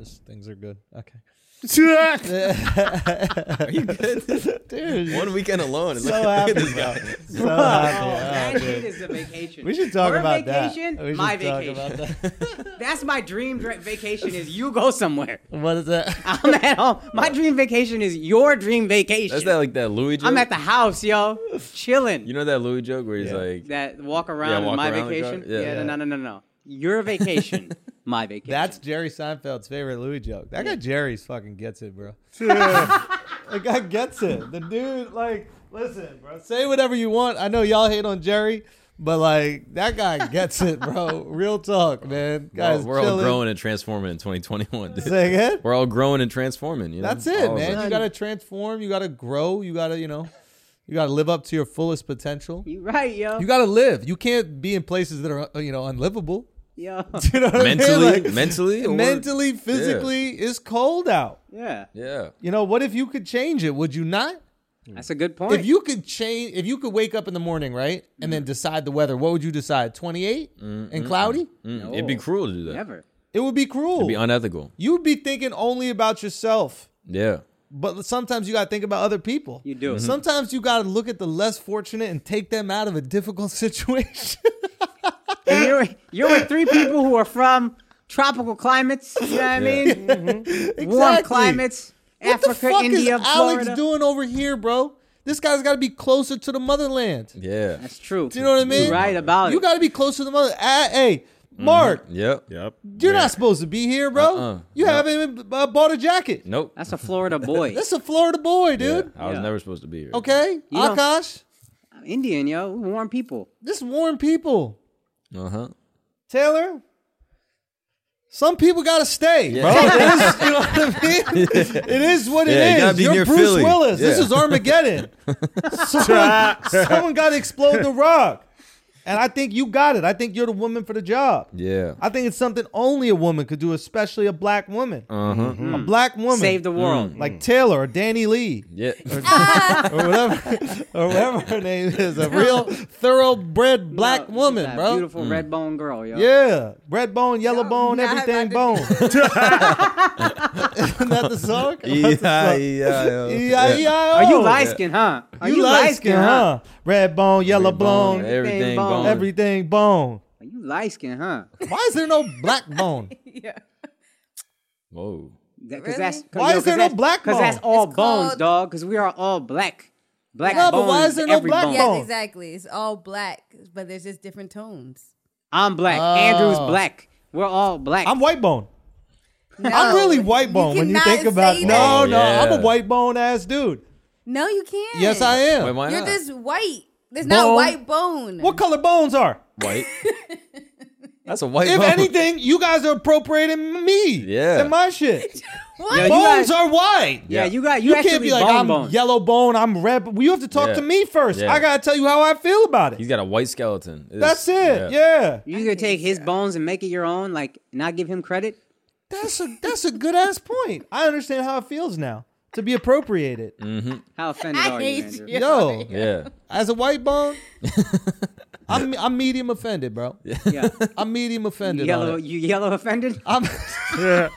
good. Okay. Are you good? Dude. One weekend alone. and So look at happy, this bro. guy. So Oh, happy. that Oh, shit dude. is a vacation. We should talk Or a about vacation, that. We should my talk vacation. about that. That's my dream dra- vacation. Is you go somewhere. what is that? I'm at home. My dream vacation is your dream vacation. That's that like that Louis joke. I'm at the house, yo, chilling. you know that Louis joke where he's Yeah. like, that walk around Yeah, is walk my around the vacation. car. Yeah, Yeah. no, Yeah. no, no, no, no. Your vacation, my vacation. That's Jerry Seinfeld's favorite Louis joke. That guy Jerry's fucking gets it, bro. the guy gets it. The dude, like, listen, bro. Say whatever you want. I know y'all hate on Jerry, but like that guy gets it, bro. Real talk, man. Guys, "Oh, we're all chilling. growing and transforming in 2021. dude. Say again? We're all growing and transforming. You know? That's it, All of man. us. You gotta transform. You gotta grow. You gotta, you know, you gotta live up to your fullest potential. you right, yo, You gotta live. You can't be in places that are, uh, you know, unlivable. yo, You know what Mentally, I mean? Like, mentally, or- mentally, physically, it's cold out. yeah. Yeah. You know, what if you could change it? Would you not? That's a good point. Hmm. If you could change, if you could wake up in the morning, right, and then decide the weather, what would you decide? 28 and cloudy? Mm, It'd be No. cruel to do that. never, It would be cruel. It'd be unethical. You'd be thinking only about yourself, Yeah. but sometimes you got to think about other people. You do. Mhm. Mm-hmm. Sometimes you got to look at the less fortunate and take them out of a difficult situation. And you're you're with three people who are from tropical climates. You know what I mean? exactly. Warm climates. What Africa, the fuck India, is Alex Florida. doing over here, bro? This guy's got to be closer to the motherland. Yeah. That's true. Do you know what I mean? You're right about You it. got to be close to the mother. Ah, hey, Mark, Yep. Yep. you're Yeah. not supposed to be here, bro. Mm-hmm. Uh-uh. You haven't even uh, bought a jacket. Nope. That's a Florida boy. That's a Florida boy, Yeah. dude. I was Yeah. never supposed to be here. Okay, You know- Akash, Indian, yo, we warm people. this warm people. Uh huh. Taylor, some people gotta stay, bro. It is, you know what I mean? It is what Yeah, you it gotta is. be You're near Bruce Philly. Willis. This Yeah. is Armageddon. someone, someone gotta explode the rock, and I think you got it. I think you're the woman for the job. Yeah. I think it's something only a woman could do, especially a black woman. Uh huh. A black woman. Mm. Save the world. like Taylor or Danny Lee Yeah. or whatever or whatever her name is. A real thoroughbred black No, woman, that bro. Beautiful red bone girl, yo. Yeah. Red bone, yellow bone, nah, everything I bone. Isn't that the song? E What's Yeah, the song? yeah, yeah. E-I-E-I-O. Are you light skin, huh? Are You light skin, huh? Red bone, yellow Red bone, bone, Everything bone. bone. everything bone. Are you light skin, huh? Why is there no black bone? yeah. Whoa. That, Really? that's, Why is there no black Because that's bone? all It's bones, called- dog. Because we are all black. Black Yeah, bones. but why is there no every black bone. bone? Yes, exactly. It's all black, but there's just different tones. I'm black. Oh. Andrew's black. We're all black. I'm white bone. No, I'm really white bone when you cannot think about say it. that. No, no, I'm a Yeah. white bone ass dude. No, you can't. Yes, I am. Wait, why You're not? just white. There's Bone. not white bone. What color bones are? white. That's a white If bone. anything, you guys are appropriating me Yeah. and my shit. What? Yo, you bones guys- are white. yeah, you got you, You actually can't be like bone I'm bone. yellow bone, I'm red. But you have to talk Yeah. to me first. Yeah. I gotta tell you how I feel about it. He's got a white skeleton. It's- That's it. Yeah. You can take his bones and make it your own, like not give him credit. that's a that's a good ass point. I understand how it feels now to be appropriated. How offended I are you, hate Andrew? you. Yo, Yeah. as a white bone, I'm I'm medium offended, bro. Yeah. I'm medium offended. on yellow, it. you yellow offended? I'm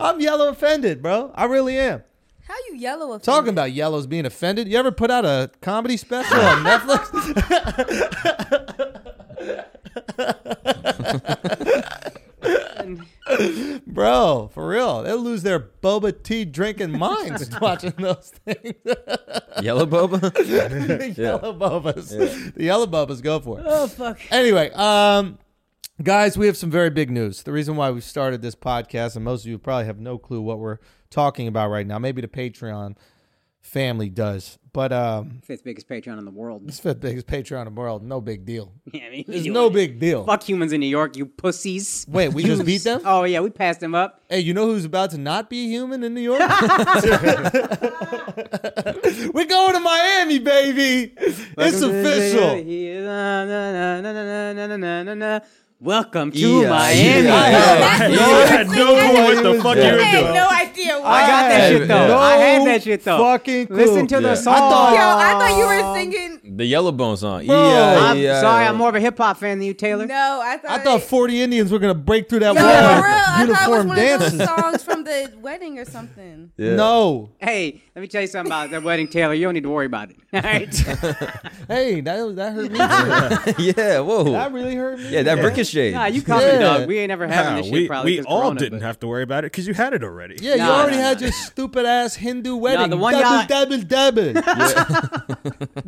I'm yellow offended, bro. I really am. How you yellow? Offended? Talking about yellows being offended. You ever put out a comedy special on Netflix? Bro, for real. They'll lose their boba tea drinking minds watching those things. Yellow boba. the yellow bobas. The yellow bobas go for it. Oh fuck. Anyway, um, guys, we have some very big news. The reason why we started this podcast, and most of you probably have no clue what we're talking about right now. Maybe the Patreon family does, but um, Fifth biggest Patreon in the world. it's the biggest Patreon in the world. No big deal. Yeah, I mean, It's you- no big deal. Fuck humans in New York, you pussies. Wait, we just beat Uh, them. Oh yeah, we passed them up. Hey, you know who's about to not be human in New York? We're going to Miami, baby. It's official. Welcome to Yeah. Miami. Yeah. Yeah. You had no clue what the fuck you I were Yeah. had doing. no idea. What. I got that had shit though. no I had that shit though. fucking clue. Listen to Yeah. the I song. thought- Yo, I thought you were singing The Yellow Bone song. Yeah, I'm yeah. sorry, I'm more of a hip hop fan than you, Taylor. No, I thought. I thought 40 Indians were going to break through that No, for real. wall. I with thought it was Uniform one of dances. those songs from the wedding or something. Yeah. No. Hey, let me tell you something about that wedding, Taylor. You don't need to worry about it. All right. Hey, that, that hurt me. too. yeah. Whoa. that really hurt me. yeah, that ricochet. nah, you coming, Yeah. dog. We ain't never having Nah, this shit we probably. we 'cause all corona, didn't but- have to worry about it because you had it already. Yeah, you Nah, already nah, had nah. your stupid ass Hindu wedding. the one double, y'all- double, double, I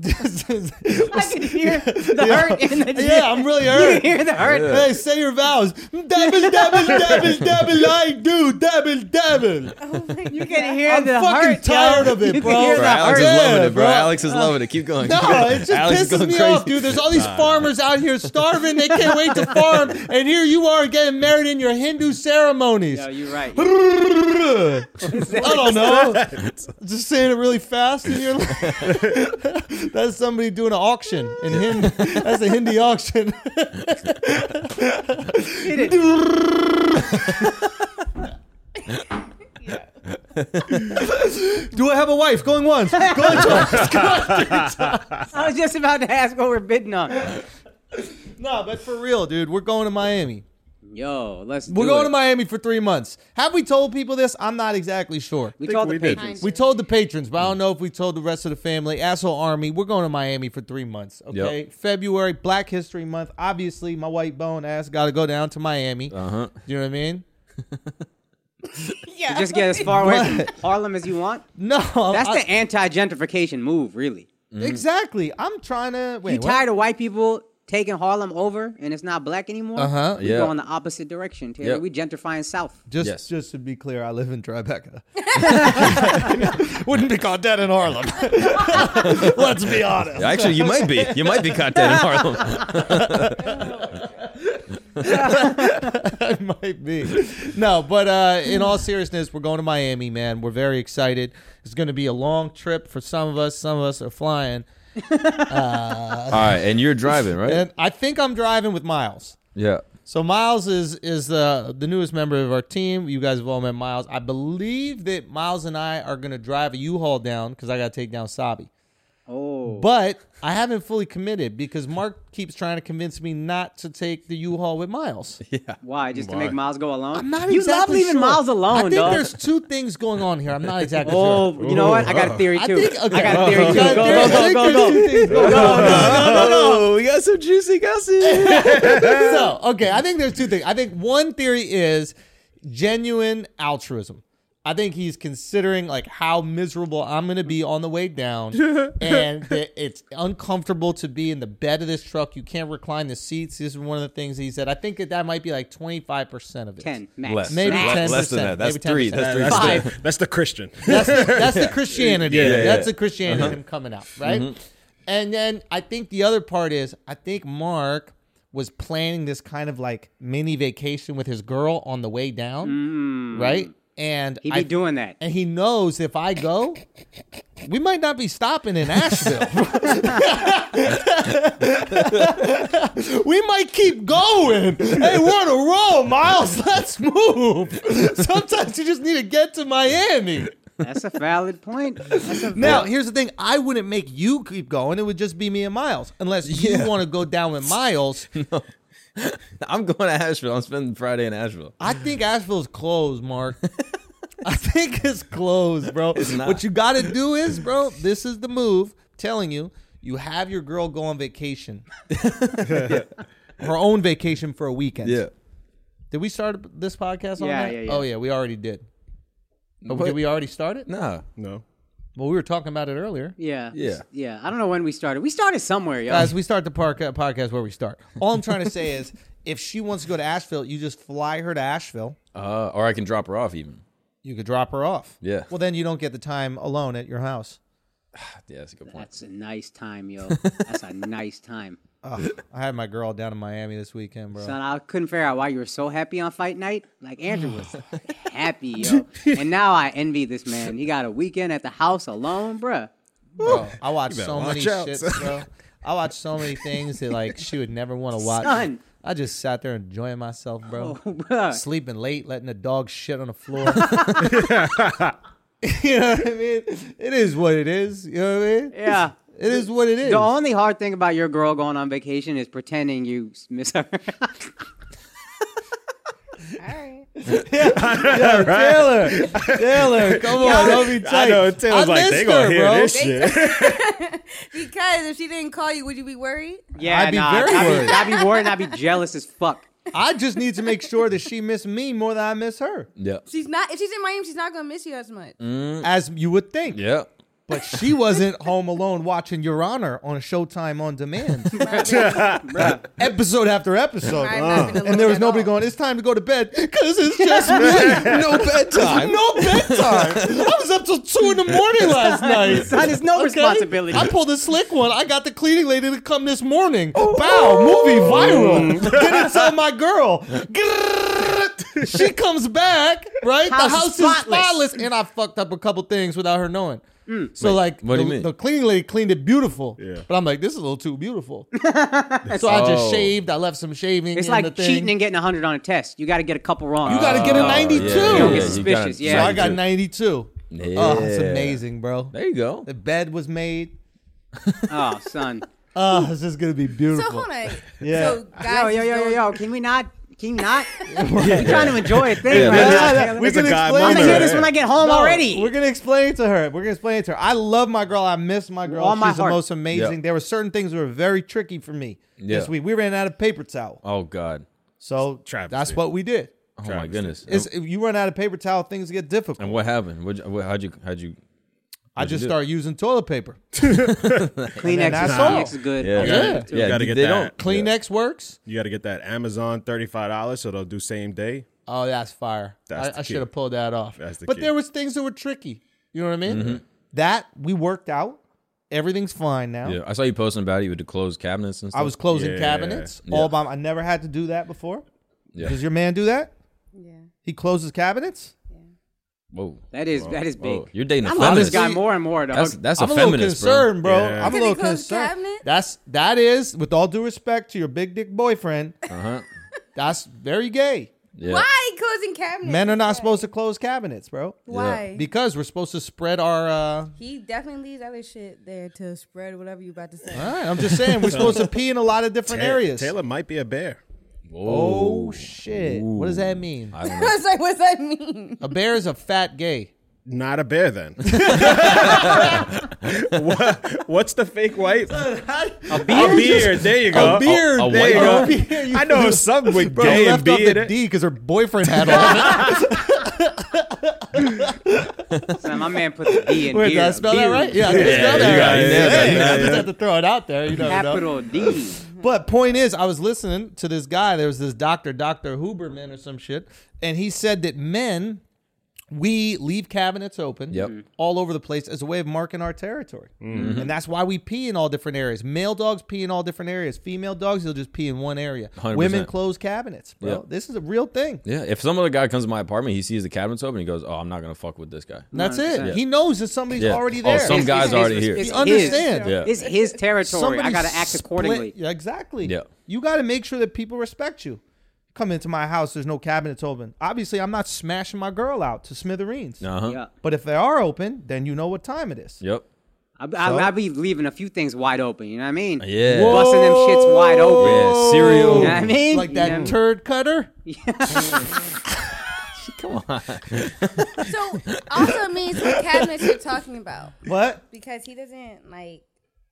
could hear the hurt in the yeah, I'm really You hurt. hear the hurt? Hey, say your vows. Double, double, double, double. I do double, double. Oh my You God. can hear I'm the fucking hurt, yo. tired of it, you bro. Can hear Bro, the Right, Alex hurt. is Yeah, loving it, bro. bro. Alex is loving it. Keep going. No, Keep going. it just Alex is pisses going me crazy. off, dude. There's all these farmers out here starving. They can't wait to farm, and here you are getting married in your Hindu ceremonies. No, you're right. I don't know. Just saying it really fast, and you're like, that's somebody doing an auction in Hindi. That's a Hindi auction. Hit it. Do I have a wife? Going once. Going twice. I was just about to ask what we're bidding on. no, but for real, dude, we're going to Miami. Yo, let's. We're do going it. to Miami for three months. Have we told people this? I'm not exactly sure. We Think told we the did. patrons. We told the patrons, but I don't know if we told the rest of the family. Asshole Army, we're going to Miami for three months. Okay, February, Black History Month. Obviously, my white bone ass got to go down to Miami. Uh huh. Do you know what I mean? Yeah. Just get as far away from Harlem as you want. No, That's I- the anti-gentrification move, really. exactly. I'm trying to wait. You tired of white people taking Harlem over and it's not black anymore? Uh huh. We Yeah. go in the opposite direction, Taylor. Yep. We gentrifying south. Just, Yes. just to be clear, I live in Tribeca. Wouldn't be caught dead in Harlem. Let's be honest. Actually, you might be. You might be caught dead in Harlem. I might be. No, but uh, in all seriousness, we're going to Miami, man. We're very excited. It's going to be a long trip for some of us. Some of us are flying. All right, and you're driving, right? And I think I'm driving with Miles. yeah. So Miles is is the the newest member of our team. You guys have all met Miles. I believe that Miles and I are going to drive a U-Haul down because I got to take down Sabi. Oh. But I haven't fully committed because Mark keeps trying to convince me not to take the U-Haul with Miles. Why? Just to Why? make Miles go alone? I'm not you exactly love leaving sure. Miles alone, I think dog. there's two things going on here. I'm not exactly Oh, sure. you know what? I got a theory Oh. I too. I, think- okay. got a theory You too. got a Go, theory? go, I think there's go, go, go. two things going on. no, Oh, we got some juicy gossip. so okay, I think there's two things. I think one theory is genuine altruism. I think he's considering like how miserable I'm gonna be on the way down, and that it's uncomfortable to be in the bed of this truck. You can't recline the seats. This is one of the things he said. I think that that might be like 25 percent of it. Ten max. Less. Maybe Le- 10%, Less than that. That's maybe three. 10%. That's three. That's percent. the, that's the Christian. That's the, that's the Christianity. Yeah, Uh-huh. Mm-hmm. yeah, that's yeah. the Christianity in him coming out, right? And then I think the other part is I think Mark was planning this kind of like mini vacation with his girl on the way down, right? And Mm. He be I, doing that. and he knows if I go, we might not be stopping in Asheville. we might keep going. Hey, we're on a roll, Miles. Let's move. Sometimes you just need to get to Miami. That's a valid point. That's a Now, val- here's the thing. I wouldn't make you keep going. It would just be me and Miles. Unless you want to go down with Miles. I'm going to Asheville. I'm spending Friday in Asheville. I think Asheville's closed, Mark. I think it's closed, bro. not. What you got to do is, bro, this is the move. Telling you, you have your girl go on vacation. Her own vacation for a weekend. Yeah. Did we start this podcast on Yeah, that? yeah, yeah. Oh, yeah, we already did. Oh, What? did we already start it? No. no. Well, we were talking about it earlier. yeah. Yeah. Yeah. I don't know when we started. We started somewhere, y'all. Guys, we start the park, uh, podcast where we start. All I'm trying to say is if she wants to go to Asheville, you just fly her to Asheville. Uh, or I can drop her off even. You could drop her off. Yeah. Well, then you don't get the time alone at your house. Yeah, that's a good point. That's a nice time, yo. That's a nice time. Ugh, I had my girl down in Miami this weekend, bro. Son, I couldn't figure out why you were so happy on fight night. Like Andrew was happy, yo. And now I envy this man. He got a weekend at the house alone, bruh. Bro, I watched so watch many out, shits, son. bro. I watched so many things that like she would never want to watch. Son. I just sat there enjoying myself, bro. Oh, bruh. Sleeping late, letting the dog shit on the floor. you know what I mean? It is what it is. You know what I mean? Yeah. It is what it is. The only hard thing about your girl going on vacation is pretending you s- miss her. All right. Yo, Taylor, Taylor, come on, don't be tight. I know Taylor's like, they missed gonna her, hear bro. this shit. Because if she didn't call you, would you be worried? yeah, I'd be nah, very I'd worried. Be, I'd be worried. and I'd be jealous as fuck. I just need to make sure that she missed me more than I miss her, Yeah. She's not. If she's in Miami, she's not gonna miss you as much. Mm. as you would think. Yeah. But she wasn't home alone watching Your Honor on Showtime on demand, episode after episode. Uh, I'm not gonna look Oh. And there was at nobody all. going, it's time to go to bed because it's just me. No bedtime. No bedtime. I was up till two in the morning last night. That is no responsibility. I pulled a slick one. I got the cleaning lady to come this morning. Oh. Bow, movie viral. Didn't tell my girl. Grrrr. she comes back, right? House the is house spotless. Mm. is spotless. And I fucked up a couple things without her knowing. So like what the, do you mean? the cleaning lady cleaned it beautiful, Yeah. but I'm like, this is a little too beautiful. so I just Oh. shaved. I left some shaving. It's in the like thing. cheating and getting hundred on a test. You got to get a couple wrong. You gotta get Oh, a 92. you don't get gotta- suspicious, yeah. So I got 92. 92. Yeah. Oh, it's amazing, bro. There you go. The bed was made. oh, son. Oh, this is gonna be So beautiful. hold on. Yeah. So guys, Yo, yo, yo, yo, don't- yo. Can we not? Can you not? We're trying to enjoy a thing Yeah, right that's- now. Yeah, we That's a can explain God I'm moment. to gonna hear her. this when I get home No, already. We're gonna explain to her. We're gonna explain to her. I love my girl. I miss my girl. All She's my the heart. most amazing. Yeah. There were certain things that were very tricky for me Yeah. this week. We ran out of paper towel, Oh God. so Uh, Travesty. Uh, that's what we did. Oh my Travesty. goodness. It's, if you run out of paper towel, things get difficult. and what happened? What'd you- what, how'd you? How'd you? I just do? start using toilet paper. Kleenex, that's is- all. Kleenex is good. Yeah. Yeah. Oh, Yeah. You gotta get they that. don't. Kleenex works. You got to get that Amazon thirty-five dollars, so they'll do same day. Oh, that's fire. I- That's I, the key. should have pulled that off. That's the but key. Mm-hmm. there was things that were tricky. You know what I mean? That we worked out. Everything's fine now. Yeah. I saw you posting about it with the closed cabinets and stuff. I was closing Yeah. cabinets all by. I never had to do that before. Yeah. Does your man do that? Yeah. He closes cabinets. Whoa. That is that is big. Whoa. You're dating a I love this feminist. guy more and more, dog. That's that's I'm a a little feminist, bro. concerned, bro. Yeah. I'm a Did he little close concerned. cabinets? That's that is, with all due respect to your big dick boyfriend, Uh-huh. that's very gay. Yeah. Why closing cabinets? Men are not supposed to close cabinets, bro. Why? Because we're supposed to spread our. Uh, he definitely leaves other shit there to spread whatever you about to say. all right, I'm just saying we're supposed to pee in a lot of different areas. Taylor might be a bear. Oh shit! What does that mean? I don't I was like, what's that mean? A bear is a fat gay. Not a bear then. what, what's the fake white? A beard. There you go. A beard. a There you go. A beard, you- I know some with Bro, gay and left off beard. the D because her boyfriend had on it. Son, my man put the D in Wait, did beer. I spell that beer. right? Yeah, I did Yeah, spell that you got right. it. Yeah, Hey, yeah, I yeah. just had to throw it out there. You never know. Capital D. But point is, I was listening to this guy. There was this doctor, Doctor Huberman or some shit, and he said that men, we leave cabinets open Yep. Mm-hmm. Mhm. all over the place as a way of marking our territory, and that's why we pee in all different areas. Male dogs pee in all different areas. Female dogs, they'll just pee in one area. 100%. Women close cabinets, bro. Yep. This is a real thing. Yeah, if some other guy comes to my apartment, he sees the cabinets open, he goes, "Oh, I'm not gonna fuck with this guy." And that's it. 100%. He knows that somebody's Yeah. already Oh, there. some It's- guy- guy's already here. You understand. His, Yeah. It's his territory. I somebody got to act split- accordingly. Yeah, exactly. Yeah. You got to make sure that people respect you. Come into my house, there's no cabinets open. Obviously, I'm not smashing my girl out to smithereens. Uh huh. Yeah. But if they are open, then you know what time it is. Yep. I, I, I be leaving a few things wide open. You know what I mean? Yeah. Busting them shits wide open. Yeah, cereal. You know what I mean? Oh. Like You that know? turd cutter. so also means what cabinets you're talking about What? because he doesn't like.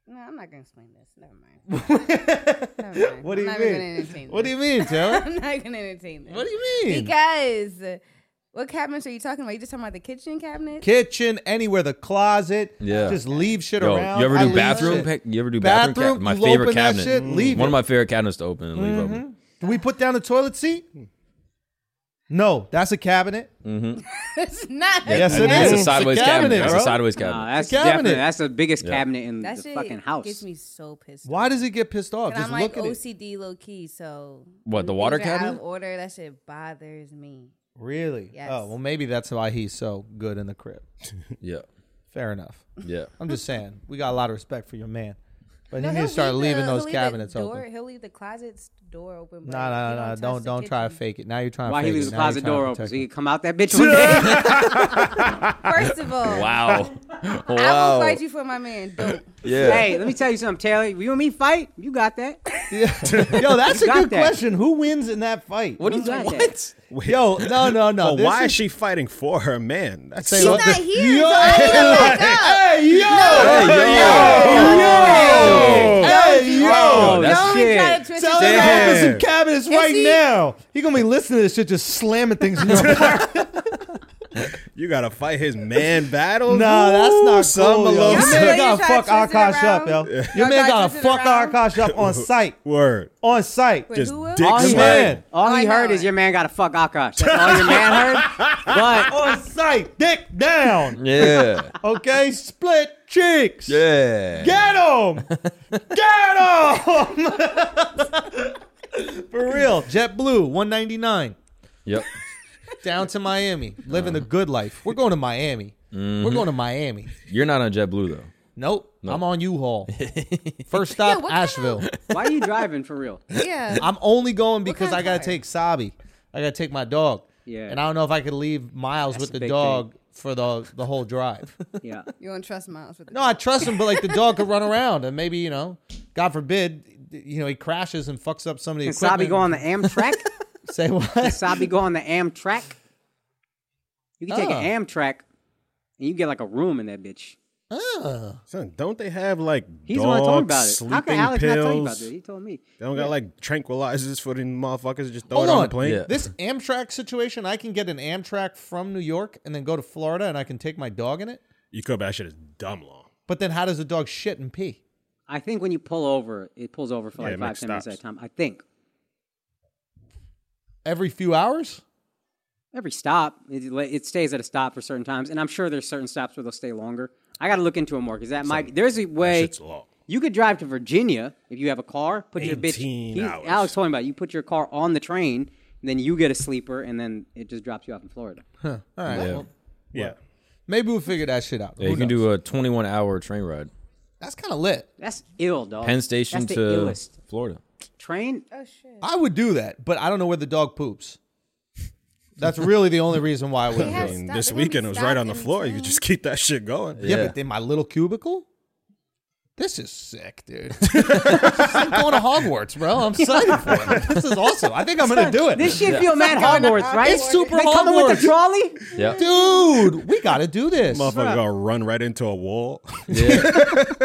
No, I'm not gonna explain this. Never mind. Never mind. What do I'm you not even gonna entertain mean? What do this. you mean, Taylor? I'm not gonna entertain this. what do you mean? Because what cabinets are you talking about? You just talking about the kitchen cabinet? Kitchen, anywhere, the closet. Yeah. Just leave shit Yo, around. you ever I do leave bathroom? shit. pick- You ever do bathroom? Bathroom, Ca- my you favorite open that cabinet. shit, leave One it. Mm-hmm. of my favorite cabinets to open and leave open. Do we put down the toilet seat? Hmm. No, that's a cabinet. Hmm. it's not. Yes, it That's is. a sideways it's a cabinet. cabinet, That's bro. a sideways Nah, cabinet. that's The cabinet. definitely that's the biggest cabinet in That the shit fucking house. gets me so pissed. off. Why does it get pissed off? And Just I'm like look at it. OCD low key, so What, the when water things are Out cabinet? of order, that shit bothers me. Really? Yes. Oh, well, maybe that's why he's so good in the crib. yeah. Fair enough. Yeah. I'm just saying, we got a lot of respect for your man. But No, you need he'll to start leave leaving the- he'll those leave the cabinets door, open. He'll leave the closet's door open. but No, he no, no, won't no. touch Don't the don't try to kitchen. fake it. Now you're trying Why to he fake leaves it. the Now you're trying closet to door open protect so it. he can come out that bitch one day? First of all, Wow. I will wow. fight you for my man. Dope. Yeah. hey, let me tell you something, Taylor. You and me fight, you got that. Oh, Yo, that's a You got good that. question. Who wins in that fight? What do You you got what? that. Yo, no, no, no. But This why is is- she fighting for her man? That's Say She's what not the- here. Yo, so I need to back up. hey, yo, Hey, Oh, hey, yo. Oh, that's Don't shit. try to twist Tell it him around. to open some Damn. cabinets right he- now. He gonna be listening to this shit, just slamming things in your you gotta fight his man battles. Nah, Ooh, that's not son cool, yo. below Your Yeah, man you gotta tried fuck twisting Akash up, around. yo. Yeah. Your Y'all man tried gotta twisting fuck around. Akash up on sight. Word. On sight. Wait, Just who else? dick All he smacking. Man. heard, all he I know heard is it. your man got to fuck Akash. That's all your man heard. But On sight. Dick down. Yeah. Okay? Split cheeks. Yeah. Get him! Get him! For real. JetBlue, 199 Yep. Down to Miami. Living the good life. We're going to Miami. We're going to Miami. You're not on JetBlue though. Nope. I'm on U-Haul. First stop, what kind of- Asheville. why are you driving for real? Yeah. I'm only going because kind I of gotta car? take Sabi. I gotta take my dog. Yeah. And I don't know if I could leave Miles That's with a the big dog for the the whole drive. Yeah. You don't trust Miles with no, I trust him, but like the dog could run around and maybe you know, God forbid, you know, he crashes and fucks up somebody. Can Sabi go on the Amtrak? Say Can what? Sabi go on the Amtrak? You can take Oh. an Amtrak and you get like a room in that bitch. Oh. Son, don't they have like He's the one that dog told me about it. sleeping How can Alex pills? not tell you about this? He told me. They don't got like tranquilizers for the motherfuckers. Just throw Hold it on, on. the plane. Yeah. This Amtrak situation, I can get an Amtrak from New York and then go to Florida and I can take my dog in it. You could, but that shit is dumb long. But then how does the dog shit and pee? I think when you pull over, it pulls over for Yeah, like it five, makes ten minutes at a stops. time. I think Every few hours? every stop, it, la- it stays at a stop for certain times, and I'm sure there's certain stops where they'll stay longer. I got to look into it more because that might. Be, there's a That way shit's long. you could drive to Virginia if you have a car. Put your bitch. 18 he- hours. Alex told me about. it. You put your car on the train, and then you get a sleeper, and then it just drops you off in Florida. All right. well, Yeah. maybe we'll figure that shit out. Yeah, you Who can knows? do a 21 hour train ride. That's kind of lit. That's ill, dog. Penn Station That's to the illest. Florida. train. Oh shit. I would do that, but I don't know where the dog poops. That's really the only reason why I wouldn't. They do have it. And Stop, this they're gonna be weekend it was right stopped on the in floor. You could town. just keep that shit going. Yeah, Yeah. but in my little cubicle. This is sick, dude. It's like going to Hogwarts, bro. I'm excited for it. This is awesome. I think I'm gonna do it, This shit feel mad Fuck on Hogwarts, the- right? It's super They coming with Hogwarts. the trolley. Yeah. dude. We gotta do this. Motherfucker gonna run right into a wall. Yeah.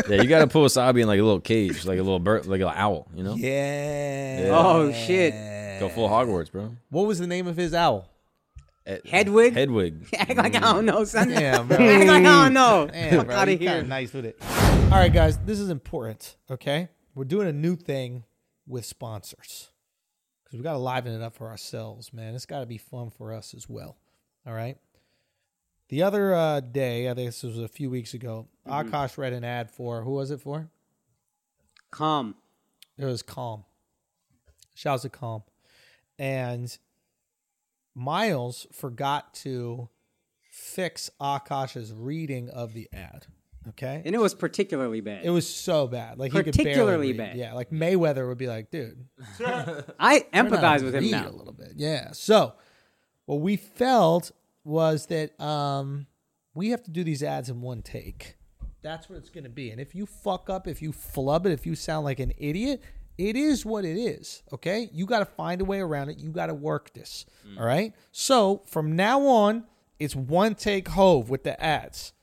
yeah, you got to pull Wasabi in like a little cage, like a little bird, like an owl, you know? Yeah. Oh shit! Go full Hogwarts, bro. What was the name of his owl? Ed- Hedwig? Hedwig. Act like I don't know, son. Damn, bro. Act like I don't know. Man, Fuck bro, out you of here. kinda Nice with it. All right, guys, this is important. Okay, we're doing a new thing with sponsors because we got to liven it up for ourselves, man. It's got to be fun for us as well. All right. The other uh, day, I think this was a few weeks ago, Mm-hmm. Akash read an ad for who was it for? Come. It was Calm. Shouts to Calm, and Miles forgot to fix Akash's reading of the ad. Okay. And it was particularly bad. It was so bad. Like Particularly he could barely read. bad. Yeah, like Mayweather would be like, dude, I learn how empathize to with him read now. a little bit. Yeah. So what we felt was that um, we have to do these ads in one take. That's what it's going to be. And if you fuck up, if you flub it, if you sound like an idiot, it is what it is. Okay. You got to find a way around it. You got to work this. Mm. All right. So from now on, it's one take hove with the ads.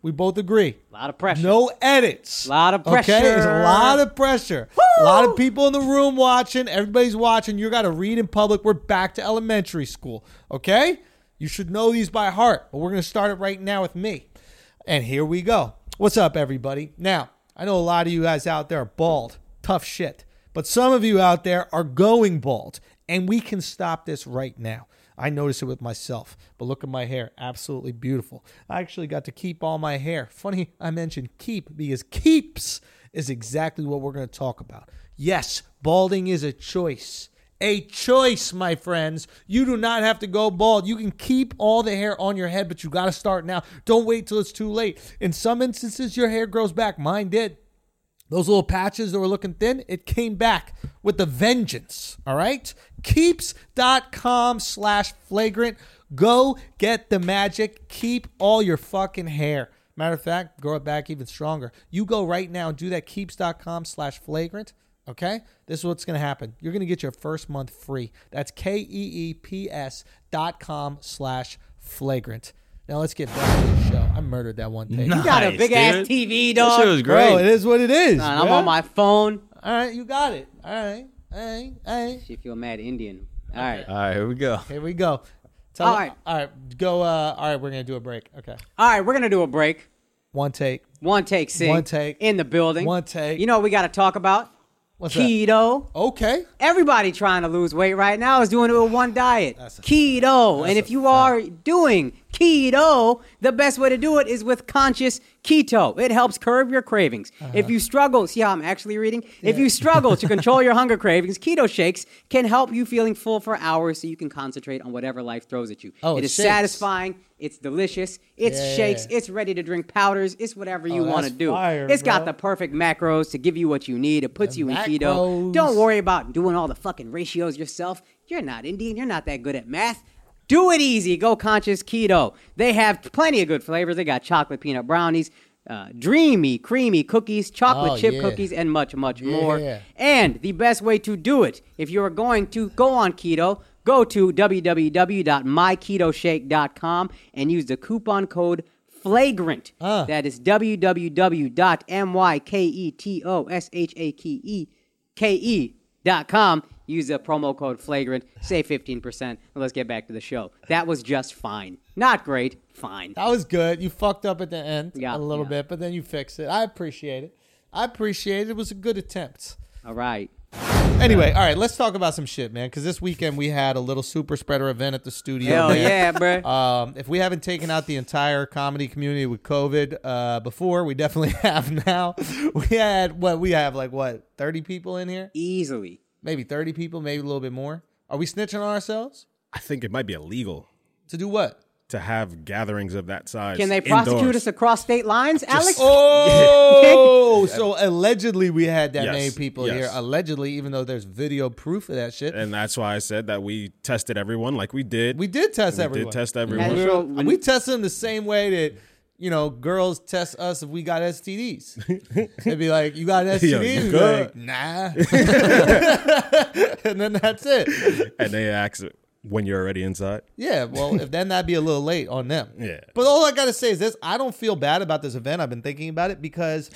We both agree. A lot of Mm. pressure. No edits. Lot of Okay, it's a pressure. lot of pressure. A lot of people in the room watching. Everybody's watching. You got to read in public. We're back to elementary school. Okay, you should know these by heart. But we're gonna start it right now with me. And here we go. What's up, everybody? Now I know a lot of you guys out there are bald. Tough shit. But some of you out there are going bald, and we can stop this right now. I notice it with myself, but look at my hair. Absolutely beautiful. I actually got to keep all my hair. Funny I mentioned keep because keeps is exactly what we're going to talk about. Yes, balding is a choice. A choice, my friends. You do not have to go bald. You can keep all the hair on your head, but you got to start now. Don't wait till it's too late. In some instances, your hair grows back. Mine did. Those little patches that were looking thin, it came back with a vengeance. All right? Keeps.com slash flagrant. Go get the magic. Keep all your fucking hair. Matter of fact, grow it back even stronger. You go right now and do that. Keeps.com slash flagrant. Okay? This is what's going to happen. You're going to get your first month free. That's K E E P S dot com slash flagrant. Now let's get back to the show. I murdered that one thing. You got a Nice, big ass dude. TV, That dog. shit was great. Bro, it is what it is. Nah, I'm bro. on my phone. All right, you got it. All right, all right, all right. She feel mad Indian. All right. All right, here we go. Here we go. Tell All right. all right. Go. Uh, all right, we're gonna do a break. Okay, All right, we're going to do a break. one take. One take, sing. One take. In the building. One take. You know what we got to talk about? What's that? Keto. Okay. Everybody trying to lose weight right now is doing it with one diet, keto. and if you are doing keto, the best way to do it is with conscious keto. It helps curb your cravings. Uh-huh. If you struggle, see how I'm actually reading? If you struggle to control your hunger cravings, keto shakes can help you feeling full for hours so you can concentrate on whatever life throws at you. Oh, it it is shakes. satisfying, it's delicious, it's Yeah. shakes, it's ready to drink powders, it's whatever you Oh, want to that's do. fire, It's got bro. the perfect macros to give you what you need. It puts The you in macros. keto. Don't worry about doing all the fucking ratios yourself. You're not Indian. You're not that good at math. Do it easy. Go conscious keto. They have plenty of good flavors. They got chocolate peanut brownies, uh, dreamy, creamy cookies, chocolate Oh, chip yeah. cookies, and much, much Yeah. more. And the best way to do it, if you are going to go on keto, go to www.myketoshake.com and use the coupon code FLAGRANT. Uh. That is E www.myketoshake.com. E Use the promo code FLAGRANT. Save 15%. And let's get back to the show. That was just fine. Not great. Fine. That was good. You fucked up at the end Yeah, a little yeah. bit, but then you fixed it. I appreciate it. I appreciate it. It was a good attempt. All right. Anyway, all right, let's talk about some shit, man. Because this weekend we had a little super spreader event at the studio. Hell man. yeah, Uh, bruh. Um, if we haven't taken out the entire comedy community with COVID uh, before, we definitely have now. We had what we have like what thirty people in here, Easily. maybe thirty people, maybe a little bit more. Are we snitching on ourselves I think it might be illegal to do what? to have gatherings of that size. Can they prosecute indoors. us across state lines, Alex? Oh, so allegedly we had that Yes, many people yes. here. Allegedly, even though there's video proof of that shit, And that's why I said that we tested everyone like we did. we did test We everyone. did test And everyone. we, Yeah. were, Sure, we, when- test them the same way that you know girls test us if we got STDs. They'd be like, "You got an STD?" Yo, you We'd be good. like, nah. and then that's it. And they asked when you're already inside. Yeah. Well, if then that'd be a little late on them. Yeah. But all I gotta say is this: I don't feel bad about this event. I've been thinking about it because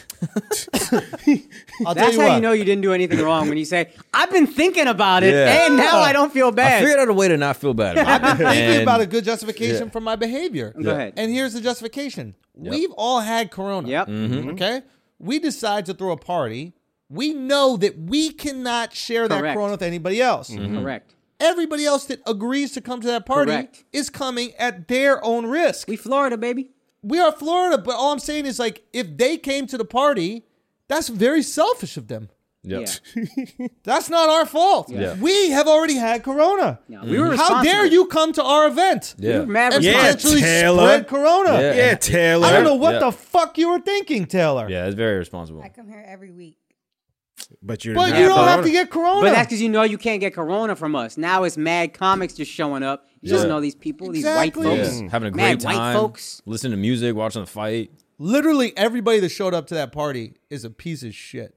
I'll tell That's you how what. you know you didn't do anything wrong when you say, I've been thinking about it Yeah. and now I don't feel I bad. figured out a way to not feel bad. About I've thinking about a good justification Yeah. for my behavior. Go ahead. And here's the justification. We've all had corona. Mm-hmm. Yep. Mm-hmm. Okay? We decide to throw a party. We know that we cannot share that Correct. corona with anybody else. Mm-hmm. Correct. Everybody else that agrees to come to that party Correct. is coming at their own risk. We Florida, baby. We are Florida, but all I'm saying is like if they came to the party, that's very selfish of them. Yep. Yeah. That's not our fault. Yeah. We have already had corona. No, we were How dare responsible. you come to our event? Yeah. We were mad and Yeah, responsible. potentially Taylor. spread corona. Yeah. Yeah, Taylor. I don't know what Yeah. the fuck you were thinking, Taylor. Yeah, it's very responsible. I come here every week. But you're But not you don't corona. have to get corona. But that's because you know you can't get corona from us. Now it's mad comics just showing up. You Yeah. don't know these people, these Exactly. white Yeah. folks. Having a Mad great white time. folks. Listening to music, watching the fight. Literally everybody that showed up to that party is a piece of shit.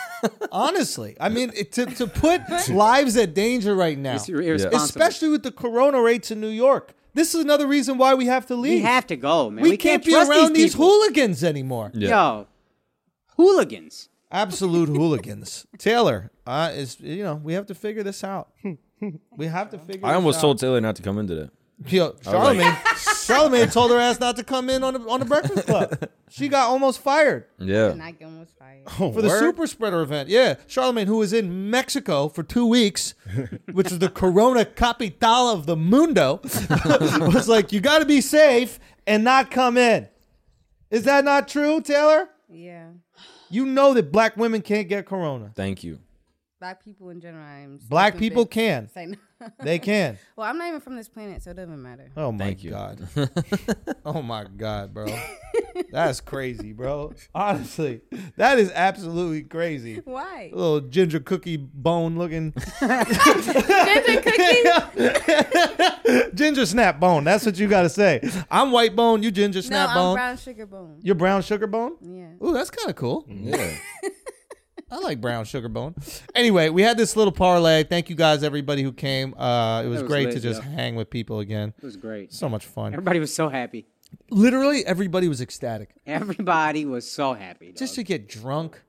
Honestly, I mean, it, to to put lives at danger right now, It's irresponsible. especially with the corona rates in New York. This is another reason why we have to leave. We have to go, man. We, We, can't, be trust around these, these people. hooligans anymore. Yeah. Yo, hooligans. Absolute hooligans. Taylor, uh, is you know we have to figure this out. We have to figure. I this almost out. told Taylor not to come into that. Yo, Charlemagne, Charlemagne told her ass not to come in on the on the Breakfast Club. She got almost fired And Yeah. I was fired. for the super spreader event. Yeah, Charlemagne, who was in Mexico for two weeks, which is the Corona capital of the mundo, was like, "You got to be safe and not come in." Is that not true, Taylor? Yeah. You know that black women can't get Corona. Thank you. Black people in general. I'm Black stupid people bitch. can. It's like, They can. well, I'm not even from this planet, so it doesn't matter. Oh my Thank you. god. oh my god, bro. That's crazy, bro. Honestly, that is absolutely crazy. Why? Little ginger cookie bone looking Ginger cookie? ginger snap bone. That's what you gotta say. I'm white bone. You ginger No, snap I'm bone. brown Mm-hmm. sugar bone. You're brown sugar bone. Yeah. Ooh, that's kind of cool. Yeah. I like brown sugar bone. Anyway, we had this little parlay. Thank you guys, everybody who came. Uh, it was, was great lit, to just yeah. hang with people again. It was great. So much fun. Everybody was so happy. Literally, everybody was ecstatic Everybody was so happy. Dog. just to get drunk,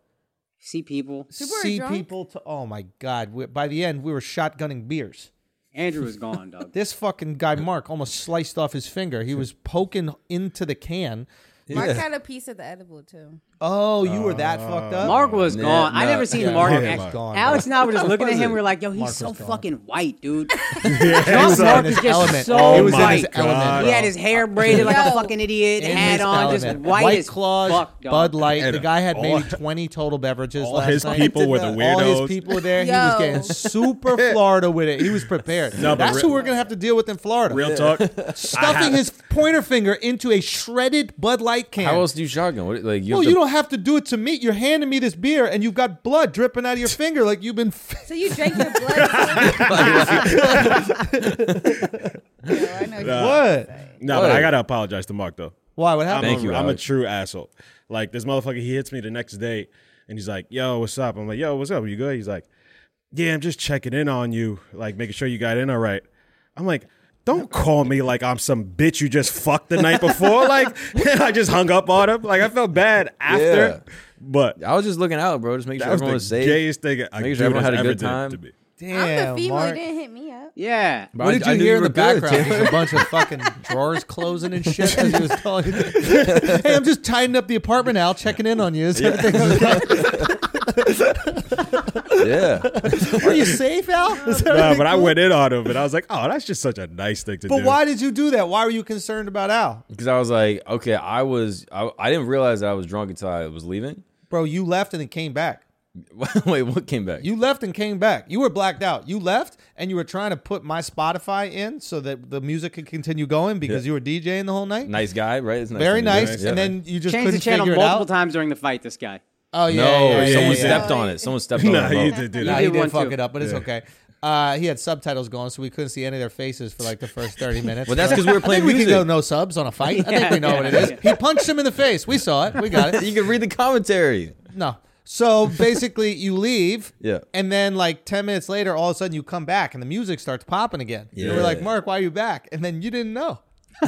see people. were see drunk? people. To oh my god! We, by the end, we were shotgunning beers. Andrew was gone, dog. This fucking guy Mark almost sliced off his finger. He was poking into the can. Mark had a piece of the edible too. Oh, you were that fucked up. Mark was Yeah, gone. I no, never seen yeah, Mark. Mark act- was gone, bro. Alex and I were just looking at was him. it? We are like, yo, he's Mark so was gone. fucking white, dude. Drunk in Mark is his just element. so he was in his white. element. God. bro. He had his hair braided like a Yo. fucking idiot, In hat his on, just element. white, White as Claws, fuck, dog. Bud Light. the And guy had all- maybe twenty total beverages. all last his night. people were the All weirdos. his people were there. He was Yo. getting super Florida with it. He was prepared. No, but That's re- who we're gonna have to deal with in Florida. Real talk. Stuffing his pointer finger into a shredded Bud Light can. How else do you shotgun? What, like you, well, have to, Oh, you don't have to do it to me. You're handing me this beer, and you've got blood dripping out of your finger like you've been. So you drank your blood. too? Yo, I know you- what? No, but I gotta apologize to Mark though. Why? What I'm, happened? Thank a, you, I'm a Alex. true asshole. Like this motherfucker, he hits me the next day, and he's like, "Yo, what's up?" I'm like, "Yo, what's up? You good?" He's like, "Yeah, I'm just checking in on you, like making sure you got in all right." I'm like. Don't call me like I'm some bitch you just fucked the night before. Like I just hung up on him. Like I felt bad after, Yeah. but I was just looking out, bro. Just make that sure was everyone the was safe. gayest thing a Make dude sure everyone has had a ever good did time. to me. Damn, I'm the female. You Mark. didn't hit me up. Yeah. Bro, What did I- you I knew hear in were the good, background? too. Just a bunch of fucking drawers closing and shit. As he was telling you. hey, I'm just tidying up the apartment, Al. Checking in on you. Is everything okay? yeah. Are you safe, Al? Is Nah, everything but I cool? went in on him, and I was like, "Oh, that's just such a nice thing to do." But why did you do that? Why were you concerned about Al, Because I was like, okay, I was, I, I didn't realize that I was drunk until I was leaving. bro? You left and then came back. Wait, what came back? You left and came back. You were blacked out. You left and you were trying to put my Spotify in so that the music could continue going because you were DJing the whole night. nice guy, right? It's nice Very thing to do. nice. Yeah. And then you just Changed the couldn't channel figure it multiple out. times during the fight, this guy. Oh yeah, no, yeah, yeah, someone yeah. stepped on it. Someone stepped Nah, on you it. bro. did do Nah, that. he did did one fuck too. it up, but it's okay. Uh, he had subtitles going, so we couldn't see any of their faces for like the first thirty minutes. Well, that's 'cause we were I think playing we could music. go no subs on a fight. I think we know what it is. He punched him in the face. We saw it. We got it. You can read the commentary. No. So basically, you leave, Yeah. and then like ten minutes later, all of a sudden you come back, and the music starts popping again. And we're Yeah. like, Mark, why are you back? And then you didn't know.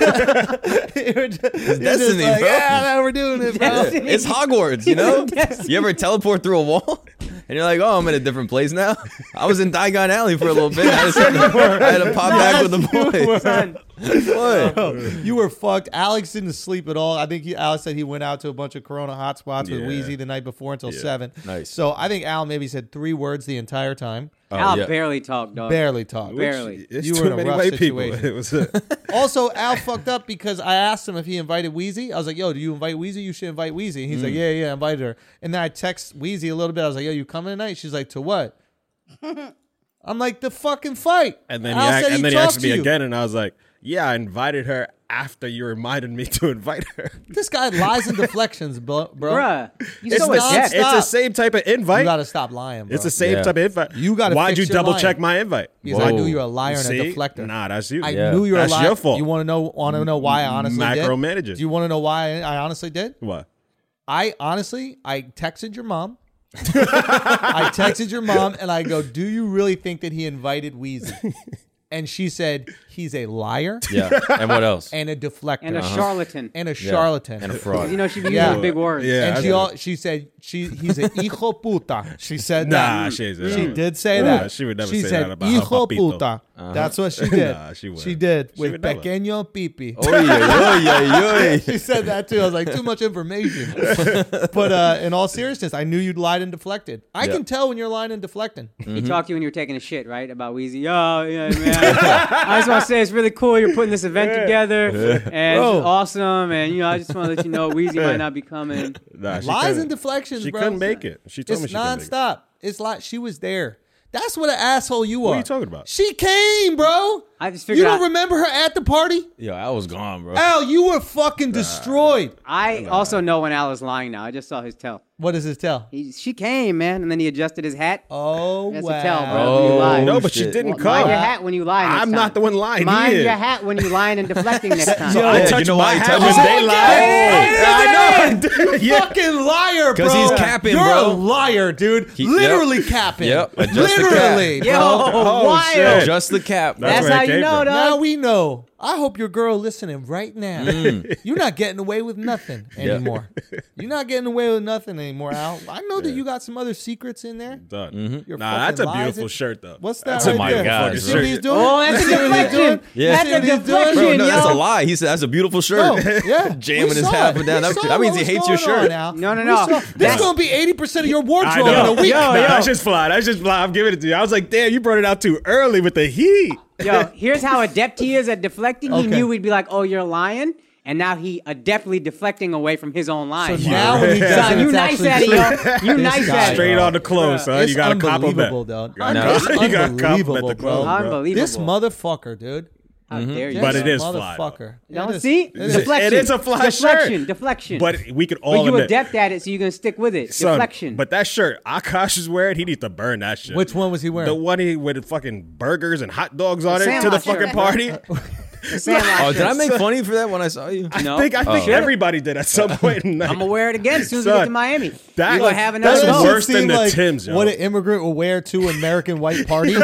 you were just, destiny, like, bro. Yeah, man, we're doing it, bro. Destiny. It's Hogwarts, you know? Yes. You ever teleport through a wall? And you're like, oh, I'm in a different place now. I was in Diagon Alley for a little bit. I, just had, to, I had to pop back with the Oh, Son, boys. What? Oh, you were fucked. Alex didn't sleep at all. I think he, Alex said he went out to a bunch of Corona hotspots with Yeah. Wheezy the night before until seven. Nice. So I think Al maybe said three words the entire time. Uh, Al yeah. barely talked, dog. Barely talked. Barely. It's You too were in a many rough white situation. people. It was a, Also, Al fucked up because I asked him if he invited Wheezy. I was like, "Yo, do you invite Wheezy? You should invite Wheezy." And he's Mm. like, "Yeah, yeah, I invited her." And then I text Wheezy a little bit. I was like, "Yo, you coming tonight?" She's like, "To what?" I'm like, "The fucking fight." And then Al he, ac- said and then he asked talked me to you. again, and I was like, "Yeah, I invited her after you reminded me to invite her." This guy lies and deflections, bro. bro. Bruh. You It's, so the, nonstop. it's adept. the same type of invite. You gotta stop lying. Bro. it's the same Yeah. type of invite. You gotta Why'd fix you your double line. check my invite? Because I Whoa. knew you were a liar and a See? deflector. Nah, that's you. I Yeah. knew you were That's a liar. your fault. You want to know? Want to know why? I honestly, did? Macromanager. Do you want to know why I honestly did? What? I honestly, I texted your mom. I texted your mom and I go, "Do you really think that he invited Weezy?" And she said, "He's a liar Yeah. And what else? and a deflector And a Uh-huh. charlatan. Uh-huh. and a Yeah. charlatan." And a You fraud. know, she be Yeah. using big words. Yeah. And I she know. all, she said she he's a hijo puta. She said Nah, that. she's She did say Nah, that. Hmm. she would never she say said, that about her Hijo papito." Uh-huh. puta. That's what she did. Nah, she She wouldn't. did She with would never. Oh. pequeño pipi. Oy, oy, oy, oy. she said that too. I was like, too much information. but uh, in all seriousness, I knew you'd lied and deflected. I can tell when you're lying and deflecting. Mm-hmm. He talked to you when you were taking a shit, right? About Weezy. Oh, yeah, man. I just want to say it's really cool. You're putting this event together, and Bro. it's awesome. And you know, I just want to let you know Weezy might not be coming. Nah, she Lies couldn't- and deflections, She bro. couldn't make it. She told It's me she couldn't make it. nonstop. It's like she was there. That's what an asshole you are. What are you talking about? She came, bro. I just You figured don't out. remember her at the party? Yo, I was gone, bro. Al, you were fucking destroyed. I also know when Al is lying now. I just saw his tell. What does this tell? He, she came, man, and then he adjusted his hat. Oh That's wow. a tell, bro. Oh, you lie. No, but she shit. didn't Well, come. Mind your hat when you lie. Next I'm time. not the one lying. Mind he your is. hat when you lying and deflecting next time. Yo, I Yeah, touched you know my why he hat touched when his they hat? lied. I know. yeah. Fucking liar, bro. 'Cause he's capping, You're a bro. liar, dude. He- Literally capping. Yep, I just the cap. Literally. Yo, Oh, wild. shit. hat. Just the cap. Bro. That's That's where it how you came know, from. Now dog. we know. I hope your girl listening right now. Mm. You're not getting away with nothing anymore. You're not getting away with nothing anymore, Al. I know that you got some other secrets in there. Done. Your Mm-hmm. Nah, that's a fucking lies beautiful and- shirt though. What's that? That's right a my there? God, You fucking see what he's shirt. doing? Oh, that's a You see what he's doing? deflection. Yeah. You see That's a what he's doing? deflection. Bro, no, that's yo. a lie. He said that's a beautiful No, shirt. yeah, we Jamming his saw hat it. up and down. We That- saw that means he what's hates your going on shirt. now. No, no, We no. saw- This That's- is gonna be eighty percent of your wardrobe in know. a week. Nah, That's just fly. That's just fly. I'm giving it to you. I was like, damn, you brought it out too early with the heat. Yo, here's how adept he is at deflecting. He Okay. knew we'd be like, "Oh, you're lying," and now he adeptly deflecting away from his own line. So now when he Yeah. does Son, it, you it's nice actually at it, true. yo. You This nice guy, at it. Straight on the clothes, huh? It's You got a unbelievable, compliment. dog. know. It's You got a compliment unbelievable, at the bro. club, bro. Unbelievable. This motherfucker, dude. How dare you? But This it is fly, though. motherfucker. Don't It is- see? it is- deflection. It is a fly deflection, shirt. Deflection. But we could But all you admit, adept at it, so you're gonna stick with it. son, deflection. But that shirt Akash is wearing, he needs to burn that shit. Which one was he wearing? The one he with fucking burgers and hot dogs on it to the Sandlot shirt. fucking party. The Sandlot Oh, did I shirt. make funny for that when I saw you? I No. think I think Oh. everybody did at some point. In the I'm night. gonna wear it again as soon as we Son, get to Miami. that- you're gonna have another that's That That's doesn't vote. worse than seem the like Tims, yo. What an immigrant will wear to an American white party.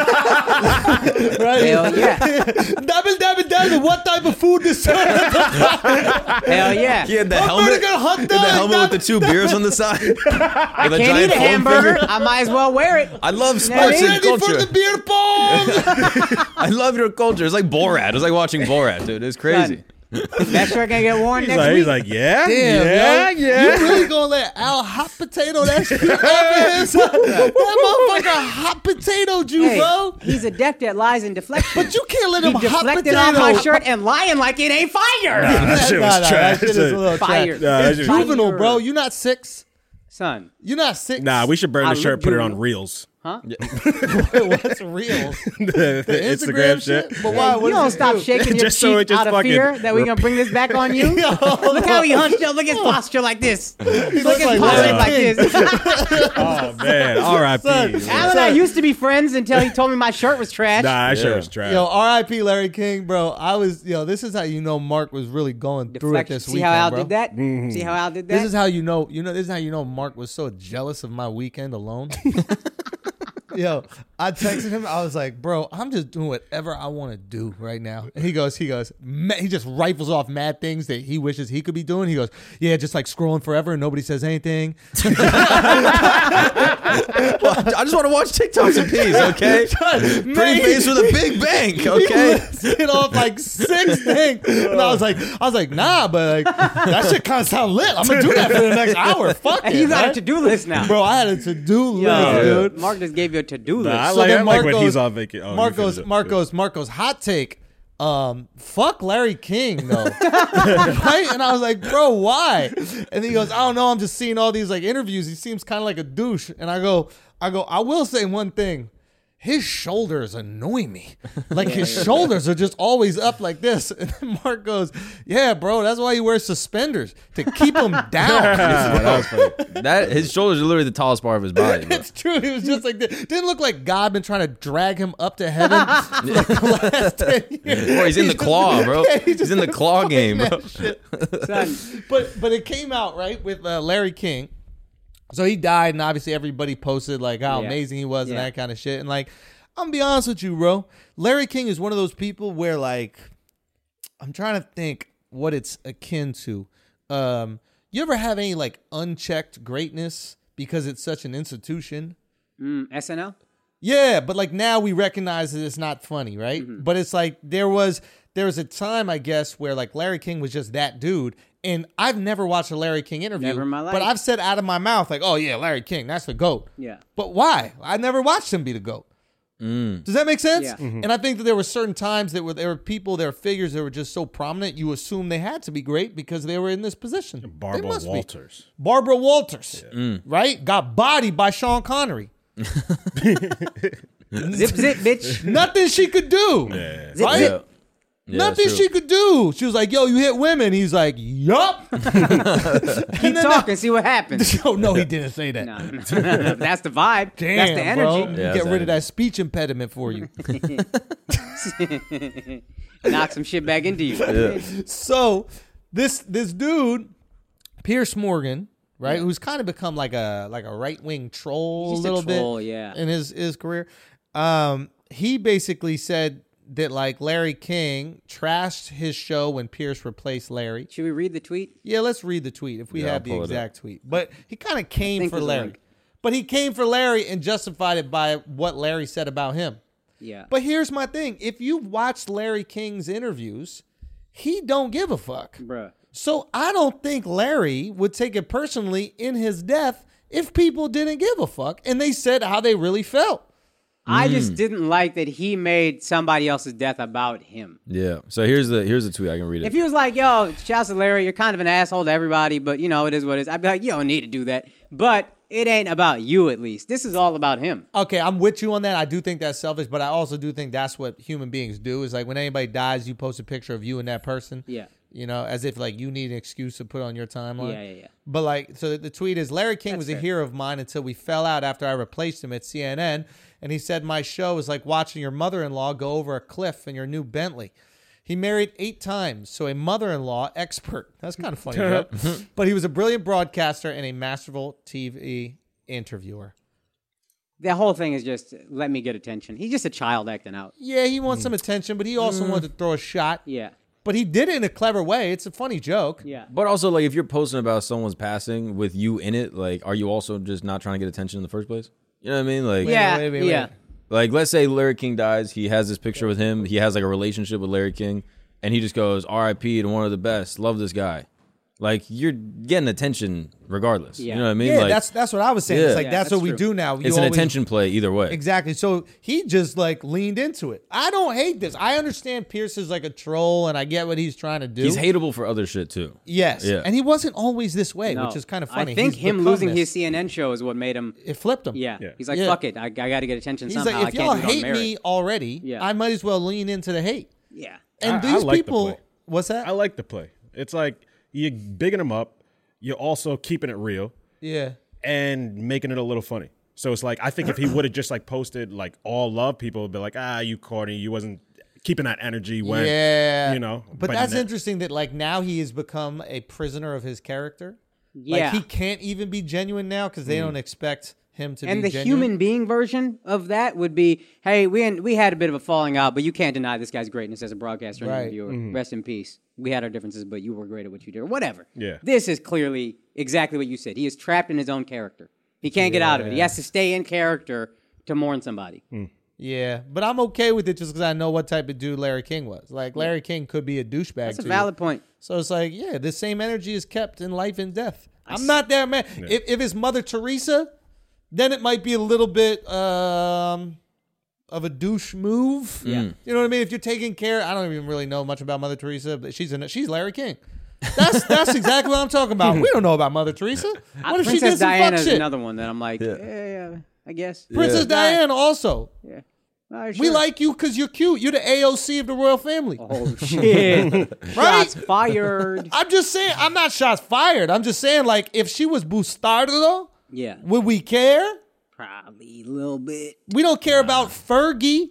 right? Hell yeah. Double, double, double. What type of food is served? Hell yeah. He had the I'm helmet. gonna hot he had dog, the helmet with the dog. two beers on the side. I can't eat a hamburger. I might as well wear it. I love I'm sports and Ready for culture. the beer pong. I love your culture. It's like Borat. It's like watching Borat, dude. It's crazy. That shirt gonna get worn he's, next like, week. he's like, yeah, Damn, yeah, yo. yeah. You really gonna let Al hot potato that shit up his? That motherfucker hot potatoed you, Hey, bro. he's adept at lies and deflection. But you can't let he him hot deflected potato. on my shirt and lying like it ain't fire. That shit was That trash. shit is a little Fire. trash. Nah, that shit- Juvenile, bro. You're not six. Son. You're not six. Nah, we should burn I the shirt, look put it good. on reels. What's real? the The Instagram, shit. But why? you What don't does it stop do? shaking your Just so cheek it just out of fucking- fear that we're gonna bring this back on you. look how he hunched up. Look at his posture like this. look at like Larry his posture like this. Oh man, R.I.P. Son. Al and I used to be friends until he told me my shirt was trash. Nah, that Yeah. shirt was trash. Yo, R.I.P. Larry King, bro. I was yo. This is how you know Mark was really going through it Deflection. this See weekend, how Al bro. Mm-hmm. did that? See how Al did that? This is how you know. You know. This is how you know Mark was so jealous of my weekend alone. yo, I texted him. I was like, bro, I'm just doing whatever I want to do right now. And he goes, he goes, ma- he just rifles off mad things that he wishes he could be doing. He goes, yeah, just like scrolling forever and nobody says anything. Well, I just want to watch TikToks in peace, okay? Pretty man. face with a big bank, okay. okay? listed off like six things, and I was like, I was like, nah, but like that shit kind of sound lit. I'm gonna do that for the next hour. Fuck it, you got right? a to-do list now. bro. I had a to do list, Yo, dude. Mark just gave you a to-do list. I So like, then I like when Marcos- he's on vacation. Oh, you Marcos, finish it. Marcos, Marcos, hot take. Um, fuck Larry King though, right? And I was like, bro, why? And he goes, I don't know. I'm just seeing all these like interviews. He seems kind of like a douche. And I go, I go, I will say one thing. His shoulders annoy me. Like his shoulders are just always up like this. And then Mark goes, Yeah, bro, that's why you wear suspenders to keep them down. Ah, that was funny. That his shoulders are literally the tallest part of his body. bro. It's true. He was just like this. Didn't look like God been trying to drag him up to heaven for like the last 10 years. Or he's in the claw, bro. Yeah, he He's in the claw game, bro. Son, But but it came out right with uh, Larry King. So he died, and obviously everybody posted like how Yeah. amazing he was and Yeah. that kind of shit. And like, I'm gonna be honest with you, bro. Larry King is one of those people where like, I'm trying to think what it's akin to. Um, you ever have any like unchecked greatness because it's such an institution? mm, SNL? Yeah, but like now we recognize that it's not funny, right? Mm-hmm. But it's like there was there was a time I guess where like Larry King was just that dude. And I've never watched a Larry King interview, Never in my life. but I've said out of my mouth like, "Oh yeah, Larry King, that's the goat." Yeah. But why? I never watched him be the goat. Mm. Does that make sense? Yeah. Mm-hmm. And I think that there were certain times that were there were people, there were figures that were just so prominent, you assume they had to be great because they were in this position. They Barbara must be. Walters. Mm. Barbara Walters, right? Got bodied by Sean Connery. Zip, zip, bitch. Nothing she could do. Yeah. Zip, Right? zip. Yeah, Nothing true. she could do. She was like, "Yo, you hit women." He's like, "Yup." Keep talking, see what happens. oh no, he didn't say that. No, no, no. That's the vibe. Damn, That's the bro. energy. Yeah, Get that's rid of that speech impediment for you. Knock some shit back into you. so this this dude, Pierce Morgan, right, who's kind of become like a like a right wing troll He's a a little troll, bit, yeah. in his his career. Um, he basically said that like Larry King trashed his show when Pierce replaced Larry. Should we read the tweet? Yeah, let's read the tweet if we Yeah, have I'll the pull it up. exact tweet. But he kind of came think for there's a Larry. link. But he came for Larry and justified it by what Larry said about him. Yeah. But here's my thing: if you watch Larry King's interviews, he don't give a fuck. Bruh. So I don't think Larry would take it personally in his death if people didn't give a fuck and they said how they really felt. I Hmm. just didn't like that he made somebody else's death about him. Yeah. So here's the here's the tweet. I can read it. If he was like, yo, shouts to Larry, you're kind of an asshole to everybody, but you know, it is what it is. I'd be like, you don't need to do that. But it ain't about you, at least. This is all about him. Okay, I'm with you on that. I do think that's selfish, but I also do think that's what human beings do. Is like when anybody dies, you post a picture of you and that person. Yeah. You know, as if like you need an excuse to put on your timeline. Yeah, yeah, yeah. But like, so the tweet is Larry King was a fair. hero of mine until we fell out after I replaced him at CNN. And he said, My show is like watching your mother in law go over a cliff in your new Bentley. He married eight times, so a mother in law expert. That's kind of funny, bro. but he was a brilliant broadcaster and a masterful TV interviewer. The whole thing is just let me get attention. He's just a child acting out. Yeah, he wants some attention, but he also wanted to throw a shot. Mm. Yeah. But he did it in a clever way. It's a funny joke. Yeah. But also, like, if you're posting about someone's passing with you in it, like, are you also just not trying to get attention in the first place? You know what I mean? Like, yeah. wait, wait, wait. Yeah. like let's say Larry King dies, he has this picture with him, he has like a relationship with Larry King, and he just goes R.I.P. to one of the best, love this guy. Like, you're getting attention regardless. Yeah. You know what I mean? Yeah, like, that's that's what I was saying. It's Yeah. like Yeah, that's, that's what we true. do now. You it's an always- attention play either way. Exactly. So he just like leaned into it. I don't hate this. I understand Pierce is like a troll, and I get what he's trying to do. He's hateable for other shit too. Yes, Yeah. and he wasn't always this way, No. which is kind of funny. I think He's him become losing this. his CNN show is what made him. it flipped him. Yeah. Yeah. He's like, Yeah. fuck it. I, I got to get attention he's somehow. like, I if can't y'all do it on hate merit." me already, Yeah. I might as well lean into the hate. Yeah. And I- I these like the people, play. what's that? I like the play. It's like you're bigging them up, you're also keeping it real yeah, and making it a little funny. So it's like I think if he would have just like posted like all love, people would be like, ah, you corny, you wasn't keeping that energy when yeah, you know. But, that's interesting. interesting that like now he has become a prisoner of his character. Yeah. like, he can't even be genuine now because Mm. they don't expect him to. And be the genuine. human being version of that would be, hey, we we had a bit of a falling out, but you can't deny this guy's greatness as a broadcaster and Right. interviewer. Rest in peace. We had our differences, but you were great at what you did, or whatever. Yeah. This is clearly exactly what you said. He is trapped in his own character. He can't get out of it. He has to stay in character to mourn somebody. Yeah, but I'm okay with it just because I know what type of dude Larry King was. Like Larry King could be a douchebag. That's a to you. valid point. So it's like, yeah, the same energy is kept in life and death. I'm not that man. If if it's Mother Teresa, then it might be a little bit um of a douche move. Yeah. You know what I mean? If you're taking care, I don't even really know much about Mother Teresa, but she's in, she's Larry King. That's that's exactly what I'm talking about. We don't know about Mother Teresa. What if she Princess did some Diana fuck is shit? another one that I'm like, yeah, Yeah. yeah, I guess. Princess Yeah. Diana also. Yeah. All right, We sure. like you because you're cute. You're the AOC of the royal family. Oh shit! Shots fired. I'm just saying, I'm not shots fired. I'm just saying, like, if she was Bustardo, Yeah, would we care? probably a little bit. We don't care about Fergie.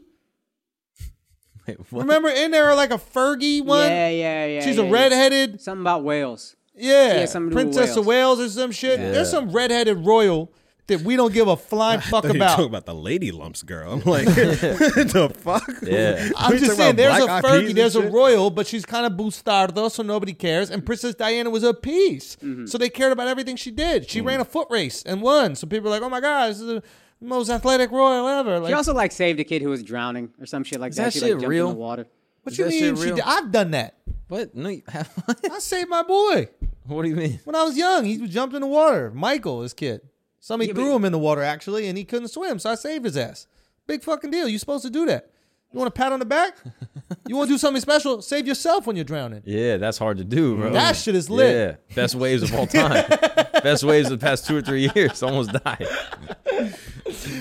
Wait, what? Remember in there like a Fergie one? Yeah, yeah, yeah. She's yeah, a yeah. redheaded, Something about Wales. yeah, Yeah, something to do with Princess of Wales or some shit. There's some redheaded royal that we don't give a flying fuck you talk about. about the lady lumps, girl. I'm like, what the fuck? Yeah. I'm You just saying, talking about there's a black eyed peas Fergie, and there's a shit? royal, but she's kind of Bustardo, so nobody cares. Mm-hmm. And Princess Diana was a piece, so they cared about everything she did. Mm-hmm. She ran a foot race and won, so people were like, "Oh my god, this is the most athletic royal ever!" Like, She also like saved a kid who was drowning or some shit like that. that she shit like jumped real? in the water. What Is you that mean? shit She real? did- I've done that. What? No. You, I saved my boy what do you mean? when I was young. He jumped in the water. Michael, this kid. Somebody Yeah, but- threw him in the water actually, and he couldn't swim, so I saved his ass. Big fucking deal. You supposed to do that. You want a pat on the back? you want to do something special? Save yourself when you're drowning. Yeah, that's hard to do, bro. That shit is lit. Yeah, best waves of all time. best waves of the past two or three years. Almost died.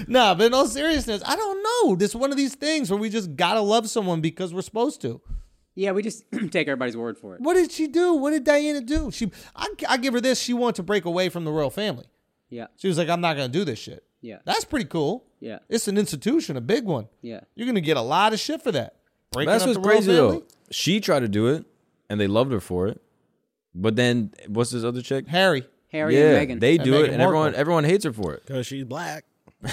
nah, but in all seriousness, I don't know. This one of these things where we just gotta love someone because we're supposed to. Yeah, we just take everybody's word for it. What did she do? What did Diana do? She, I, I give her this. She wanted to break away from the royal family. Yeah, She was like, I'm not gonna do this shit. Yeah. that's pretty cool. Yeah. it's an institution, a big one. yeah. you're gonna get a lot of shit for that. Breaking That's up what's the royal crazy family? though. She tried to do it, and they loved her for it. But then, what's this other chick? Harry, Harry yeah, and Meghan. they And do Meghan it, and Markle. everyone everyone hates her for it. Because she's black.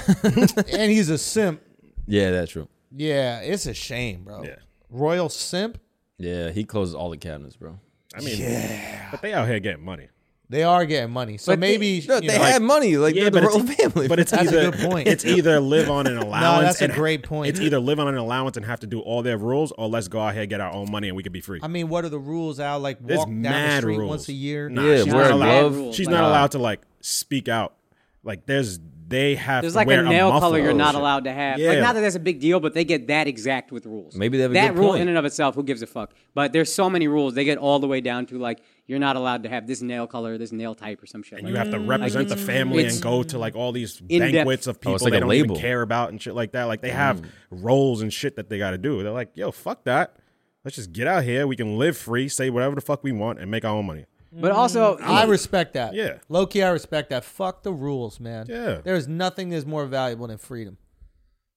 and he's a simp. Yeah, that's true. Yeah, it's a shame, bro. Yeah. Royal simp. Yeah, he closes all the cabinets, bro. I mean, but they out here getting money. They are getting money, so maybe No, you they know, had money. Like they're the it's- royal family. But it's That's a either good point. it's either live on an allowance. that's a and- great point. It's either live on an allowance and have to do all their rules, or let's go out here and get our own money and we could be free. I mean, what are the rules out? Like There's walk down the mad street rules. once a year. Nah, Yeah, she's wear not a allowed. glove. She's Like- not allowed to like speak out. Like there's they have There's to like wear a nail muffler. color you're Oh, not shit. allowed to have. Like Yeah. not that that's a big deal, but they get that exact with rules. Maybe they have a that good rule point. in and of itself. Who gives a fuck? But there's so many rules. They get all the way down to like you're not allowed to have this nail color, this nail type, or some shit. And like you have that. to represent the family it's and go to like all these in-depth. banquets of Oh, people it's like they a don't label. Mm. even care about and shit like that. Like they have roles and shit that they got to do. They're like, yo, fuck that. Let's just get out here. We can live free, say whatever the fuck we want, and make our own money. But also, I respect that. Yeah. Low key, I respect that. Fuck the rules, man. Yeah. There's nothing that's more valuable than freedom.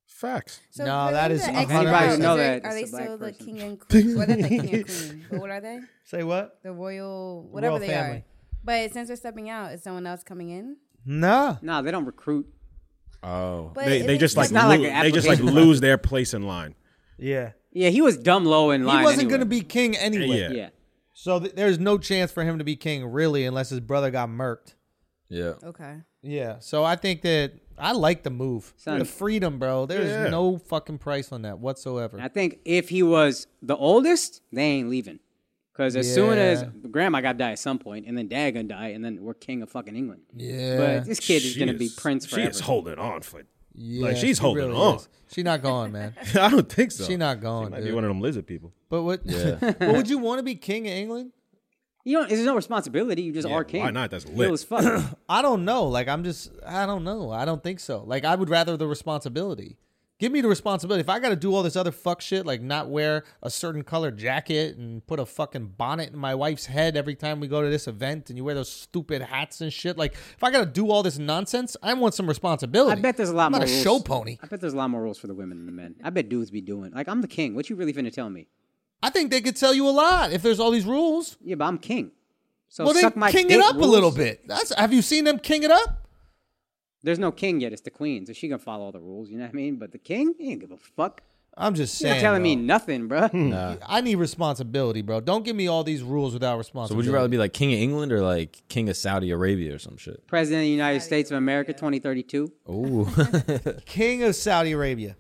Facts. So No, for that them is to a exit hundred out, percent. is Know there- that Are they it's a black still the person. king and queen? Well, not the king and queen. But what are they? Say what? The royal, whatever Royal they family. are. But since they're stepping out, is someone else coming in? Nah. nah, they don't recruit. Oh, But They, it they is- just like, not like lo- an they just like application form. lose their place in line. Yeah. Yeah, he was dumb low in line. He wasn't anyway. going to be king anyway. Yeah. Yeah, So th- there's no chance for him to be king, really, unless his brother got murked. yeah. okay. Yeah. So I think that I like the move. Son. The freedom, bro. There's Yeah. no fucking price on that whatsoever. I think if he was the oldest, they ain't leaving. Because as soon as Yeah. grandma got to die at some point, and then dad gonna die, and then we're king of fucking England. yeah. But this kid is She gonna be prince She forever. is holding on for. yeah. like she's she holding really on. is. She not going, man. I don't think so. She not going, Might dude. be one of them lizard people. But what? Yeah. but would you want to be king of England? You know, there's no responsibility. You just are king. why not? That's Real lit. as fuck. I don't know. Like I'm just I don't know. I don't think so. Like I would rather the responsibility. Give me the responsibility. If I got to do all this other fuck shit, like not wear a certain color jacket and put a fucking bonnet in my wife's head every time we go to this event, and you wear those stupid hats and shit. Like if I got to do all this nonsense, I want some responsibility. I bet there's a lot I'm more Not a rules. show pony. I bet there's a lot more rules for the women than the men. I bet dudes be doing like I'm the king. What you really finna tell me? I think they could tell you a lot if there's all these rules. Yeah, but I'm king. So well, suck then my king it dick up a rules. little bit. That's have you seen them king it up? There's no king yet. It's the queen, so she gonna follow all the rules. You know what I mean? But the king, he ain't give a fuck. I'm just saying. You're not telling me bro. nothing, bruh. Uh, I need responsibility, bro. Don't give me all these rules without responsibility. So would you rather be like king of England or like king of Saudi Arabia or some shit? President of the United States of America, 2032. Oh, King of Saudi Arabia.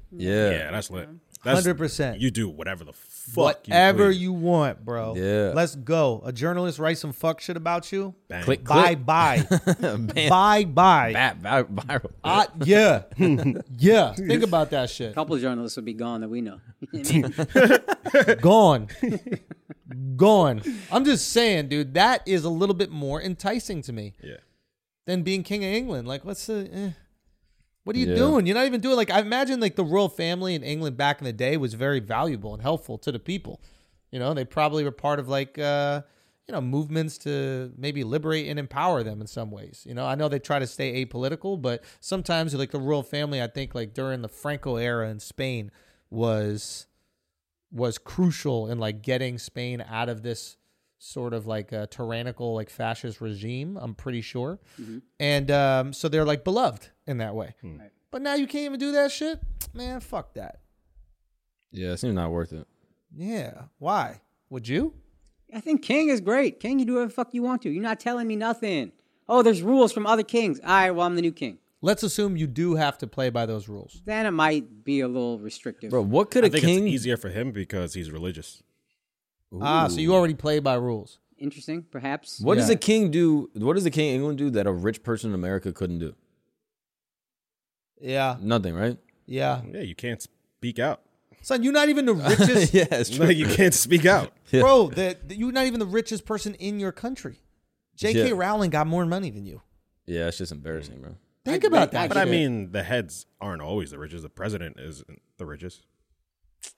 Yeah, yeah. that's lit. That's- 100%. You do whatever the fuck Whatever you, you want, bro. Yeah. Let's go. A journalist writes some fuck shit about you. please. Click, Bye click, bye. bam, bye bye. bat, bat, viral. Uh, yeah. yeah. Think about that shit. couple journalists would be gone that we know. Gone. Gone. I'm just saying, dude, that is a little bit more enticing to me Yeah. than being king of England. Like, what's the. Eh. What are you Yeah. doing? You're not even doing like I imagine like the royal family in England back in the day was very valuable and helpful to the people. You know, they probably were part of like uh, you know, movements to maybe liberate and empower them in some ways. You know, I know they try to stay apolitical, but sometimes like the royal family, I think like during the Franco era in Spain was was crucial in like getting Spain out of this sort of like a tyrannical like fascist regime, I'm pretty sure. Mm-hmm. And um, so they're like beloved in that way. But now you can't even do that shit? Man, fuck that. Yeah, it seems not worth it. Yeah. Why? Would you? I think king is great. King, you do whatever the fuck you want to. You're not telling me nothing. Oh, there's rules from other kings. All right, well, I'm the new king. Let's assume you do have to play by those rules. Then it might be a little restrictive. Bro, what could I a think king? it's easier for him because he's religious. Ah, so you already play by rules. Interesting, perhaps. What does Yeah. a king do? What does a king of England do that a rich person in America couldn't do? Yeah. Nothing, right? Yeah. Yeah, you can't speak out. Son, you're not even the richest yeah, it's No, true. you can't speak out. bro, the, the- you're not even the richest person in your country. JK Yeah. Rowling got more money than you. Yeah, it's just embarrassing, bro. Think about that. But I mean, the heads aren't always the richest. The president is the richest.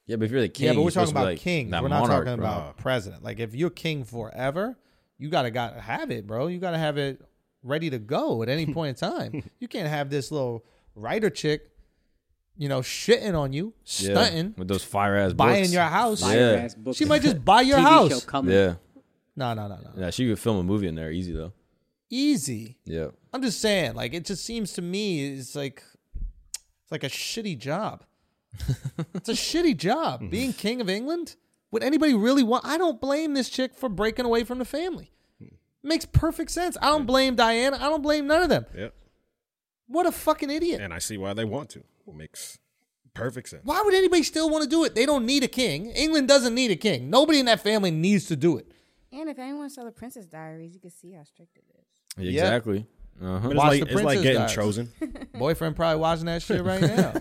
Yeah, but if you're the king, yeah, but you're we're supposed talking to about be like, kings. not We're not monarch, talking bro. about president. Like if you're king forever, you gotta got have it, bro. You gotta have it ready to go at any point in time. You can't have this little writer chick, you know, shitting on you, Yeah, stunting, with those fire ass buying your house. Fire Yeah. Ass book. She might just buy your TV house. Show coming. Yeah, No, no, no, no. yeah, she could film a movie in there easy though. Easy. Yeah, I'm just saying, like it just seems to me it's like it's like a shitty job. it's a shitty job being king of England. Would anybody really want? I don't blame this chick for breaking away from the family. Makes perfect sense. I don't blame Diana. I don't blame none of them. Yep. What a fucking idiot. And I see why they want to. It makes perfect sense. Why would anybody still want to do it? They don't need a king. England doesn't need a king. Nobody in that family needs to do it. And if anyone saw the Princess Diaries, you can see how strict it is. exactly. Uh huh. But it's Watch like, the it's like princess getting diaries. chosen. Boyfriend probably watching that shit right now.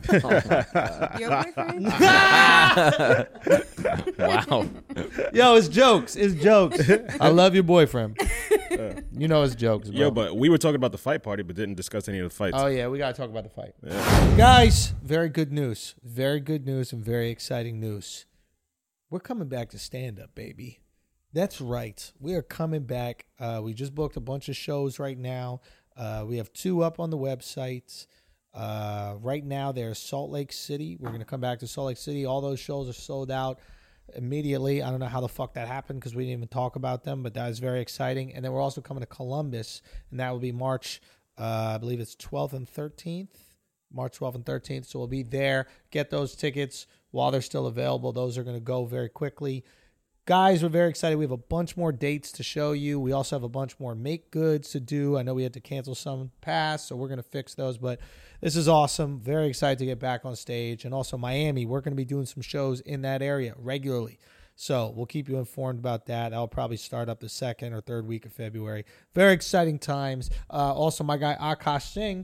Your boyfriend? Wow. Yo, it's jokes. It's jokes. I love your boyfriend. You know it's jokes, bro. Yo, but we were talking about the fight party, but didn't discuss any of the fights. Oh yeah, we gotta talk about the fight, guys. Very good news. Very good news and very exciting news. We're coming back to stand up, baby. That's right. We are coming back. Uh, we just booked a bunch of shows right now. Uh, we have two up on the website. Uh, right now, they're Salt Lake City. We're going to come back to Salt Lake City. All those shows are sold out immediately. I don't know how the fuck that happened because we didn't even talk about them, but that is very exciting. And then we're also coming to Columbus, and that will be March, uh, I believe it's 12th and 13th. March 12th and 13th. So we'll be there. Get those tickets while they're still available. Those are going to go very quickly. Guys, we're very excited. We have a bunch more dates to show you. We also have a bunch more make goods to do. I know we had to cancel some past, so we're going to fix those. But this is awesome. Very excited to get back on stage. And also, Miami, we're going to be doing some shows in that area regularly. So we'll keep you informed about that. I'll probably start up the second or third week of February. Very exciting times. Uh, also, my guy Akash Singh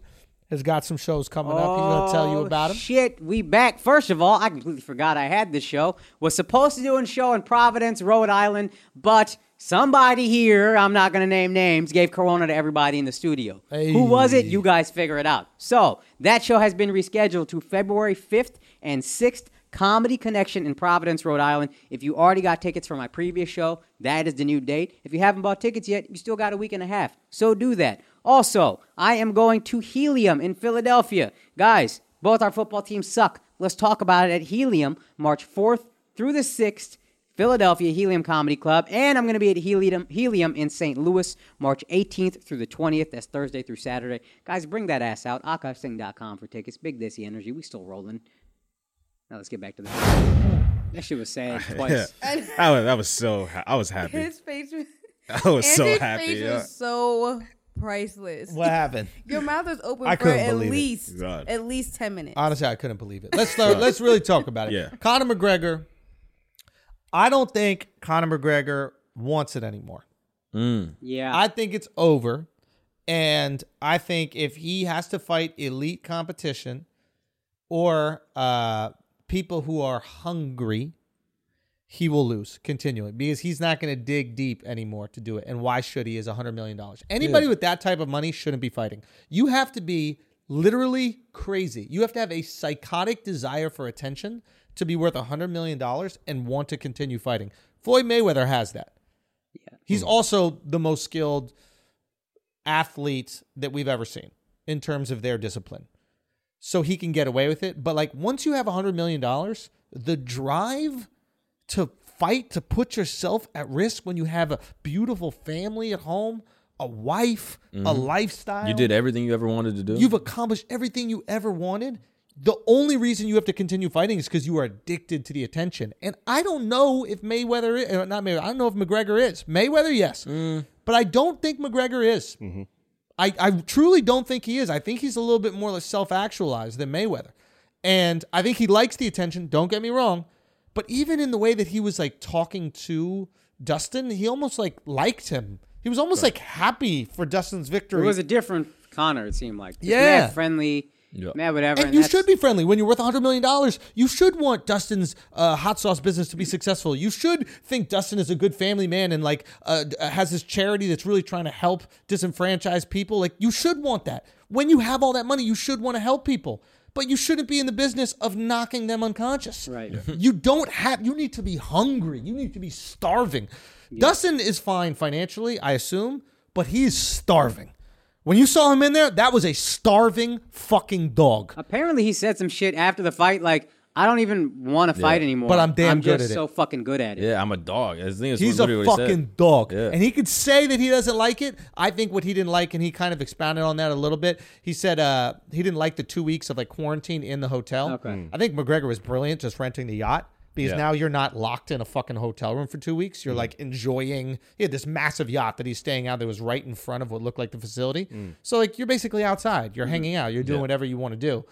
has got some shows coming up. He's going to tell you Oh, about them. Shit, we back. First of all, I completely forgot I had this show. Was supposed to do a show in Providence, Rhode Island, but somebody here, I'm not going to name names, gave corona to everybody in the studio. Who was it? You guys figure it out. So, that show has been rescheduled to February 5th and 6th. Comedy Connection in Providence, Rhode Island. If you already got tickets for my previous show, that is the new date. If you haven't bought tickets yet, you still got a week and a half. So do that. Also, I am going to Helium in Philadelphia. Guys, both our football teams suck. Let's talk about it at Helium, March 4th through the 6th, Philadelphia Helium Comedy Club. And I'm going to be at Helium, Helium in St. Louis, March 18th through the 20th. That's Thursday through Saturday. Guys, bring that ass out. AkashSing.com for tickets. Big Dissy Energy. We still rolling. Now let's get back to the. That shit was sad Yeah. twice. I was, I was so ha- I was happy. His face was, I was so Andrew's happy. face yeah. was so priceless. What happened? Your mouth was open I for couldn't at believe it. least God. Uh, at least ten minutes. Honestly, I couldn't believe it. Let's start, let's really talk about it. Yeah. Conor McGregor. I don't think Conor McGregor wants it anymore. Yeah. I think it's over, and I think if he has to fight elite competition or uh, people who are hungry, he will lose continually because he's not going to dig deep anymore to do it. And why should he? Is a hundred million dollars. Anybody with that type of money shouldn't be fighting. You have to be literally crazy. You have to have a psychotic desire for attention to be worth a hundred million dollars and want to continue fighting. Floyd Mayweather has that. He's Hmm. also the most skilled athlete that we've ever seen in terms of their discipline. So he can get away with it. But like once you have a $100 million, the drive to fight, to put yourself at risk when you have a beautiful family at home, a wife, a lifestyle. Mm-hmm. You did everything you ever wanted to do. You've accomplished everything you ever wanted. The only reason you have to continue fighting is because you are addicted to the attention. And I don't know if Mayweather is, uh, not Mayweather, I don't know if McGregor is. Mayweather, yes. But I don't think McGregor is. I, I truly don't think he is. I think he's a little bit more self actualized than Mayweather. And I think he likes the attention, don't get me wrong. But even in the way that he was like talking to Dustin, he almost like liked him. He was almost like happy for Dustin's victory. It was a different Connor, it seemed like. Just Yeah. mad friendly. Yeah. man, whatever. And, you that's- should be friendly. When you're worth $100 million, you should want Dustin's uh, hot sauce business to be successful. You should think Dustin is a good family man and like uh, d- uh, has this charity that's really trying to help disenfranchised people. Like you should want that. When you have all that money, you should want to help people. But you shouldn't be in the business of knocking them unconscious. Right. You don't have you need to be hungry. You need to be starving. Dustin is fine financially, I assume, but he is starving. When you saw him in there, that was a starving fucking dog. Apparently, he said some shit after the fight, like, I don't even want to fight anymore. But I'm damn good just at it." so fucking good at it. Yeah, I'm a dog. I think that's He's literally a what he said. fucking dog. Yeah. And he could say that he doesn't like it. I think what he didn't like, and he kind of expounded on that a little bit. He said uh, he didn't like the two weeks of like quarantine in the hotel. Okay. Hmm. Mm. I think McGregor was brilliant just renting the yacht because now you're not locked in a fucking hotel room for two weeks. Hmm. You're like enjoying he had this massive yacht that he's staying out that was right in front of what looked like the facility. Hmm. So like you're basically outside. You're hanging out. You're doing whatever you want to do.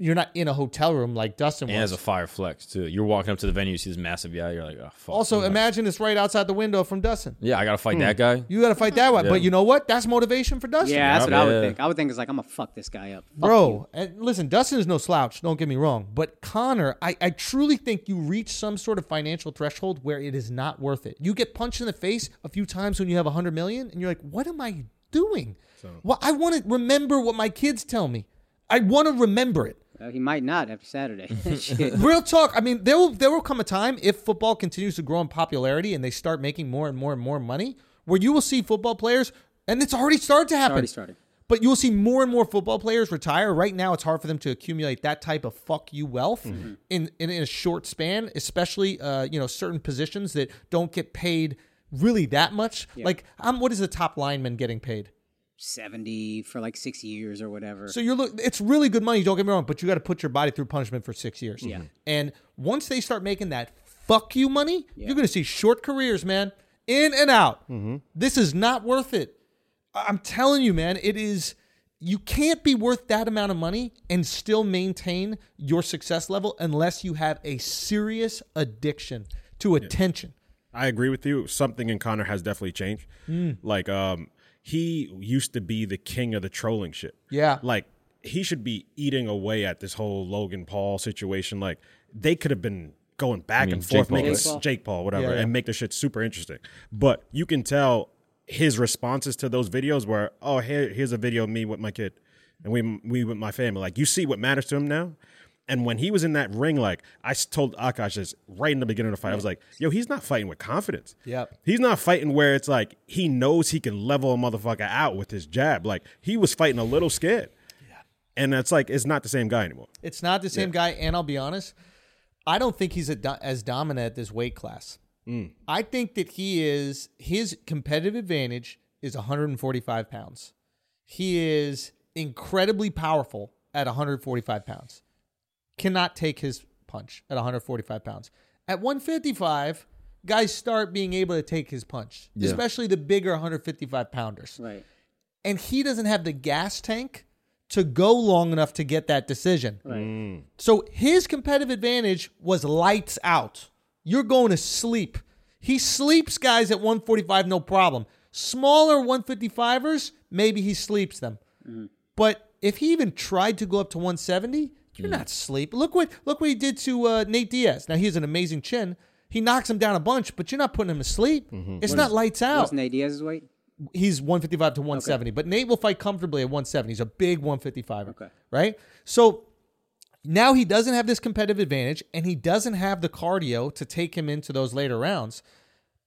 You're not in a hotel room like Dustin And it was. has a fire flex too. You're walking up to the venue, you see this massive guy, you're like, oh fuck. also, I'm not- imagine it's right outside the window from Dustin. yeah, I gotta fight that guy. Hmm. You got to fight that one. Yeah. But you know what? That's motivation for Dustin. Yeah, that's what I would Yeah. think. I would think it's like, I'm going to fuck this guy up. Fuck you. Bro, and listen, Dustin is no slouch. Don't get me wrong. But Connor, I, I truly think you reach some sort of financial threshold where it is not worth it. You get punched in the face a few times when you have 100 million, and you're like, what am I doing? well, I want to remember what my kids tell me. I want to remember it. Uh, he might not after Saturday. Shit. Real talk. I mean, there will there will come a time if football continues to grow in popularity and they start making more and more and more money, where you will see football players, and it's already started to happen. already started. But you will see more and more football players retire. Right now, it's hard for them to accumulate that type of fuck you wealth in, in in a short span, especially uh, you know certain positions that don't get paid really that much. Like, um, what is the top lineman getting paid? 70 for like six years or whatever. So you're look. It's really good money. Don't get me wrong, but you got to put your body through punishment for six years. Yeah. And once they start making that fuck you money, you're gonna see short careers, man, in and out. This is not worth it. I- I'm telling you, man. It is. You can't be worth that amount of money and still maintain your success level unless you have a serious addiction to attention. I agree with you. Something in Connor has definitely changed. Like, um, he used to be the king of the trolling shit. Yeah. Like, he should be eating away at this whole Logan Paul situation. Like, they could have been going back and Jake forth, Paul, making right? s- Jake Paul, whatever, Yeah, yeah. and make the shit super interesting. But you can tell his responses to those videos were, "Oh, here, here's a video of me with my kid, and we we with my family." Like, you see what matters to him now. And when he was in that ring, like I s- told Akash this right in the beginning of the fight, I was like, "Yo, he's not fighting with confidence. Yep. He's not fighting where it's like he knows he can level a motherfucker out with his jab. Like he was fighting a little scared. And it's like it's not the same guy anymore. It's not the same guy, and I'll be honest, I don't think he's a, do- as dominant at this weight class. I think that he is his competitive advantage is 145 pounds. He is incredibly powerful at 145 pounds. Cannot take his punch at 145 pounds. At 155, guys start being able to take his punch, especially the bigger 155 pounders right. and he doesn't have the gas tank to go long enough to get that decision. So his competitive advantage was lights out. You're going to sleep. He sleeps guys at 145, no problem. Smaller 155ers, maybe he sleeps them. But if he even tried to go up to 170, you're not sleep. Look what look what he did to uh, Nate Diaz. Now he has an amazing chin. He knocks him down a bunch, but you're not putting him to sleep. It's not lights out What's Nate Diaz's weight? he's 155 to 170, but Nate will fight comfortably at 170. He's a big 155. Okay. Right? So now he doesn't have this competitive advantage and he doesn't have the cardio to take him into those later rounds.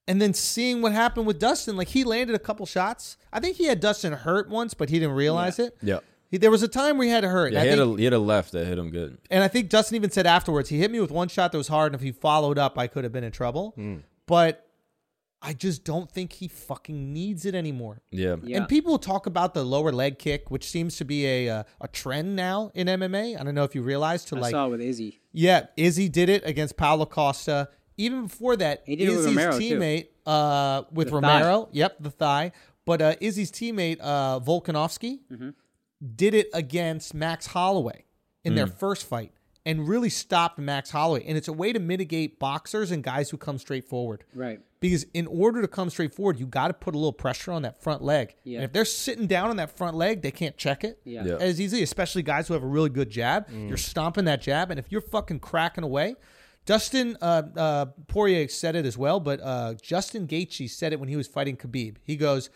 And then seeing what happened with Dustin, like he landed a couple shots. I think he had Dustin hurt once, but he didn't realize it. Yeah. He, there was a time where he had a hurt. and Yeah, I he had, think- a, he had a left that hit him good. and I think Dustin even said afterwards, he hit me with one shot that was hard, and if he followed up, I could have been in trouble. Hmm. But I just don't think he fucking needs it anymore. Yeah. And people talk about the lower leg kick, which seems to be a uh, a trend now in MMA. I don't know if you realize to I like, saw it with Izzy. yeah, Izzy did it against Paulo Costa. Even before that, He did it with Izzy's Romero, too. teammate uh, with The thigh. Romero, yep, the thigh. But uh, Izzy's teammate uh, Mm-hmm. Mm. Volkanovski did it against Max Holloway in their first fight, and really stopped Max Holloway. And it's a way to mitigate boxers and guys who come straight forward. Right. Because in order to come straight forward, you got to put a little pressure on that front leg. Yeah. And if they're sitting down on that front leg, they can't check it Yeah. Yeah. as easily, especially guys who have a really good jab. You're stomping that jab, and if you're fucking cracking away, Dustin uh, uh, Poirier said it as well, but uh, Justin Gaethje said it when he was fighting Khabib. He goes,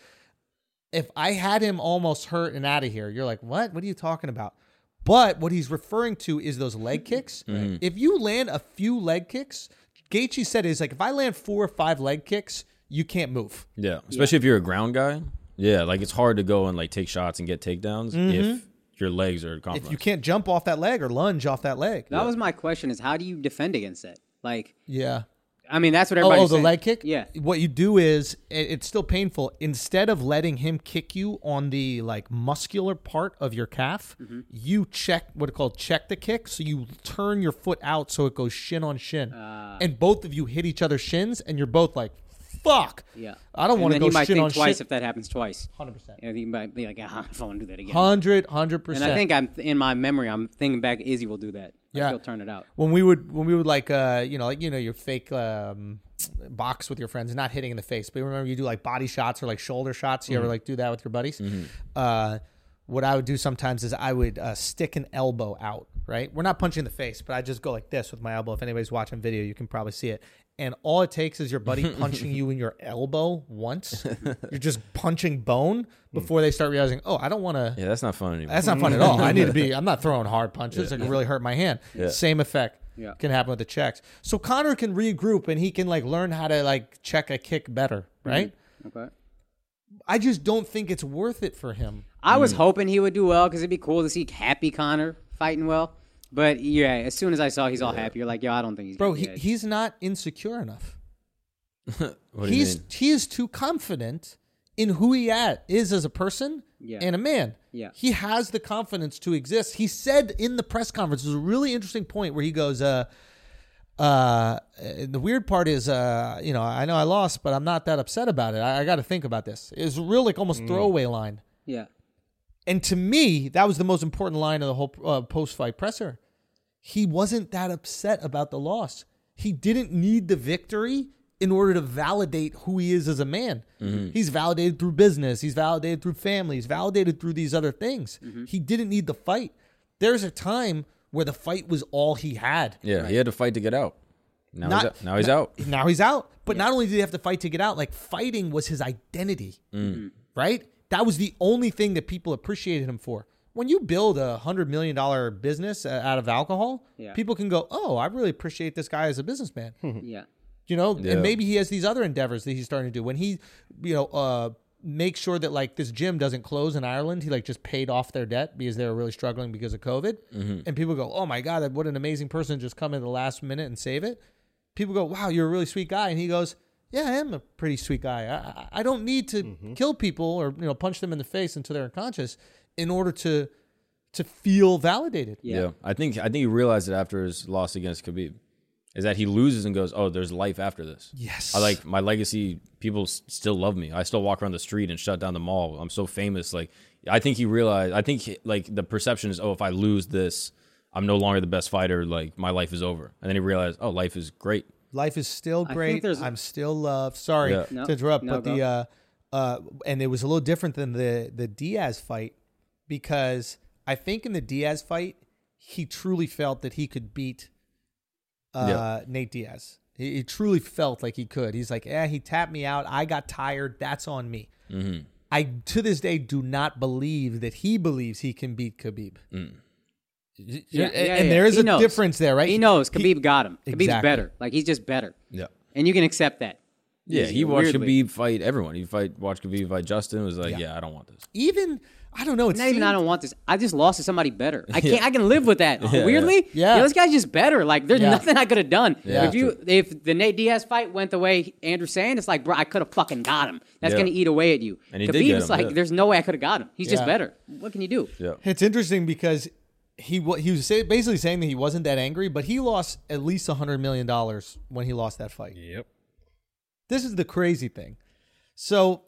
"If I had him almost hurt and out of here, you're like, what? What are you talking about?" But what he's referring to is those leg kicks. If you land a few leg kicks, Gaethje said is like, if I land four or five leg kicks, you can't move. Yeah, especially if you're a ground guy. Yeah, like it's hard to go and like take shots and get takedowns if your legs Mm-hmm. are If you compromised. can't jump off that leg or lunge off that leg, That was my question: is how do you defend against it? Like, yeah. I mean, that's what Oh, everybody's oh the saying. leg kick? Yeah. What you do is it, it's still painful. Instead of letting him kick you on the like muscular part of your calf, Mm-hmm. you check what it called check the kick. So you turn your foot out so it goes shin on shin. Ah. and both of you hit each other's shins and you're both like, fuck. Yeah. I don't And want to then go he might shin think on twice shin. if that happens twice. 100%. And he might be like, ah, if I want to do that again. 100 100%. And I think I'm in my memory. I'm thinking back. Izzy will do that. Yeah. Yeah, he'll turn it out. when we would when we would like uh you know like you know your fake um box with your friends not hitting in the face but remember you do like body shots or like shoulder shots you ever like do that with your buddies uh what i would do sometimes is i would uh, stick an elbow out right we're not punching in the face but i just go like this with my elbow if anybody's watching video you can probably see it and all it takes is your buddy punching you in your elbow once you're just punching bone before they start realizing oh i don't want to Yeah, that's not fun anymore. that's not fun at all. I need to be. I'm not throwing hard punches. It can really hurt my hand. Same effect Yeah. can happen with the checks. So Connor can regroup and he can like learn how to like check a kick better, right? Mm-hmm. Okay. I just don't think it's worth it for him. I Mm. was hoping he would do well because it'd be cool to see Happy Connor fighting well. But yeah, as soon as I saw he's all happy, you're like, yo, I don't think he's Bro, gonna he, get it. he's not insecure enough. What do you He's mean? he is too confident in who he at, is as a person Yeah. and a man. Yeah. He has the confidence to exist. He said in the press conference, it was a really interesting point where he goes, uh, uh, the weird part is, uh, you know, I know I lost, but I'm not that upset about it. I, I got to think about this. It was a real, like, Mm. almost throwaway line. yeah. And to me, that was the most important line of the whole uh, post fight presser. He wasn't that upset about the loss. He didn't need the victory in order to validate who he is as a man. He's validated through business, he's validated through family, he's validated through these other things. He didn't need the fight. There's a time where the fight was all he had. Yeah, he had to fight to get out. Now Not- he's out. Now he's out. Now he's out. But not only did he have to fight to get out, like fighting was his identity, right? That was the only thing that people appreciated him for. When you build a hundred million dollar business uh, out of alcohol, Yeah. people can go, "Oh, I really appreciate this guy as a businessman." Mm-hmm. Yeah. you know, Yeah. and maybe he has these other endeavors that he's starting to do. When he, you know, uh, make sure that like this gym doesn't close in Ireland, he like just paid off their debt because they were really struggling because of COVID. Mm-hmm. And people go, "Oh my god, what an amazing person to just come in the last minute and save it." People go, "Wow, you're a really sweet guy," and he goes. Yeah, I am a pretty sweet guy. I, I- I don't need to Mm-hmm. kill people or you know punch them in the face until they're unconscious in order to to feel validated. Yeah. I think I think he realized it after his loss against Khabib, is that he loses and goes, "Oh, there's life after this." Yes. I like my legacy. People s- still love me. I still walk around the street and shut down the mall. I'm so famous. Like I think he realized. I think he- like the perception is, "Oh, if I lose this, I'm no longer the best fighter. Like my life is over." And then he realized, "Oh, life is great." life is still think great. there's- I'm still loved. Sorry Yeah. No, to interrupt, no, but the go. uh, uh, and it was a little different than the the Diaz fight because I think in the Diaz fight he truly felt that he could beat uh, Nate Diaz. He, he truly felt like he could. He's like, eh, he tapped me out. I got tired. That's on me. I to this day do not believe that he believes he can beat Khabib. Yeah, and, yeah, and yeah. there is He a knows. difference there, right? He knows Khabib got him. Khabib's Exactly. better. Like he's just better, Yeah. and you can accept that. Yeah, he Easier, watched weirdly. Khabib fight everyone. He fight watched Khabib fight Justin. Was like, yeah, I don't want this. Even I don't know. It's Not even I don't want this. I just lost to somebody better. I can't. I can live with that. Yeah. Weirdly, Yeah. yo, this guy's just better. Like there's Yeah. nothing I could have done. Yeah. If you, if the Nate Diaz fight went the way Andrew saying, it's like, bro, I could have fucking got him. That's Yeah. gonna eat away at you. And he Khabib did get is him, like, yeah. there's no way I could have got him. He's just Yeah. better. What can you do? Yeah. It's interesting because he wa- he was say, basically saying that he wasn't that angry, but he lost at least hundred million dollars when he lost that fight. Yep. This is the crazy thing. So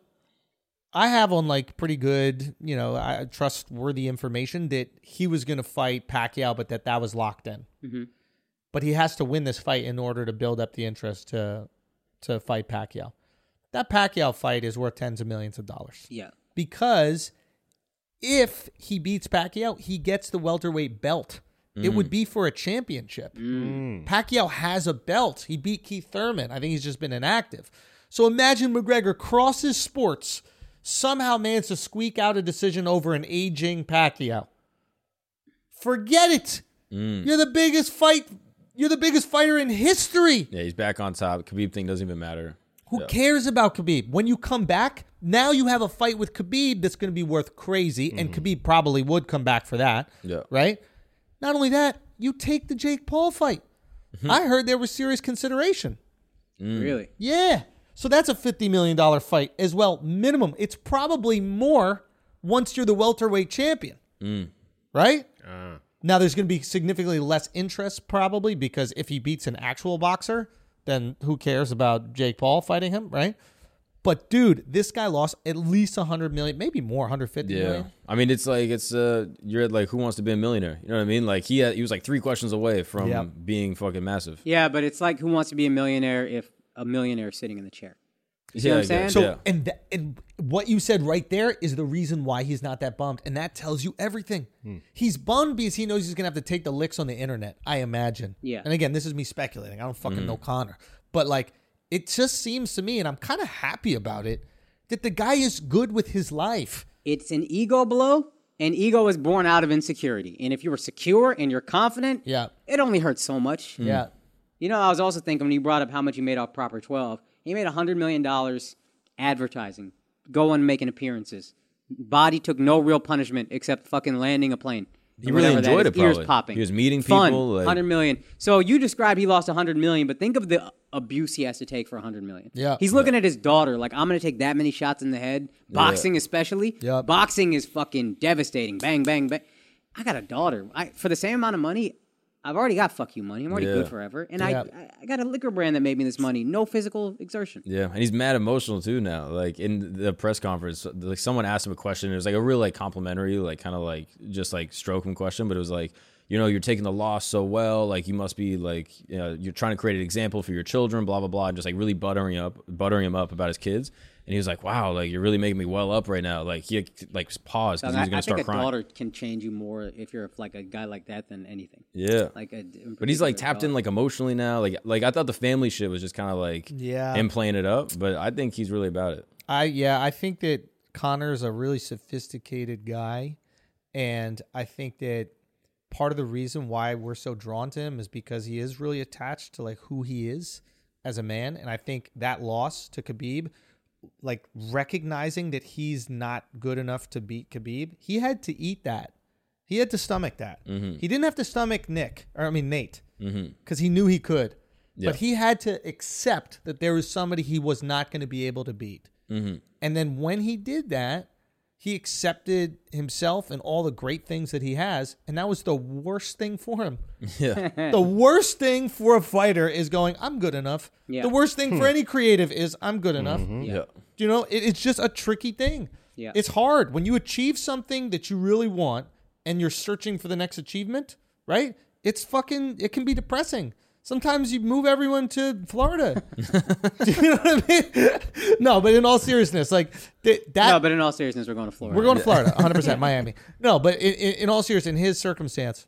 I have on like pretty good, you know, I, trustworthy information that he was going to fight Pacquiao, but that that was locked in. But he has to win this fight in order to build up the interest to to fight Pacquiao. That Pacquiao fight is worth tens of millions of dollars Yeah. because if he beats Pacquiao, he gets the welterweight belt. It would be for a championship. Pacquiao has a belt. He beat Keith Thurman. I think he's just been inactive. So imagine McGregor crosses sports, somehow manages to squeak out a decision over an aging Pacquiao. Forget it. You're the biggest fight. You're the biggest fighter in history. Yeah, he's back on top. Khabib thing doesn't even matter. Who cares about Khabib? When you come back, now you have a fight with Khabib that's going to be worth crazy, and Khabib probably would come back for that. Yeah. Right? Not only that, you take the Jake Paul fight. I heard there was serious consideration. Mm. Really? Yeah. So that's a $50 million fight as well, minimum. It's probably more once you're the welterweight champion. Right? Now, there's going to be significantly less interest probably because if he beats an actual boxer, then who cares about Jake Paul fighting him, right? But dude, this guy lost at least 100 million, maybe more, 150 Yeah, million. I mean, it's like it's uh, you're at like Who Wants to Be a Millionaire? You know what I mean? Like he had, he was like three questions away from Yep. being fucking massive. Yeah, but it's like who wants to be a millionaire if a millionaire is sitting in the chair? You see what I'm saying? So yeah. and tha- and what you said right there is the reason why he's not that bummed, and that tells you everything. He's bummed because he knows he's gonna have to take the licks on the internet. I imagine. Yeah. And again, this is me speculating. I don't fucking know Connor, but like, it just seems to me, and I'm kind of happy about it, that the guy is good with his life. It's an ego blow, and ego is born out of insecurity. And if you were secure and you're confident, Yeah. it only hurts so much. Yeah. You know, I was also thinking when you brought up how much he made off Proper 12, he made $100 million advertising, going and making appearrances. Body took no real punishment except fucking landing a plane. He really Whatever that enjoyed is, it, Ears probably. popping. He was meeting Fun, people, like- 100 million. So you described he lost 100 million, but think of the abuse he has to take for 100 million. Yeah. He's looking at his daughter like, I'm going to take that many shots in the head. Boxing, especially. Yep. Boxing is fucking devastating. Bang, bang, bang. I got a daughter. I, for the same amount of money, I've already got fuck you money. I'm already Yeah. good forever. And I Yeah. I, I got a liquor brand that made me this money. No physical exertion. Yeah, and he's mad emotional too now. Like in the press conference, like someone asked him a question. It was like a real like complimentary, like kind of like just like stroke him question, but it was like, you know, you're taking the loss so well, like you must be like, you know, you're trying to create an example for your children, blah blah blah, and just like really buttering up, buttering him up about his kids. And he was like, wow, like you're really making me well up right now. Like he like paused because he I, was gonna I think start a crying. daughter can change you more if you're like a guy like that than anything. yeah, Like, a, but he's like tapped in like emotionally now. Like like I thought the family shit was just kind of like Yeah. him playing it up, but I think he's really about it. I yeah, I think that Connor's a really sophisticated guy, and I think that part of the reason why we're so drawn to him is because he is really attached to like who he is as a man, and I think that loss to Khabib, like recognizing that he's not good enough to beat Khabib, he had to eat that. He had to stomach that. He didn't have to stomach Nick or I mean Nate because he knew he could. But he had to accept that there was somebody he was not going to be able to beat. And then when he did that, he accepted himself and all the great things that he has. And that was the worst thing for him. Yeah. the worst thing for a fighter is going, I'm good enough. Yeah. The worst thing for any creative is, I'm good enough. You know, it, it's just a tricky thing. Yeah. It's hard when you achieve something that you really want and you're searching for the next achievement, right? It's fucking, it can be depressing. Sometimes you move everyone to Florida. Do you know what I mean? No, but in all seriousness, like th- that. No, but in all seriousness, we're going to Florida. We're going to Florida, 100 percent Miami. No, but in, in, in all seriousness, in his circumstance,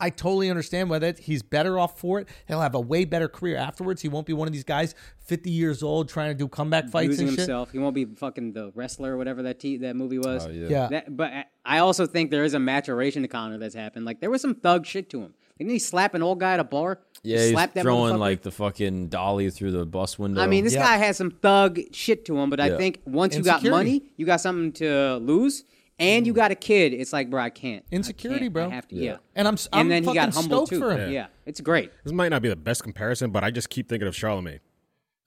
I totally understand why that he's better off for it. He'll have a way better career afterwards. He won't be one of these guys 50 years old trying to do comeback fights losing and shit. himself. He won't be fucking the wrestler or whatever that t- that movie was. Oh, yeah. Yeah. That, but I- I also think there is a maturation to Connor that's happened. Like there was some thug shit to him. Didn't he slap an old guy at a bar? He Yeah, slapped he's that throwing motherfucker? like the fucking dolly through the bus window. I mean, this Yeah. guy has some thug shit to him, but I Yeah. think once you got Insecurity. money, you got something to lose, and you got a kid. It's like, bro, I can't. I Mm. Insecurity, can't. bro. I have to, yeah. And I'm, s- I'm And then he fucking got humbled stoked too. for Yeah. him. it's great. This might not be the best comparison, but I just keep thinking of Charlemagne.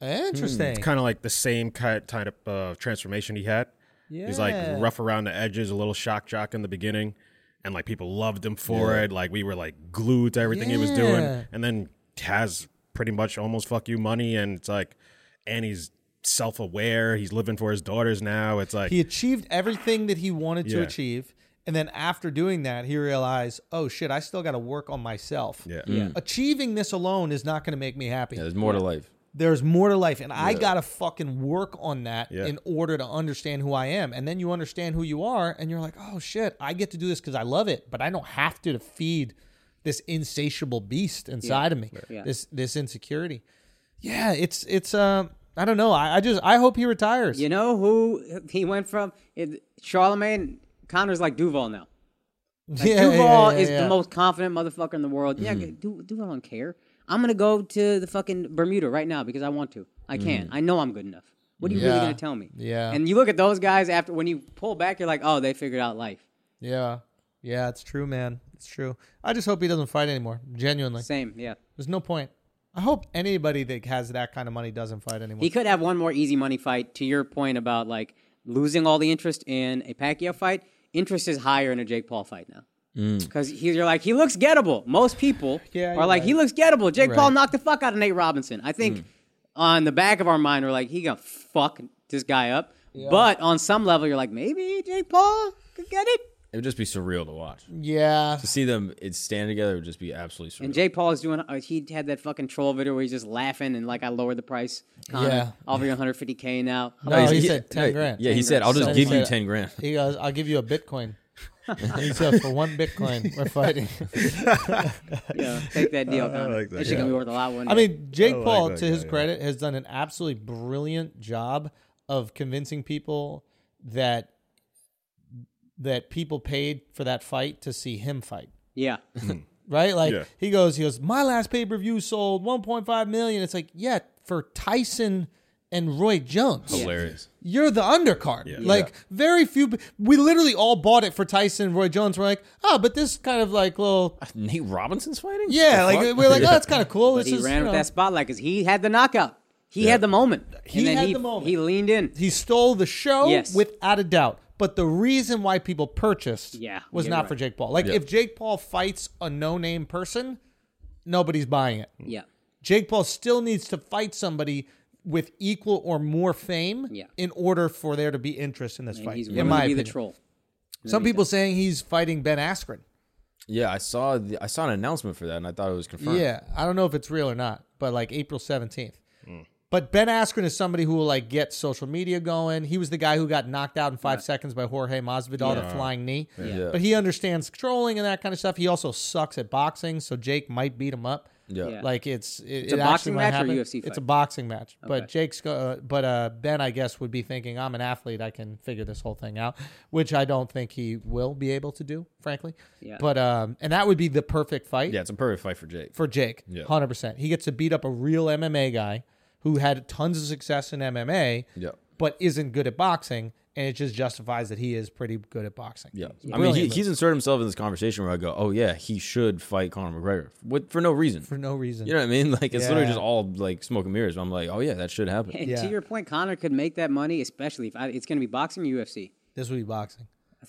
Hmm. Interesting. It's kind of like the same kind kind of uh, transformation he had. He's like Yeah. rough around the edges, a little shock jock in the beginning, and like people loved him for it. Like we were like glued to everything he was doing, Yeah. and then has pretty much almost fuck you money, and it's like, and he's self-aware. He's living for his daughters now. It's like he achieved everything that he wanted to Yeah. achieve and then after doing that he realized oh shit i still got to work on myself Yeah. Hmm. achieving this alone is not going to make me happy Yeah, there's more to life. there's more to life and i gotta fucking work on that Yeah. in order to understand who i am and then you understand who you are and you're like oh shit i get to do this because i love it but i don't have to to feed this insatiable beast inside of me Yeah. this this insecurity yeah it's it's um i don't know I, I just i hope he retires You know who he went from? It, Charlemagne Connor's like Duval now. Like Yeah, yeah, Duval yeah, is yeah. Mm-hmm. the most confident motherfucker in the world. Yeah, Du- Duval don't care. I'm gonna go to the fucking Bermuda right now because I want to. I can. I know I'm good enough. What are you really Mm. Yeah. gonna tell me? Yeah. And you look at those guys after when you pull back, you're like, oh, they figured out life. yeah yeah it's true man it's true i just hope he doesn't fight anymore genuinely Same. Yeah. there's no point i hope anybody that has that kind of money doesn't fight anymore He could have one more easy money fight. To your point about like losing all the interest in a Pacquiao fight, interest is higher in a Jake Paul fight now. Mm. Because you're like he looks gettable. Most people Yeah, are you're like he right. looks gettable. Jake Paul Right. Mm. knocked the fuck out of Nate Robinson. I think on the back of our mind we're like he gonna fuck this guy up. But on some level you're like maybe Jake Paul could get it. It would just be surreal to watch. yeah To see them it stand together would just be absolutely surreal. And Jake Paul is doing. Uh, he had that fucking troll video where he's just laughing and like I lowered the price. Connor, Yeah. I'll be 150k now. No, Oh, he, said ten no, grand. Yeah, he said, "I'll just So give he you said- ten grand." He goes, "I'll give you a Bitcoin." he said, "For one Bitcoin, we're fighting." Yeah, take that deal. Connor. like that, That shit yeah. can be worth a lot one I day. mean, Jake like Paul, that to his guy, yeah. credit, has done an absolutely brilliant job of convincing people that that people paid for that fight to see him fight. yeah, Right? Like Yeah. he goes, he goes, my last pay per view sold 1.5 million. It's like, yeah, for Tyson and Roy Jones. Hilarious. you're the undercard. Like very few. We literally all bought it for Tyson and Roy Jones. We're like, oh, but this kind of like little, Nate Robinson's fighting. yeah, like fuck? we're like, oh, that's kind of cool. but This he is, ran you with know. that spotlight because he had the knockout. He had the moment. He had the moment. He leaned in. He stole the show Yes. without a doubt. But the reason why people purchased Yeah, was you're not right. for Jake Paul. Like if Jake Paul fights a no-name person, nobody's buying it. Yeah, Jake Paul still needs to fight somebody with equal or more fame Yeah. in order for there to be interest in this and fight. he's in willing my to be opinion. the troll. Some people saying he's fighting Ben Askren. yeah. I saw the, I saw an announcement for that, and I thought it was confirmed. Yeah, I don't know if it's real or not, but like April seventeenth. Mm. But Ben Askren is somebody who will like get social media going. He was the guy who got knocked out in five seconds by Jorge Masvidal, the flying knee. Yeah. But he understands trolling and that kind of stuff. He also sucks at boxing, so Jake might beat him up. Yeah. Yeah. Like it's it, a it boxing actually might match or happen. UFC It's fight? a boxing match, Okay. but Jake's go, uh, but uh, Ben I guess would be thinking I'm an athlete, I can figure this whole thing out, which I don't think he will be able to do, frankly. Yeah. But um, and that would be the perfect fight Yeah, it's a perfect fight for Jake. for Jake. Hundred percent. He gets to beat up a real MMA guy who had tons of success in MMA, Yeah. but isn't good at boxing, and it just justifies that he is pretty good at boxing. yeah, It's I mean, he, brilliant, he's inserted himself in this conversation where I go, "Oh yeah, he should fight Conor McGregor with, for no reason." but for no reason. you know what I mean? Like it's literally Yeah. just all like smoke and mirrors. I'm like, "Oh yeah, that should happen." And Yeah. to your point, Connor could make that money, especially if I, it's going to be boxing or UFC. this would be boxing.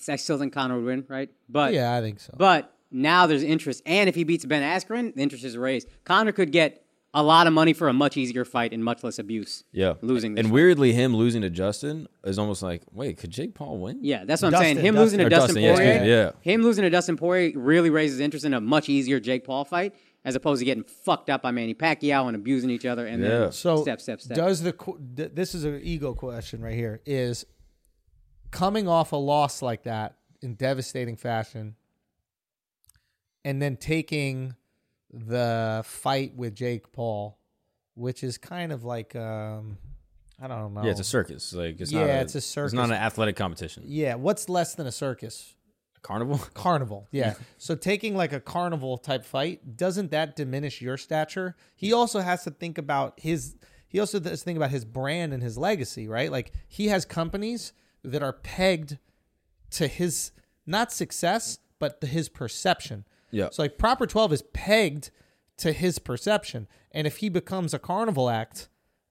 I still think Connor would win, right? But Yeah, I think so. but now there's interest, and if he beats Ben Askren, the interest is raised. Connor could get a lot of money for a much easier fight and much less abuse. Yeah, losing this and fight. weirdly, him losing to Justin is almost like, wait, could Jake Paul win? Yeah, that's what I'm Dustin, saying. Him Dustin. losing to Or Dustin, Dustin, yeah, Poirier, excuse me, yeah. him losing to Dustin Poirier really raises interest in a much easier Jake Paul fight as opposed to getting fucked up by Manny Pacquiao and abusing each other and Yeah. then So step, step, step. Does the qu- th- this is an ego question right here? Is coming off a loss like that in devastating fashion, and then taking the fight with Jake Paul, which is kind of like um, I don't know. Yeah, it's a circus. Like it's not. Yeah, a, it's a It's not circus. an athletic competition. Yeah, what's less than a circus? Carnival. Carnival. Yeah. so taking like a carnival type fight, doesn't that diminish your stature? He also has to think about his he also has to think about his brand and his legacy, right? Like he has companies that are pegged to his not success, but to his perception. Yeah. So like proper 12 is pegged to his perception. And if he becomes a carnival act,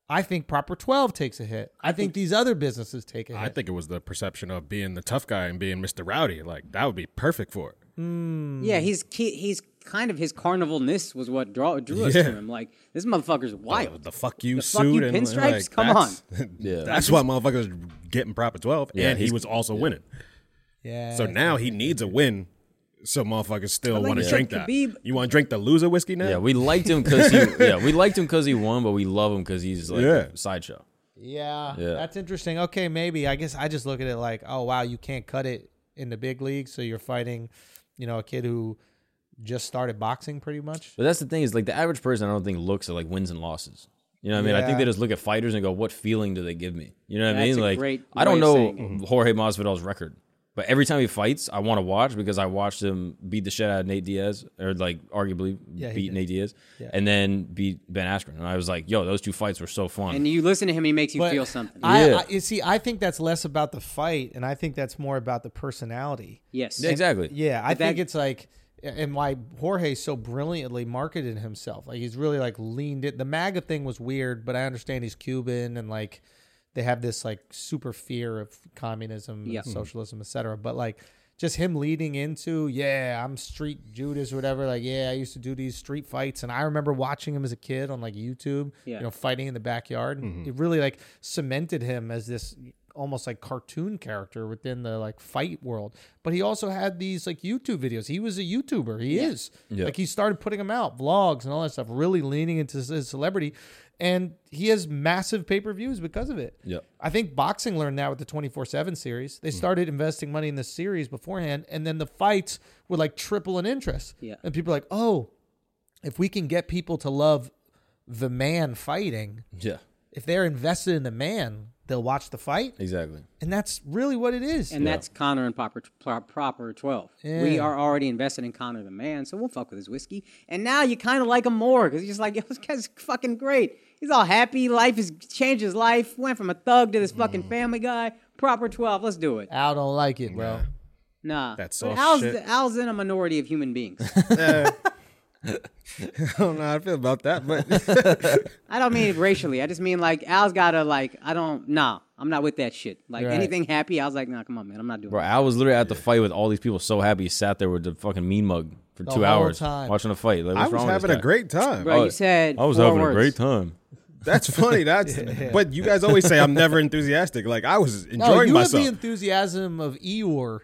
I think proper 12 takes a hit. I think these other businesses take a hit. I think it was the perception of being the tough guy and being Mr. Rowdy. Like that would be perfect for it. Yeah, he's ki- he's kind of his carnivalness was what draw, drew us Yeah. to him. Like this motherfucker's Oh, wild. the fuck you The suit fuck you and pinstripes? Like, Come that's- Yeah. that's why motherfuckers getting proper twelve, Yeah, and he he's- was also winning. Yeah. So now he needs a win. So motherfuckers still like want you to said, drink that. Khabib- You want to drink the loser whiskey now? Yeah, we liked him because he. Yeah, we liked him because he won, but we love him because he's like Yeah. a sideshow. Yeah, Yeah. that's interesting. Okay, maybe I guess I just look at it like, oh wow, you can't cut it in the big league, so you're fighting, you know, a kid who just started boxing pretty much. But that's the thing is like the average person, I don't think looks at like wins and losses. You know what I mean? I think Yeah. they just look at fighters and go, "What feeling do they give me?" You know what I That's mean? a Like great I don't way of know Mhm. saying Jorge Masvidal's record, but every time he fights, I want to watch because I watched him beat the shit out of Nate Diaz, or like arguably he beat did. Nate Diaz, and then beat Ben Askren, and I was like, "Yo, those two fights were so fun." And you listen to him, he makes you feel something. I, Yeah. I, you see, I think that's less about the fight, and I think that's more about the personality. yes. Yeah, exactly. Yeah, I But think that- it's like, and why Jorge so brilliantly marketed himself. Like he's really like leaned it. The MAGA thing was weird, but I understand he's Cuban and like they have this like super fear of communism, Yeah. Hmm. and socialism, etc. But like just him leading into, yeah, I'm street Judas or whatever. Like, yeah, I used to do these street fights, and I remember watching him as a kid on like YouTube. Yeah. You know, fighting in the backyard. And It really like cemented him as this almost like cartoon character within the like fight world. But he also had these like YouTube videos. He was a YouTuber. He is. Like he started putting them out, vlogs and all that stuff, really leaning into his- his celebrity. And he has massive pay per views because of it. Yep. I think boxing learned that with the 24 7 series. Hmm. They started investing money in the series beforehand, and then the fights would like triple in interest. Yeah. And people are like, oh, if we can get people to love the man fighting, yeah, if they're invested in the man, they'll watch the fight. exactly. And that's really what it is. And that's Connor and proper Pro- proper twelve. We Yeah. are already invested in Connor the man, so we'll fuck with his whiskey. And now you kind of like him more because you're just like, yo, this guy's fucking great. He's all happy. Life has changed his life. Went from a thug to this fucking family guy. Proper twelve. Let's do it. Al don't like it, bro. Nah, That's But all Al's, shit. Al's in a minority of human beings. I don't know how I feel about that, but I don't mean racially. I just mean like Al's gotta like I don't nah. I'm not with that shit. Like Right. anything happy, I was like, nah, come on, man. I'm not doing. Bro, it. I was literally at the fight with all these people so happy. He sat there with the fucking mean mug for two whole hours time. watching a fight. Like, I what's was wrong with having this a guy? great time. Bro, I- you said I was four having words. a great time. That's funny. That's but you guys always say I'm never enthusiastic. Like I was No, enjoying Oh, you myself. have the enthusiasm of Eeyore.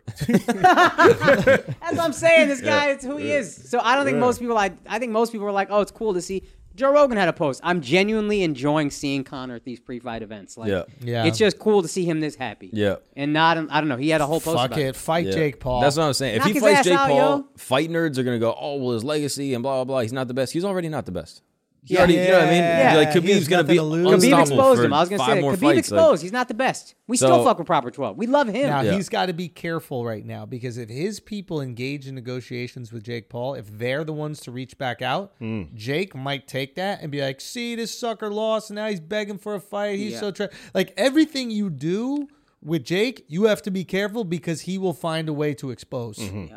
That's what I'm saying. This guy, it's who he is. So I don't think most people. I I think most people are like, oh, it's cool to see. Joe Rogan had a post. I'm genuinely enjoying seeing Connor at these pre-fight events. Like, Yeah. Yeah. it's just cool to see him this happy. Yeah. and not. I don't know. He had a whole post. Fuck about it. Fight Yeah. Jake Paul. That's what I'm saying. If Knock he his fights ass Jake out, Paul, yo. fight nerds are gonna go, oh well, his legacy and blah blah blah. He's not the best. He's already not the best. He already, you know what I mean? Yeah. Like He has Khabib's gonna nothing be to lose. Khabib unstoppable Khabib exposed for him. I was gonna five say more Khabib fights. exposed. Like, He's not the best. We So- still fuck with Proper Twelve. We love him. Now Yeah. he's got to be careful right now because if his people engage in negotiations with Jake Paul, if they're the ones to reach back out, Hmm. Jake might take that and be like, "See, this sucker lost, and now he's begging for a fight. He's Yeah. so tra-. like everything you do with Jake, you have to be careful because he will find a way to expose." You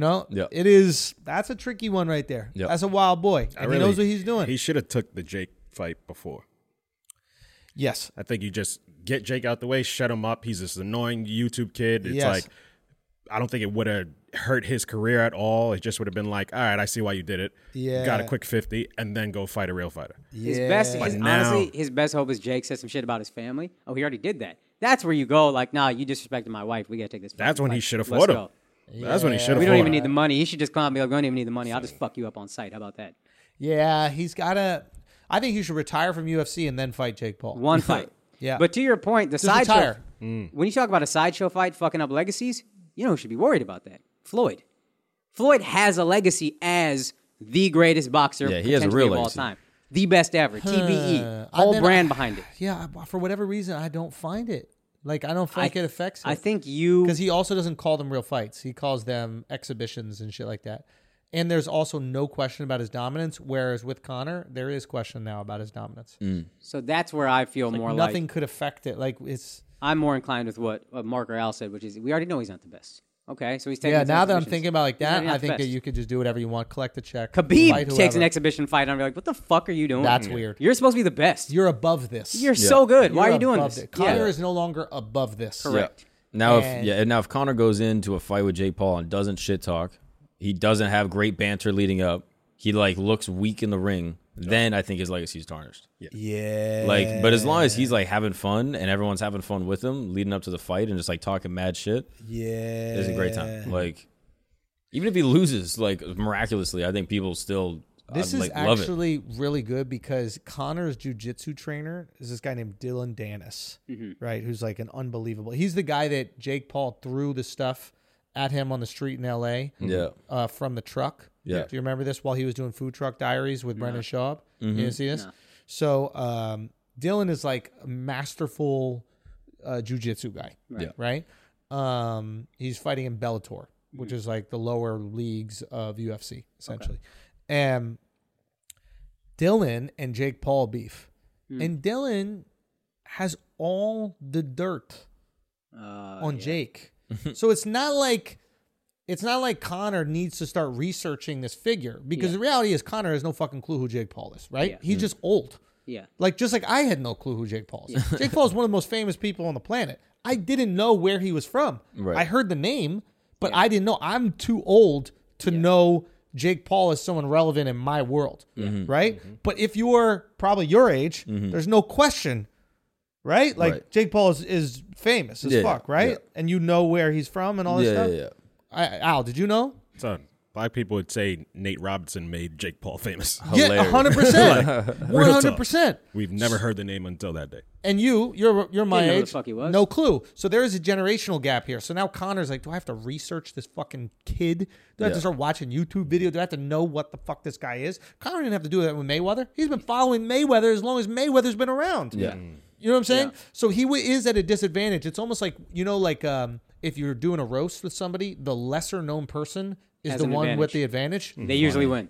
know, Mm-hmm. Yeah. it is that's a tricky one right there. Yeah. That's a wild boy, and he knows what he's doing. He should have took the Jake fight before. yes, I think you just get Jake out the way, shut him up. He's this annoying YouTube kid. It's Yes. like I don't think it would have hurt his career at all. It just would have been like, all right, I see why you did it. Yeah. got a quick fifty, and then go fight a real fighter. His best, But his, now- honestly, his best hope is Jake said some shit about his family. Oh, he already did that. That's where you go. Like, nah, you disrespected my wife. We gotta take this. That's fucking when he fight. should have Let's fought him. go. That's when he should have. We don't even need the money. He should just come out and be like, we don't even need the money. I'll just fuck you up on site. How about that? yeah, he's got to. I think he should retire from UFC and then fight Jake Paul. One fight. Yeah. But to your point, the Just sideshow. retire. Hmm. When you talk about a sideshow fight fucking up legacies, you know who should be worried about that? Floyd. Floyd has a legacy as the greatest boxer Yeah, he has a potentially real of all legacy. time. The best ever. TBE. I Whole mean, brand I- behind it. Yeah, I- for whatever reason, I don't find it. Like I don't think it affects. I think you. because he also doesn't call them real fights. He calls them exhibitions and shit like that. And there's also no question about his dominance. Whereas with Connor, there is question now about his dominance. so that's where I feel Mm. more like. Nothing could affect it. Like it's I'm more inclined with what, what Mark or Al said, which is we already know he's not the best. Okay, so he's taking. yeah. these Now that I'm exhibitions. thinking about it like He's that, already not I the think that best. you could just do whatever you want, collect the check. fight Khabib takes an whoever. exhibition fight, and I'm like, what the fuck are you doing? That's weird. You're supposed to be the best. You're, You're above this. so good. Why are You're you doing above this? it. Connor Yeah. is no longer above this. yeah. Now, if And- yeah, and now if Connor goes into a fight with Jake Paul and doesn't shit talk, He doesn't have great banter leading up. He like looks weak in the ring. Then I think his legacy is tarnished. Yeah. Like, but as long as he's like having fun and everyone's having fun with him leading up to the fight and just like talking mad shit, yeah, it's a great time. Like, even if he loses, like miraculously, I think people still This uh, is like, love it. actually really good because Connor's jujitsu trainer is this guy named Dylan Dennis, Mm-hmm. right? Who's like an unbelievable. He's the guy that Jake Paul threw the stuff at him on the street in L.A. Yeah. uh, from the truck. Yeah. Do you remember this? While he was doing Food Truck Diaries with Brendan Schaub. Mm-hmm. You didn't see this? So um, Dylan is like a masterful uh, jujitsu guy. Yeah. Right. Um, he's fighting in Bellator, which is like the lower leagues of UFC essentially. And Dylan and Jake Paul beef, and Dylan has all the dirt Uh, Oh, on Jake. so it's not like it's not like Connor needs to start researching this figure because the reality is Connor has no fucking clue who Jake Paul is, right? Yeah. He's just old. Yeah. Like just like I had no clue who Jake Paul is. Jake Paul is one of the most famous people on the planet. I didn't know where he was from. Right. I heard the name, but I didn't know. I'm too old to know Jake Paul is someone relevant in my world, Mm-hmm. right? But if you're probably your age, there's no question, right? Like Right. Jake Paul is, is famous as Yeah, fuck, right? yeah. And you know where he's from and all this Yeah, stuff. yeah, yeah. I, Al, did you know? Son, black people would say Nate Robinson made Jake Paul famous. Yeah, Hilarious. hundred percent, one real talk. hundred percent. We've never heard the name until that day. And you, you're you're my Didn't know who age. the fuck he was. No clue. So there is a generational gap here. So now Connor's like, do I have to research this fucking kid? Do I have to Yeah. start watching YouTube video? Do I have to know what the fuck this guy is? Connor didn't have to do that with Mayweather. He's been following Mayweather as long as Mayweather's been around. Yeah. You know what I'm saying? So he w- is at a disadvantage. It's almost like you know, like um, if you're doing a roast with somebody, the lesser known person is Has the an one with advantage. the advantage. They usually win.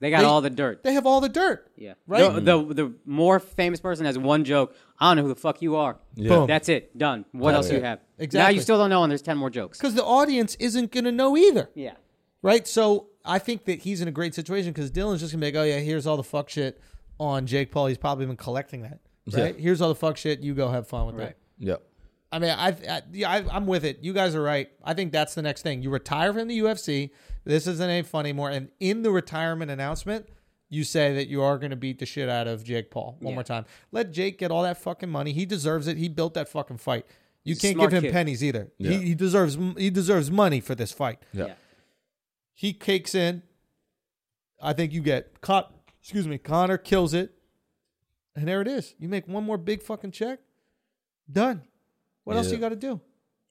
They got They- all the dirt. They have all the dirt. yeah. right? The, the the more famous person has one joke. I don't know who the fuck you are. Boom. That's it. Done. What else you yeah. have? Now Exactly. you still don't know, and there's ten more jokes. Because the audience isn't gonna know either. Yeah. Right? So I think that he's in a great situation because Dylan's just gonna be like, oh yeah, here's all the fuck shit on Jake Paul. He's probably been collecting that. Right? Yeah. Here's all the fuck shit. You go have fun with that. Yeah. I mean, I, I yeah, I, I'm with it. You guys are right. I think that's the next thing. You retire from the UFC. This isn't any fun anymore. And in the retirement announcement, you say that you are going to beat the shit out of Jake Paul one more time. Let Jake get all that fucking money. He deserves it. He built that fucking fight. You can't smart give him kid. pennies either. Yeah. He, he deserves he deserves money for this fight. Yeah. Yeah. He kicks in. I think you get caught. Excuse me. Connor kills it. And there it is. You make one more big fucking check. Done. What else Yeah. you got to do?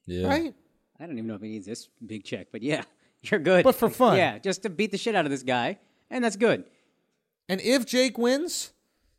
Yeah. Right? I don't even know if he needs this big check, but yeah, you're good. But for fun. Yeah, just to beat the shit out of this guy, and that's good. And if Jake wins,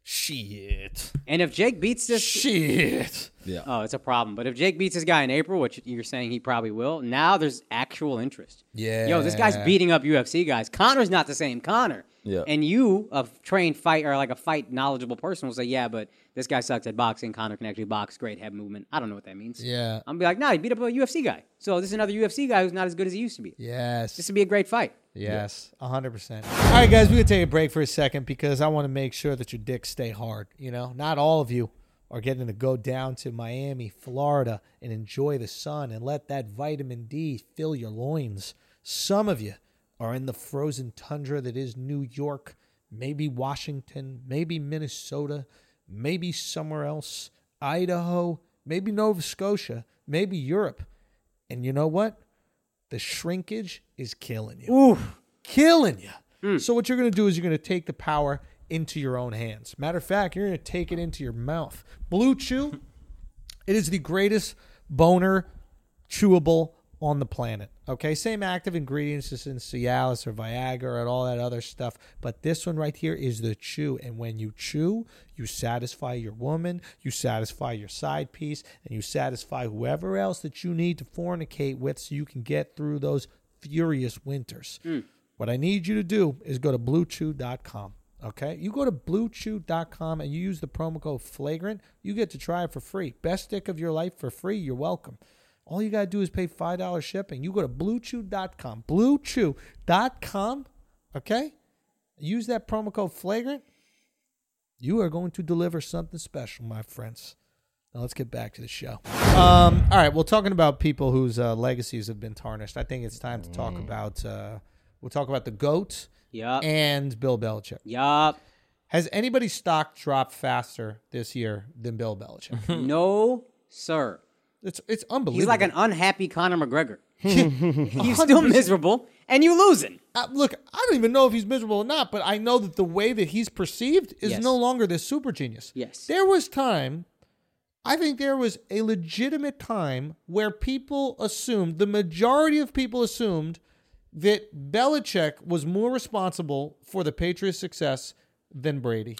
shit. And if Jake beats this, Shit. oh, it's a problem. But if Jake beats this guy in April, which you're saying he probably will, now there's actual interest. Yeah. Yo, this guy's beating up UFC guys. Connor's not the same Connor. Yeah. And you, a trained fight or like a fight knowledgeable person, will say, yeah, but this guy sucks at boxing. Connor can actually box, great head movement. I don't know what that means. Yeah. I'm be like, nah, he beat up a UFC guy. So this is another UFC guy who's not as good as he used to be. This Yes. would be a great fight. Yes. 100%. All right, guys, we're going to take a break for a second because I want to make sure that your dicks stay hard. You know, not all of you are getting to go down to Miami, Florida, and enjoy the sun and let that vitamin D fill your loins. Some of you are in the frozen tundra that is New York, maybe Washington, maybe Minnesota, maybe somewhere else, Idaho, maybe Nova Scotia, maybe Europe. And you know what? The shrinkage is killing you. Killing you. So what you're going to do is you're going to take the power into your own hands. Matter of fact, you're going to take it into your mouth. Blue Chew, it is the greatest boner chewable on the planet. Okay, same active ingredients as in Cialis or Viagra and all that other stuff, but this one right here is the chew. And when you chew, you satisfy your woman, you satisfy your side piece, and you satisfy whoever else that you need to fornicate with so you can get through those furious winters. What I need you to do is go to bluechew.com. Okay, you go to bluechew.com and you use the promo code flagrant, you get to try it for free. Best stick of your life for free, you're welcome. All you got to do is pay $5 shipping. You go to bluechew.com, bluechew.com. Okay, use that promo code flagrant. You are going to deliver something special, my friends. Now let's get back to the show. Um, all right, well, talking about people whose uh, legacies have been tarnished, I think it's time to talk about uh, We'll talk about the GOAT Yup. and Bill Belichick. Yup. Has anybody's stock dropped faster this year than Bill Belichick? No, sir. it's it's unbelievable. Mm-hmm. He's like an unhappy Conor McGregor. He's still miserable, and you losing. Uh, look, I don't even know if he's miserable or not, but I know that the way that he's perceived is Yes. no longer this super genius. Yes. There was time, I think there was a legitimate time where people assumed, the majority of people assumed that Belichick was more responsible for the Patriots' success than Brady.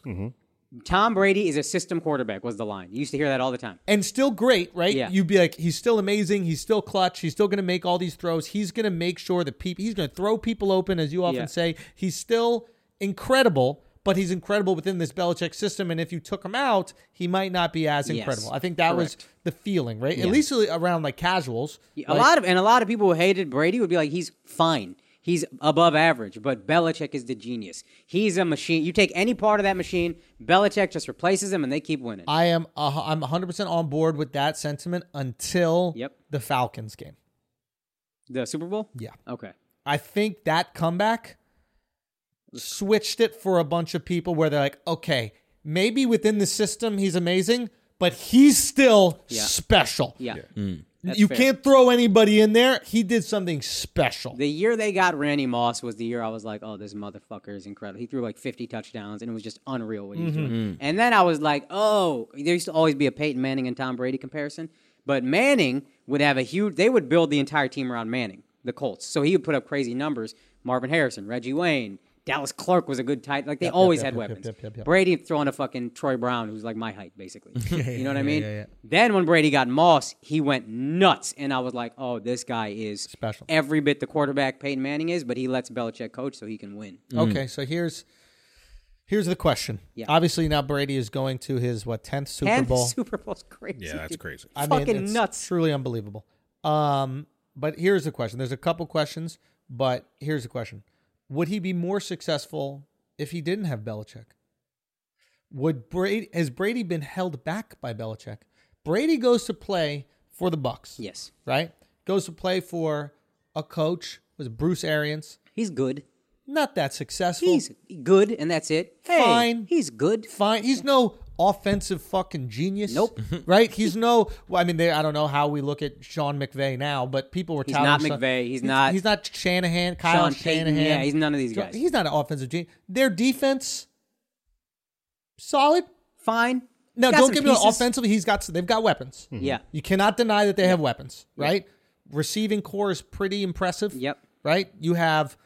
Tom Brady is a system quarterback. Was the line you used to hear that all the time? and still great, right? Yeah. You'd be like, he's still amazing. He's still clutch. He's still going to make all these throws. He's going to make sure that people, he's going to throw people open, as you often Yeah. say. He's still incredible, but he's incredible within this Belichick system. And if you took him out, he might not be as incredible. I think that was correct. the feeling, right? At least around like casuals. A lot of and a lot of people who hated Brady would be like, he's fine. He's above average, but Belichick is the genius. He's a machine. You take any part of that machine, Belichick just replaces him, and they keep winning. I am uh, I'm 100% on board with that sentiment until Yep. the Falcons game. The Super Bowl. Yeah. Okay. I think that comeback switched it for a bunch of people where they're like, okay, maybe within the system he's amazing, but he's still Yeah. special. Yeah. That's You fair. can't throw anybody in there. He did something special. The year they got Randy Moss was the year I was like, oh, this motherfucker is incredible. He threw like 50 touchdowns, and it was just unreal what he Mm-hmm. was doing. And then I was like, oh, there used to always be a Peyton Manning and Tom Brady comparison. But Manning would have a huge, they would build the entire team around Manning, the Colts. So he would put up crazy numbers. Marvin Harrison, Reggie Wayne, Dallas Clark was a good tight. Like they always yep, had yep, weapons. yep, yep, yep. Brady throwing a fucking Troy Brown, who's like my height, basically. you know what I mean? Then when Brady got Moss, he went nuts. And I was like, oh, this guy is Special. every bit the quarterback Peyton Manning is, but he lets Belichick coach so he can win. Okay, so here's here's the question. Yeah. Obviously now Brady is going to his what 10th Super and Bowl. Super Bowl's crazy. Yeah, that's dude. crazy. I Fucking it's nuts. Truly unbelievable. Um, but here's the question. There's a couple questions, but here's the question: Would he be more successful if he didn't have Belichick? Would Brady has Brady been held back by Belichick? Brady goes to play for the Bucks, Yes. right? Goes to play for a coach was Bruce Arians, He's good. not that successful. He's good, and that's it. Hey, Fine. He's good. fine. He's no offensive fucking genius. Nope. right? He's no. Well, I mean, they, I don't know how we look at Sean McVay now, but people were. He's touting Sean- not McVay. He's not- He's not Shanahan. Kyle Sean Payton. Shanahan. Yeah, he's none of these Sean- guys. He's not an offensive genius. Their defense, solid. Fine. Now, Got don't some get me wrong. pieces. Offensively, he's got. They've got weapons. Yeah. You cannot deny that they have weapons, right? Receiving core is pretty impressive. Yep. Right? You have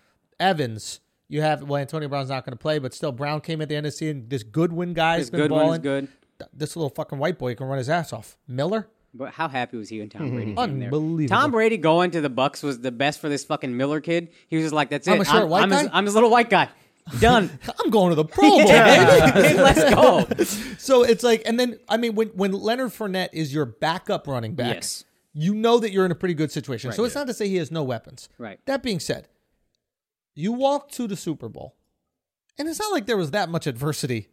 Evans. You have well, Antonio Brown's not going to play, but still, Brown came at the end of the season. This Goodwin guy has This been good balling. one is good. Th- This little fucking white boy can run his ass off. Miller, But how happy was he when Tom Brady? Mm-hmm. came there? unbelievable. Tom Brady going to the Bucks was the best for this fucking Miller kid. He was just like, "That's it. I'm a short white I'm, His, guy? I'm his little white guy. Done. I'm going to the Pro Bowl. baby. Let's go." So it's like, and then I mean, when when Leonard Fournette is your backup running back, Yes. you know that you're in a pretty good situation. so it's not to say he has no weapons. Right. That being said, you walk to the Super Bowl, and it's not like there was that much adversity.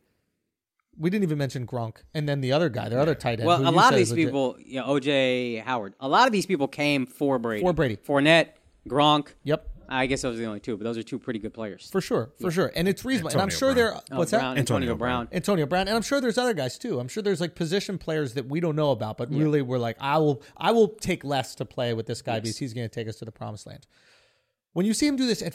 We didn't even mention Gronk, and then the other guy, their other tight end. Well, who a you lot said of is these legit. people, yeah, OJ Howard, a lot of these people came for Brady. For Brady. Fournette, Gronk. Yep, I guess those are the only two, but those are two pretty good players. for sure, for sure, and it's reasonable. and I'm Antonio sure there. Brown. Oh, What's Brown, that? Antonio, Antonio Brown. Antonio Brown, and I'm sure there's other guys too. I'm sure there's like position players that we don't know about, but really we're like, I will, I will take less to play with this guy because he's going to take us to the promised land. When you see him do this at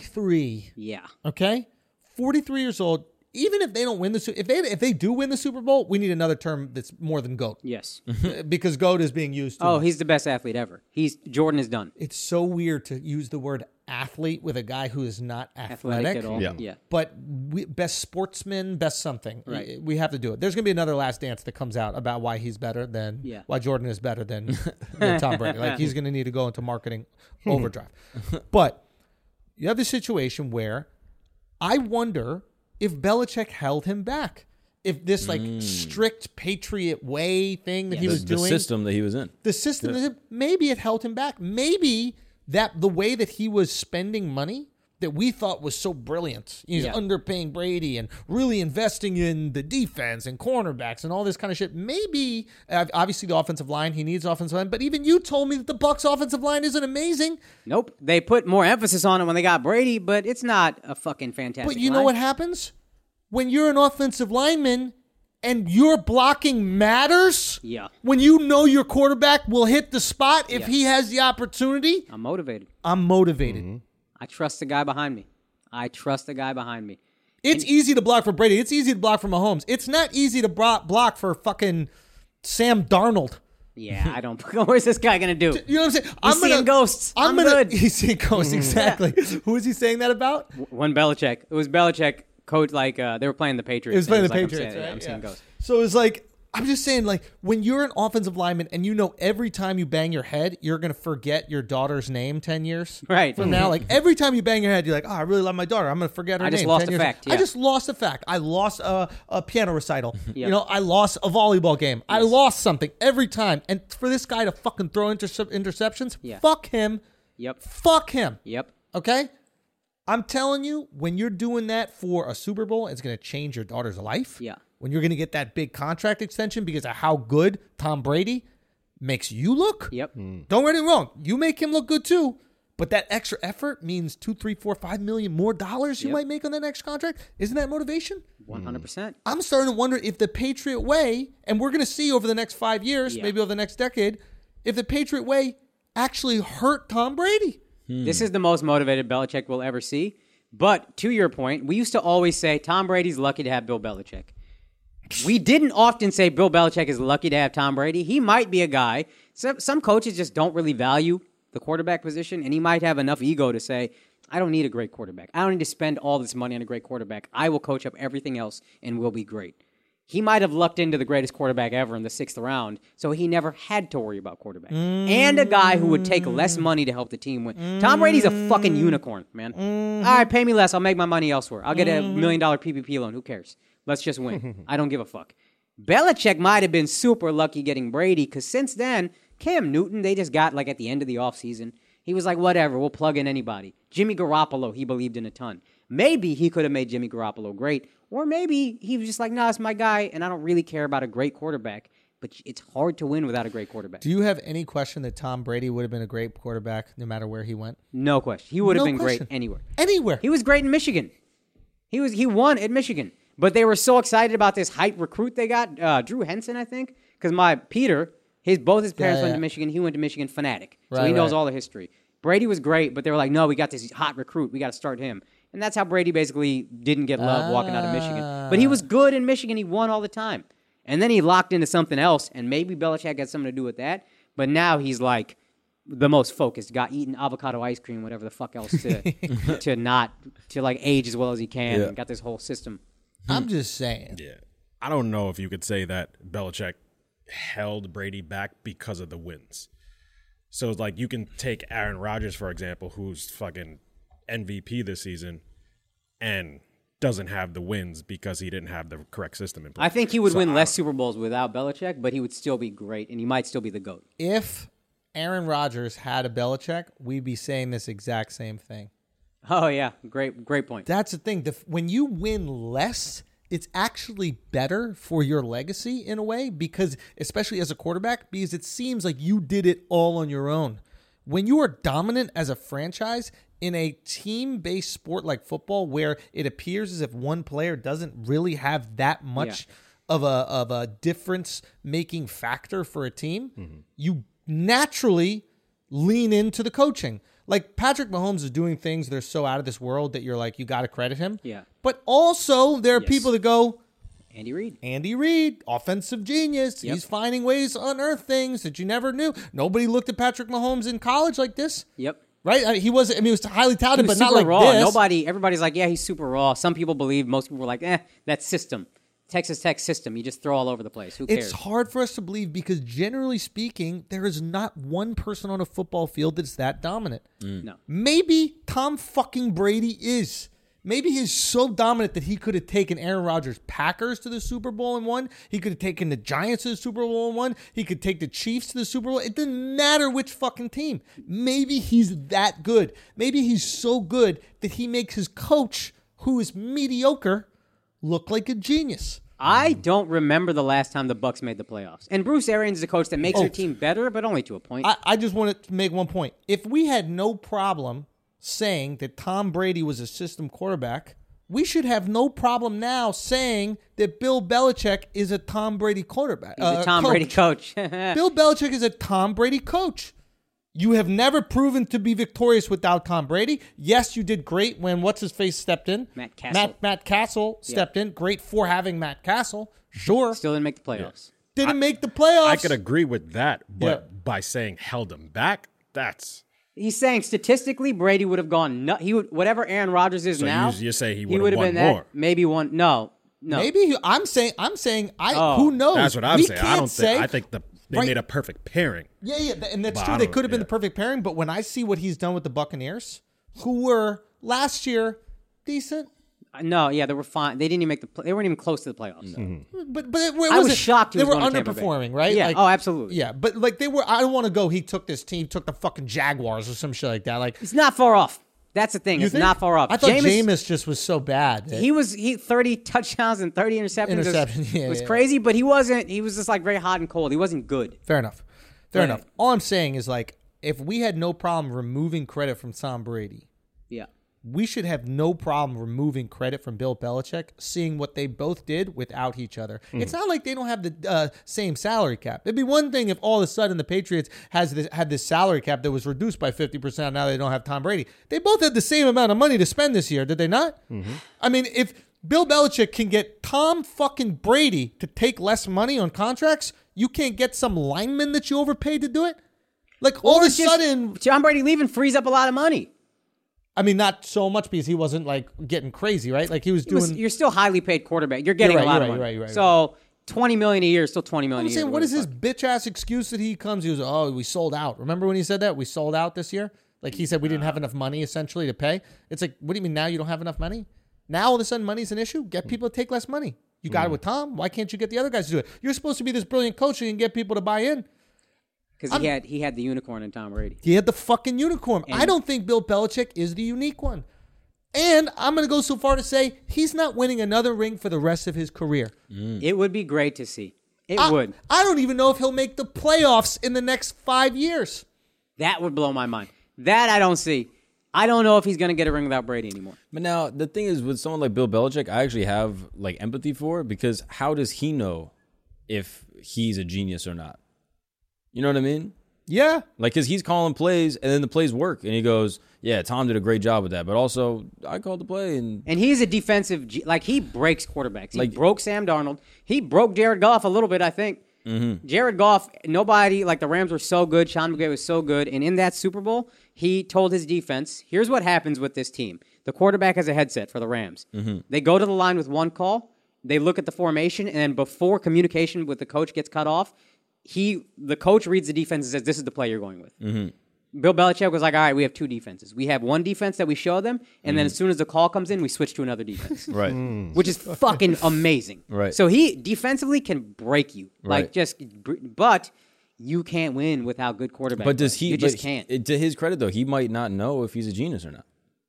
43, Yeah. okay, 43 years old, even if they don't win the, Su- if they if they do win the Super Bowl, we need another term that's more than goat Yes. Mm-hmm. because goat is being used. Too oh, much. he's the best athlete ever. He's Jordan is done. it's so weird to use the word athlete with a guy who is not athletic, Athletic, at all. Yeah. Yeah. but we, best sportsman, best something. Right. We have to do it. There's going to be another Last Dance that comes out about why he's better than, Yeah. why Jordan is better than, than Tom Brady. Like he's going to need to go into marketing overdrive. but you have the situation where I wonder if Belichick held him back. If this like strict patriot way thing that he The, was the doing, system that he was in. the system maybe it held him back maybe that the way that he was spending money that we thought was so brilliant. He's Yeah. underpaying Brady and really investing in the defense and cornerbacks and all this kind of shit. Maybe uh, obviously the offensive line, he needs offensive line, but even you told me that the Bucks offensive line isn't amazing. Nope. They put more emphasis on it when they got Brady, but it's not a fucking fantastic. But you know line. what happens? When you're an offensive lineman and your blocking matters, Yeah. when you know your quarterback will hit the spot if he has the opportunity, I'm motivated. I'm motivated. Mm-hmm. I trust the guy behind me. I trust the guy behind me. It's easy to block for Brady. It's easy to block for Mahomes. It's not easy to bro- block for fucking Sam Darnold. Yeah, I don't. Where's this guy gonna do? You know what I'm saying? He's seeing ghosts. I'm gonna. good. Mm-hmm. He's seeing ghosts. Exactly. Who is he saying that about? When Belichick, it was Belichick coach. Like uh, they were playing the Patriots. It was and playing the like, I'm Patriots. saying- right? yeah, I'm seeing Yeah. ghosts. So it's like I'm just saying, like when you're an offensive lineman and you know every time you bang your head, you're gonna forget your daughter's name ten years Right. from now. Like every time you bang your head, you're like, oh, I really love my daughter. I'm gonna forget her I name. just lost 10 a years. fact, I yeah. just lost a fact. I lost a, a piano recital. You know, I lost a volleyball game. I lost something every time. And for this guy to fucking throw intercep- interceptions, Yeah. fuck him. Yep. Fuck him. Yep. Okay? I'm telling you, when you're doing that for a Super Bowl, it's going to change your daughter's life. Yeah. When you're going to get that big contract extension because of how good Tom Brady makes you look. Mm. Yep. Don't get me wrong. You make him look good too. But that extra effort means two, three, four, five million more dollars you might make on that next contract. Isn't that motivation? One hundred percent. I'm starting to wonder if the Patriot way, and we're going to see over the next five years, Yeah. maybe over the next decade, if the Patriot way actually hurt Tom Brady. This is the most motivated Belichick we'll ever see. But to your point, we used to always say Tom Brady's lucky to have Bill Belichick. We didn't often say Bill Belichick is lucky to have Tom Brady. He might be a guy. Some, some coaches just don't really value the quarterback position, and he might have enough ego to say, I don't need a great quarterback. I don't need to spend all this money on a great quarterback. I will coach up everything else and will be great. He might have lucked into the greatest quarterback ever in the sixth round, so he never had to worry about quarterback. And a guy who would take less money to help the team win. Tom Brady's a fucking unicorn, man. All right, pay me less. I'll make my money elsewhere. I'll get a million dollar PPP loan. Who cares? Let's just win. I don't give a fuck. Belichick might have been super lucky getting Brady because since then, Cam Newton, they just got like at the end of the offseason. He was like, whatever, we'll plug in anybody. Jimmy Garoppolo, he believed in a ton. Maybe he could have made Jimmy Garoppolo great, or maybe he was just like, nah, it's my guy, and I don't really care about a great quarterback. But it's hard to win without a great quarterback. Do you have any question that Tom Brady would have been a great quarterback no matter where he went? no question. He would have No been question. great anywhere. Anywhere. He was great in Michigan. He was he won at Michigan, but they were so excited about this hype recruit they got, uh, Drew Henson, I think, because my Peter, his both his parents Yeah, went yeah. to Michigan. He went to Michigan fanatic, so Right, he knows right. all the history. Brady was great, but they were like, no, we got this hot recruit, we got to start him, and that's how Brady basically didn't Ah, get love walking out of Michigan. But he Ah. was good in Michigan; he won all the time, and then he locked into something else, and maybe Belichick had something to do with that. But now he's like the most focused guy eating avocado ice cream, whatever the fuck else to to not to like age as well as he can. And got this whole system. I'm just saying. Yeah. I don't know if you could say that Belichick held Brady back because of the wins. So it's like you can take Aaron Rodgers, for example, who's fucking MVP this season and doesn't have the wins because he didn't have the correct system in place. I think he would So win I- less Super Bowls without Belichick, but he would still be great, and he might still be the goat. If Aaron Rodgers had a Belichick, we'd be saying this exact same thing. Oh yeah, great great point. That's the thing. The, when you win less, it's actually better for your legacy in a way because, especially as a quarterback, because it seems like you did it all on your own. When you are dominant as a franchise in a team based sport like football, where it appears as if one player doesn't really have that much of a of a difference making factor for a team, Mm-hmm. you naturally lean into the coaching. Like Patrick Mahomes is doing things that are so out of this world that you're like, you got to credit him. Yeah. But also, there are people that go, Andy Reid. Andy Reid, offensive genius. Yep. He's finding ways to unearth things that you never knew. Nobody looked at Patrick Mahomes in college like this. Yep. Right? I mean, he was, I mean, he was highly touted, He was but not super like raw. this. Nobody, everybody's like, yeah, he's super raw. Some people believe, most people were like, eh, that system, Texas Tech system, you just throw all over the place. Who cares? It's hard for us to believe because generally speaking, there is not one person Mm. on a football field that's that dominant. No. Maybe Tom fucking Brady is. Maybe he's so dominant that he could have taken Aaron Rodgers' Packers to the Super Bowl in one. He could have taken the Giants to the Super Bowl in one. He could take the Chiefs to the Super Bowl. It didn't matter which fucking team. Maybe he's that good. Maybe he's so good that he makes his coach, who is mediocre, look like a genius. I mm. don't remember the last time the Bucks made the playoffs. And Bruce Arians is a coach that makes your team better, but only to a point. Oh. I, I just want to make one point. If we had no problem saying that Tom Brady was a system quarterback, we should have no problem now saying that Bill Belichick is a Tom Brady quarterback. uh, He's a Tom Brady coach. Bill- Bill Belichick is a Tom Brady coach. You have never proven to be victorious without Tom Brady. Yes, you did great when what's his face stepped in. Matt Castle. Matt, Matt Castle stepped in. Great for having Matt Castle. Sure. Still didn't make the playoffs. Didn't make the playoffs. I could agree with that, but Yeah. by saying held him back, that's He's saying statistically Brady would have gone nut. He would whatever Aaron Rodgers is So now. you- you say he he would've would've won been that, more. Maybe one. No, no. Maybe he- I'm saying I'm saying I Oh. who knows. that's what I'm We saying. I can't don't say- think I think the they Right. made a perfect pairing. Yeah, yeah, th- and that's But I true. They don't- could have been yeah. the perfect pairing, but when I see what he's done with the Buccaneers, who were last year decent, Uh, no. Yeah, they were fine. They didn't even make the. Play- they weren't even close to the playoffs. but but it, it I was wasn't- shocked he they was were going to Tampa Bay. underperforming, right? Yeah, Like- oh, absolutely. Yeah, but like they were. I don't want to go. He took this team, took the fucking Jaguars or some shit like that. Like It's not far off. That's the thing. you it's think? not far off. I thought Jameis- Jameis, just was so bad. that- he was he thirty touchdowns and thirty interceptions. was- Interception, was, yeah, yeah. crazy, but he wasn't. He was just like very hot and cold. He wasn't good. Fair enough. Fair Right. enough. All I'm saying is like if we had no problem removing credit from Tom Brady. Yeah. we should have no problem removing credit from Bill Belichick, seeing what they both did without each other. It's not like they don't have the uh, same salary cap. It'd be one thing if all of a sudden the Patriots has this, had this salary cap that was reduced by fifty percent. Now they don't have Tom Brady. They both had the same amount of money to spend this year, did they not? I mean, if Bill Belichick can get Tom fucking Brady to take less money on contracts, you can't get some lineman that you overpaid to do it. Like all of a It's just- sudden, Tom Brady leaving frees up a lot of money. I mean, not so much because he wasn't like getting crazy, right? Like he was He was- doing. you're still highly paid quarterback. You're getting You're right, a lot you're right, of money. you're right, you're so twenty million a year is still twenty million. I'm a year, saying, what is whatever his the fuck. bitch ass excuse that he comes? He was, oh, we sold out. Remember when he said that? We sold out this year? Like he said, we didn't have enough money essentially to pay. It's like, what do you mean now you don't have enough money? Now all of a sudden money's an issue? Get people to take less money. You got it with Tom. Why can't you get the other guys to do it? You're supposed to be this brilliant coach and you can get people to buy in. Because he had he had the unicorn in Tom Brady. He had the fucking unicorn. I And- don't think Bill Belichick is the unique one. And I'm going to go so far to say he's not winning another ring for the rest of his career. It would be great to see. It I- would. I don't even know if he'll make the playoffs in the next five years. That would blow my mind. That I don't see. I don't know if he's going to get a ring without Brady anymore. But now the thing is, with someone like Bill Belichick, I actually have like empathy for because how does he know if he's a genius or not? You know what I mean? Yeah. Like, cause he's calling plays and then the plays work, and he goes, "Yeah, Tom did a great job with that," but also I called the play and And he's a defensive, ge- like he breaks quarterbacks. He Like- broke Sam Darnold. He broke Jared Goff a little bit, I think. Jared Goff, nobody, like the Rams were so good. Sean McVay was so good. And in that Super Bowl, he told his defense, here's what happens with this team. The quarterback has a headset for the Rams. They go to the line with one call. They look at the formation. And then before communication with the coach gets cut off, he, the coach reads the defense and says, this is the play you're going with. Bill Belichick was like, all right, we have two defenses. We have one defense that we show them, and Mm. then as soon as the call comes in, we switch to another defense, right, Hmm. which is fucking amazing. Mm. Right. So he defensively can break you, like Right. just, br- but you can't win without good quarterback. but does play. he? You but just he- can't. it- to his credit, though, he might not know if he's a genius or not.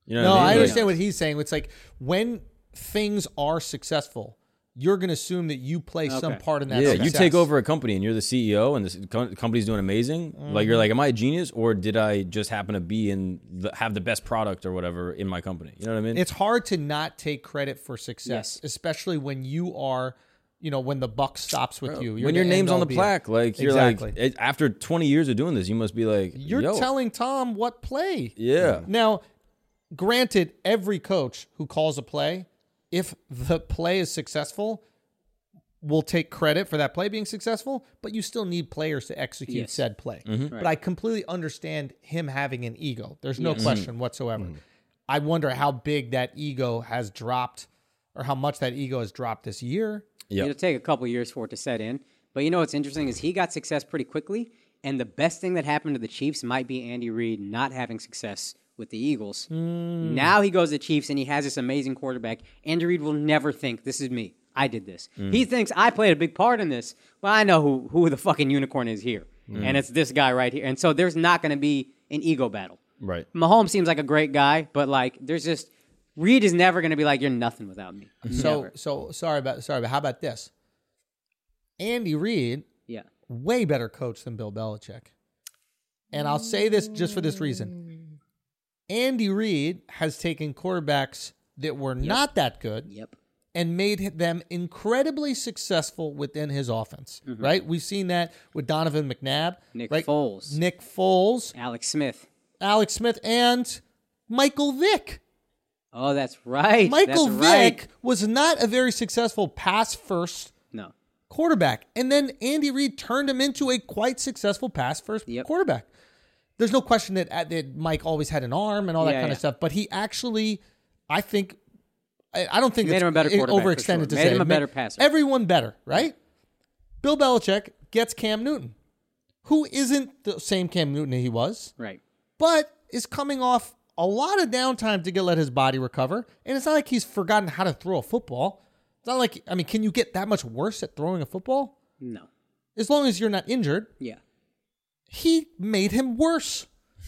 You know? No, what I, mean? I Like- understand what he's saying. It's like when things are successful, you're going to assume that you play some Okay. part in that. yeah, you success. take over a company and you're the CEO, and the co- company's doing amazing. Like Mm-hmm. you're like, am I a genius or did I just happen to be in the, have the best product or whatever in my company? You know what I mean? It's hard to not take credit for success, Yes. especially when you are, you know, when the buck stops with you. You're when your the name's on the end-all, be-all. plaque, like you're Exactly. like it, after 20 years of doing this, you must be like You're Yo, telling Tom what play. yeah, Now, granted, every coach who calls a play, if the play is successful, will take credit for that play being successful, but you still need players to execute Yes. said play. But I completely understand him having an ego. There's no question whatsoever. I wonder how big that ego has dropped or how much that ego has dropped this year. Yeah. It'll take a couple years for it to set in. But you know what's interesting is he got success pretty quickly, and the best thing that happened to the Chiefs might be Andy Reid not having success with the Eagles. Now he goes to the Chiefs and he has this amazing quarterback. Andy Reid will never think this is me. I did this. He thinks I played a big part in this, but I know who who the fucking unicorn is here, and it's this guy right here. And so there's not going to be an ego battle. Right. Mahomes seems like a great guy, but like there's just Reed is never going to be like you're nothing without me. So Never. so sorry about sorry, but how about this? Andy Reid, yeah, way better coach than Bill Belichick. And I'll say this just for this reason. Andy Reid has taken quarterbacks that were not that good yep, and made them incredibly successful within his offense. Right? We've seen that with Donovan McNabb, Mm-hmm. Nick right? Foles. Nick Foles, Alex Smith. Alex Smith, and Michael Vick. Oh, that's right. Michael That's Vick right. was not a very successful pass first No. quarterback. And then Andy Reid turned him into a quite successful pass first Yep. quarterback. There's no question that, uh, that Mike always had an arm and all that Yeah, kind yeah. of stuff, but he actually, I think, I, I don't think Made it's him a better it- quarterback, for overextended sure. to Made say him it a better passer. Everyone better, right? Bill Belichick gets Cam Newton, who isn't the same Cam Newton that he was Right. but is coming off a lot of downtime to get let his body recover. And it's not like he's forgotten how to throw a football. It's not like I mean, can you get that much worse at throwing a football? No. As long as you're not injured, Yeah. he made him worse.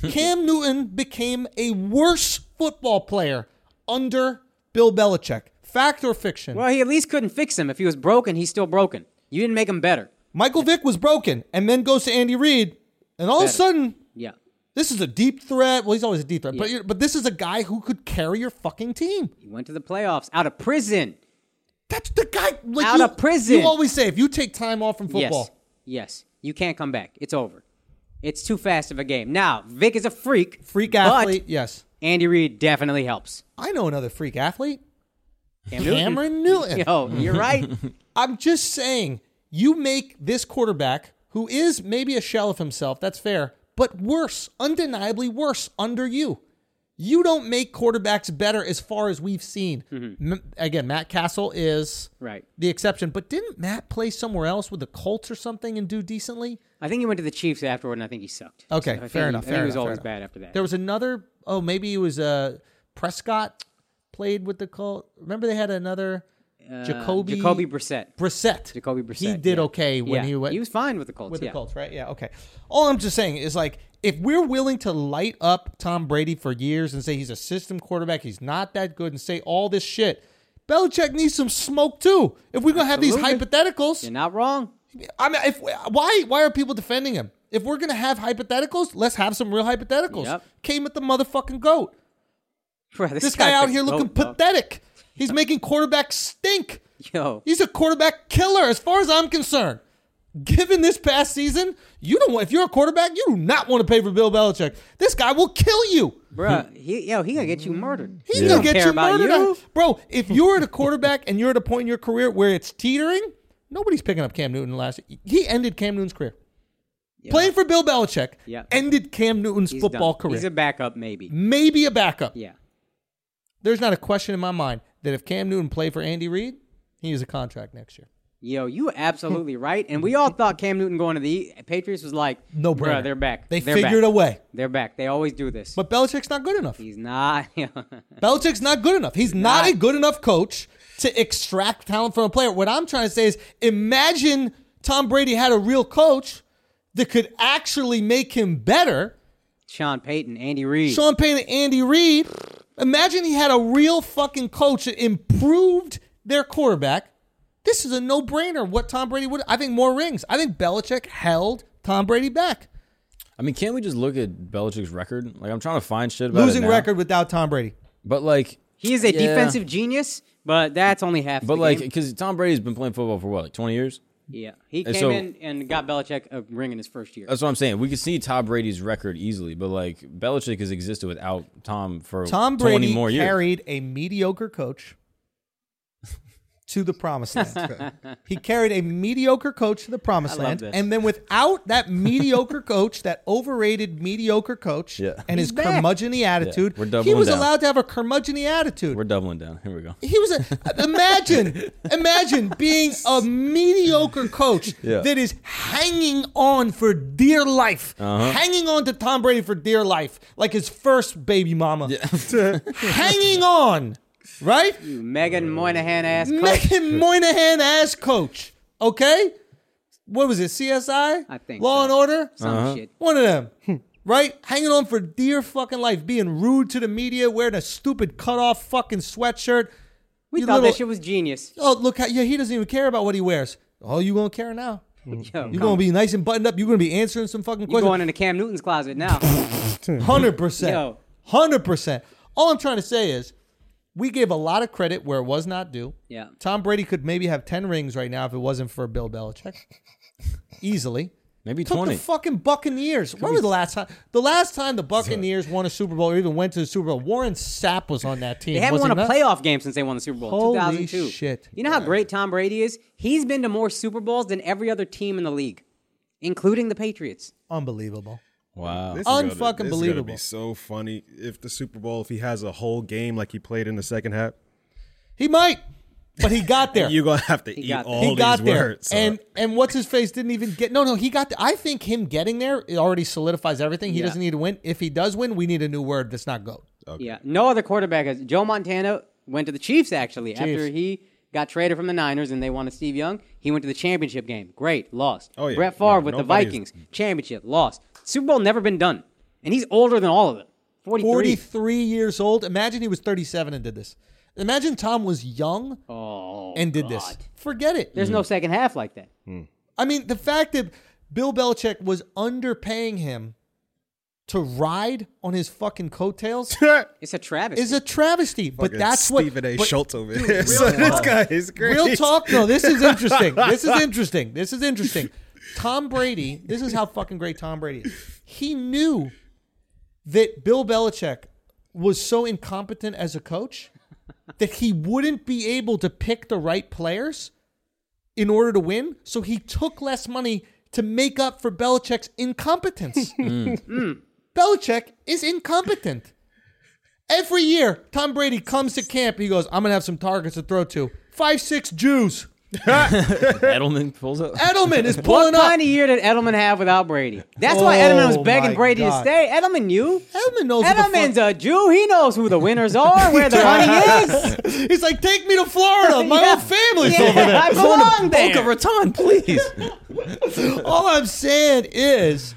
Cam Newton became a worse football player under Bill Belichick. Fact or fiction? Well, he at least couldn't fix him. If he was broken, he's still broken. You didn't make him better. Michael Vick was broken and then goes to Andy Reid, and all of a Better. sudden, Yeah. this is a deep threat. Well, he's always a deep threat, but you're, but this is a guy who could carry your fucking team. He went to the playoffs out of prison. That's the guy like, Out you, of prison. You always say if you take time off from football, Yes. Yes. You can't come back. It's over. It's too fast of a game. Now, Vic is a freak. freak but athlete. yes, Andy Reid definitely helps. I know another freak athlete, Newton. Cameron Newton. Yo, you're right. I'm just saying, you make this quarterback who is maybe a shell of himself. That's fair, but worse, undeniably worse under you. You don't make quarterbacks better as far as we've seen. M- again, Matt Castle is Mm-hmm. right. the exception, but didn't Matt play somewhere else with the Colts or something and do decently? I think he went to the Chiefs afterward, and I think he sucked. Okay, I think fair he- enough, I fair think he was enough, fair always enough. bad after that. There was another. Oh, maybe it was uh, Prescott played with the Colts. Remember they had another Jacoby Uh, Jacoby Brissett. Brissett. Jacoby Brissett. He did yeah. okay when Yeah, he went He was fine with the Colts. with yeah. the Colts, right? Yeah, okay. All I'm just saying is like if we're willing to light up Tom Brady for years and say he's a system quarterback, he's not that good, and say all this shit. Belichick needs some smoke too. If we're gonna have these Absolutely. hypotheticals, You're not wrong. I mean, if why why are people defending him? If we're gonna have hypotheticals, let's have some real hypotheticals. Yep. Came at the motherfucking goat. Bruh, This guy out could here looking vote, dog. pathetic. He's making quarterbacks stink. Yo, He's a quarterback killer, as far as I'm concerned. Given this past season, you don't want. If you're a quarterback, you do not want to pay for Bill Belichick. This guy will kill you. bruh, he yo, he gonna get you murdered. He's He gonna don't get care you about murdered, you. I- bro. If you're at a quarterback and you're at a point in your career where it's teetering, nobody's picking up Cam Newton last. He ended Cam Newton's career. Playing for Bill Belichick Yeah. ended Cam Newton's He's football done. career. He's a backup, maybe. Maybe a backup. Yeah, There's not a question in my mind that if Cam Newton played for Andy Reid, he is a contract next year. yo, you absolutely right. And we all thought Cam Newton going to the E- Patriots was like, No bruh, brainer. they're back. They They're figured back. a way. They're back. They always do this. But Belichick's not good enough. he's not. Belichick's not good enough. He's not, not. a good enough coach to extract talent from a player. What I'm trying to say is imagine Tom Brady had a real coach that could actually make him better. Sean Payton, Andy Reid. Sean Payton and Andy Reid. Imagine he had a real fucking coach that improved their quarterback. This is a no brainer. What Tom Brady would, I think, more rings. I think Belichick held Tom Brady back. I mean, can't we just look at Belichick's record? Like, I'm trying to find shit about it Losing now. record without Tom Brady. but like he is a Yeah. defensive genius, but that's only half. But the like, game. because Tom Brady's been playing football for what, like 20 years? yeah, he and came so- Uh, in and got Belichick a ring in his first year. That's what I'm saying. We could see Tom Brady's record easily, but like Belichick has existed without Tom for Tom 20 Brady more years. carried a mediocre coach to the promised land. he carried a mediocre coach to the promised love land, this. and then without that mediocre coach, that overrated mediocre coach, Yeah. and his curmudgeon attitude, We're he doubling was down. allowed to have a curmudgeon attitude. We're doubling down. Here we go. he was a, imagine imagine being a mediocre coach Yeah. that is hanging on for dear life hanging on to tom brady for dear life like his first baby mama hanging on right uh, Megan Moynihan ass coach. Megan Moynihan ass coach. Okay? What was it? CSI? I think Law so. and Order? Some Uh-huh. shit. One of them. right? Hanging on for dear fucking life, being rude to the media, wearing a stupid cut off fucking sweatshirt. We You thought little- that shit was genius. Oh, look how yeah, he doesn't even care about what he wears. Oh, you gonna care now. Yo, You're gonna be nice and buttoned up. You're gonna be answering some fucking you questions. going into Cam Newton's closet now. Hundred percent. Yo. Hundred percent. All I'm trying to say is, we gave a lot of credit where it was not due. Yeah. Tom Brady could maybe have ten rings right now if it wasn't for Bill Belichick. Easily. Maybe Took twenty. the fucking Buccaneers. When was the last time? The last time the Buccaneers won a Super Bowl or even went to the Super Bowl, Warren Sapp was on that team. They was haven't won he a not? playoff game since they won the Super Bowl. Holy 2002. shit. You know how great Tom Brady is? He's been to more Super Bowls than every other team in the league, including the Patriots. Unbelievable. wow. This is gonna- Unfucking this is gonna believable. Be so funny if the Super Bowl if he has a whole game like he played in the second half. He might, but he got there. You're gonna have to eat got there. all he these got there, words. so- and and what's his face didn't even get. No, no, he got. There. I think him getting there it already solidifies everything. He Yeah. doesn't need to win. If he does win, we need a new word that's not goat. Yeah. No other quarterback has. Joe Montana went to the Chiefs, actually, after he got traded from the Niners and they wanted Steve Young. He went to the championship game. Great. Lost. Oh, yeah. Brett Favre No, with the nobody's- Vikings. Championship. Lost. Super Bowl never been done. And he's older than all of them. 43. Forty three years old. Imagine he was thirty seven and did this. Imagine Tom was young Oh, and did this. Forget it. Oh, There's no second half like that. I mean, the fact that Bill Belichick was underpaying him to ride on his fucking coattails It's a travesty. is a travesty. But Fucking that's what Stephen A. but- Schultz over here. So this guy is great. Real talk, though. This is interesting. This is interesting. This is interesting. Tom Brady, this is how fucking great Tom Brady is. He knew that Bill Belichick was so incompetent as a coach that he wouldn't be able to pick the right players in order to win. So he took less money to make up for Belichick's incompetence. Belichick is incompetent. Every year, Tom Brady comes to camp. He goes, "I'm gonna have some targets to throw to." Five six Jews. Edelman pulls up. Edelman is What pulling up. kind of year did Edelman have without Brady? That's why Edelman was Oh, my begging Brady God. to stay. Edelman knew. Edelman knows. who the Edelman's a Jew. He knows who the winners are, where the money is. fuck- He's like, "Take me to Florida. My Yeah. whole family's Yeah, over there." I belong Boca there. Raton, please. All I'm saying is,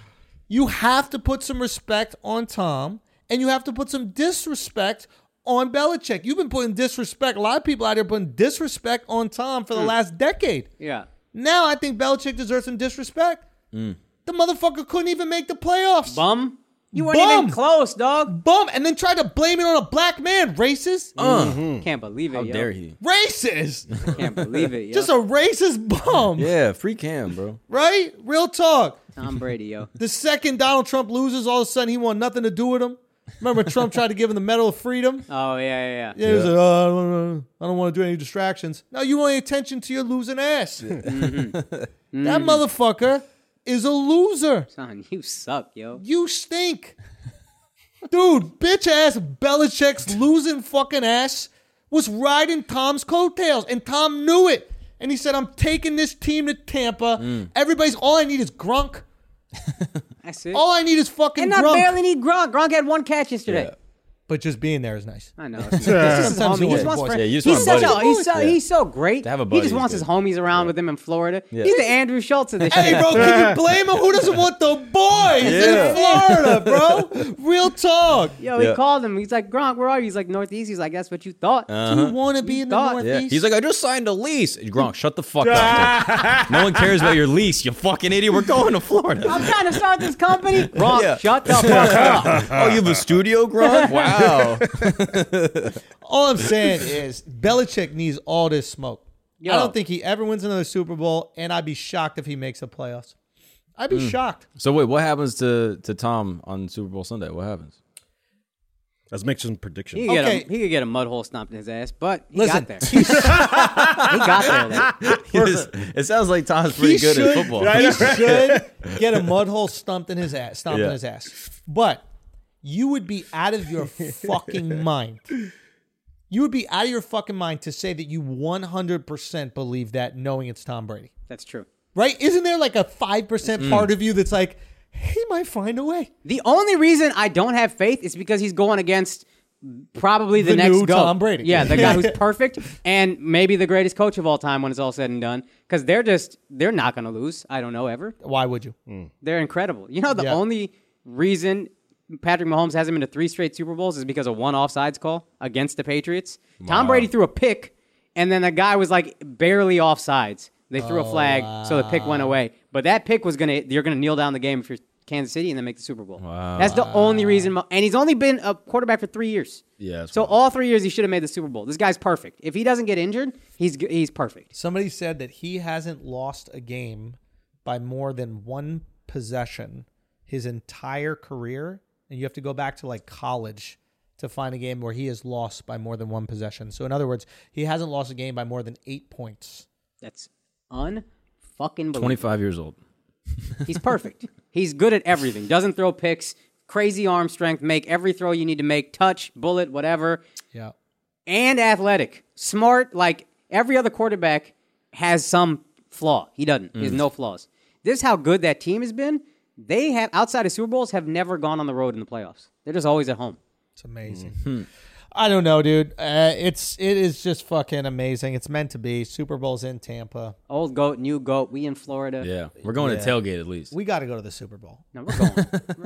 you have to put some respect on Tom, and you have to put some disrespect on Belichick. You've been putting disrespect. A lot of people out here putting disrespect on Tom for the Mm. last decade. Yeah. Now I think Belichick deserves some disrespect. The motherfucker couldn't even make the playoffs. Bum. You weren't Bum. even close, dog. Bum, and then tried to blame it on a black man. Racist. Hmm. Can't believe it, How yo. dare he? Racist. Can't believe it, yo. Just a racist bum. Yeah, free cam, bro. Right? Real talk. Tom Brady, yo. The second Donald Trump loses, all of a sudden he want nothing to do with him. Remember Trump tried to give him the Medal of Freedom? Oh yeah, yeah, yeah. Yeah, he was like, oh, I don't, wanna- I don't want to do any distractions. No, you want any attention to your losing ass. That motherfucker is a loser. Son, you suck, yo. You stink. Dude, bitch ass Belichick's losing fucking ass was riding Tom's coattails, and Tom knew it. And he said, I'm taking this team to Tampa. Mm. Everybody's, all I need is Grunk. That's it. All I need is fucking and I Grunk. barely need Gronk. Gronk had one catch yesterday. but just being there is nice. I know. It's just his Sometimes homie. you He just want wants boys. friends. Yeah, you just he's, want such a, buddies. he's, so, Yeah. he's so great. To have a he buddy just is wants good. his homies around with him in Florida. He's the Andrew Schultz of this Hey, shit. bro, can you blame him? Who doesn't want the boys in Florida, bro? Real talk. Yo, Yeah. he called him. He's like, Gronk, where are you? He's like, Northeast. He's like, that's what you thought. Do you want to be You in the thought- Uh-huh. Yeah. Northeast? He's like, I just signed a lease. Gronk, shut the fuck up. dude. no one cares about your lease, you fucking idiot. We're going to Florida. I'm trying to start this company. Gronk, Yeah. shut the fuck up. oh, you have a studio, Gronk? Wow. All I'm saying is Belichick needs all this smoke. Yo. I don't think he ever wins another Super Bowl, and I'd be shocked if he makes the playoffs. I'd Hmm. be shocked. so wait, what happens to, to Tom on Super Bowl Sunday? What happens? Let's make some predictions. He could, Okay. get a, he could get a mud hole stomped in his ass, but he Listen, got there. he got there. though. it sounds like Tom's pretty good should- at football. He should get a mud hole stumped in his ass, stomped in Yeah. his ass. But you would be out of your fucking mind. You would be out of your fucking mind to say that you 100% believe that knowing it's Tom Brady. That's true. Right? Isn't there like a 5% Mm. part of you that's like, he might find a way? The only reason I don't have faith is because he's going against probably the, The next new goat. Tom Brady. Yeah, the guy who's perfect and maybe the greatest coach of all time when it's all said and done. Because they're just they're not going to lose. I don't know ever. Why would you? They're incredible. You know the Yeah. only reason Patrick Mahomes hasn't been to three straight Super Bowls is because of one offsides call against the Patriots. Tom Brady threw a pick, and then the guy was like barely offsides. They threw Oh, a flag, so the pick went away. But that pick was gonna you're gonna kneel down the game if you're Kansas City and then make the Super Bowl. That's the only reason. Mo- And he's only been a quarterback for three years. Yeah, that's So wild. all three years he should have made the Super Bowl. This guy's perfect. If he doesn't get injured, he's g- he's perfect. Somebody said that he hasn't lost a game by more than one possession his entire career. And you have to go back to like college to find a game where he has lost by more than one possession. So, in other words, he hasn't lost a game by more than eight points. That's un fucking believable. 25 years old. He's perfect. He's good at everything. Doesn't throw picks. Crazy arm strength. Make every throw you need to make. Touch, bullet, whatever. Yeah. And athletic, smart. Like every other quarterback has some flaw. He doesn't. He has Mm. no flaws. This is how good that team has been. They have outside of Super Bowls have never gone on the road in the playoffs. They're just always at home. It's amazing. I don't know, dude. Uh, it's it is just fucking amazing. It's meant to be. Super Bowl's in Tampa. Old goat, new goat. We in Florida. Yeah. We're going to tailgate at least. We got to go to the Super Bowl. No, we're going.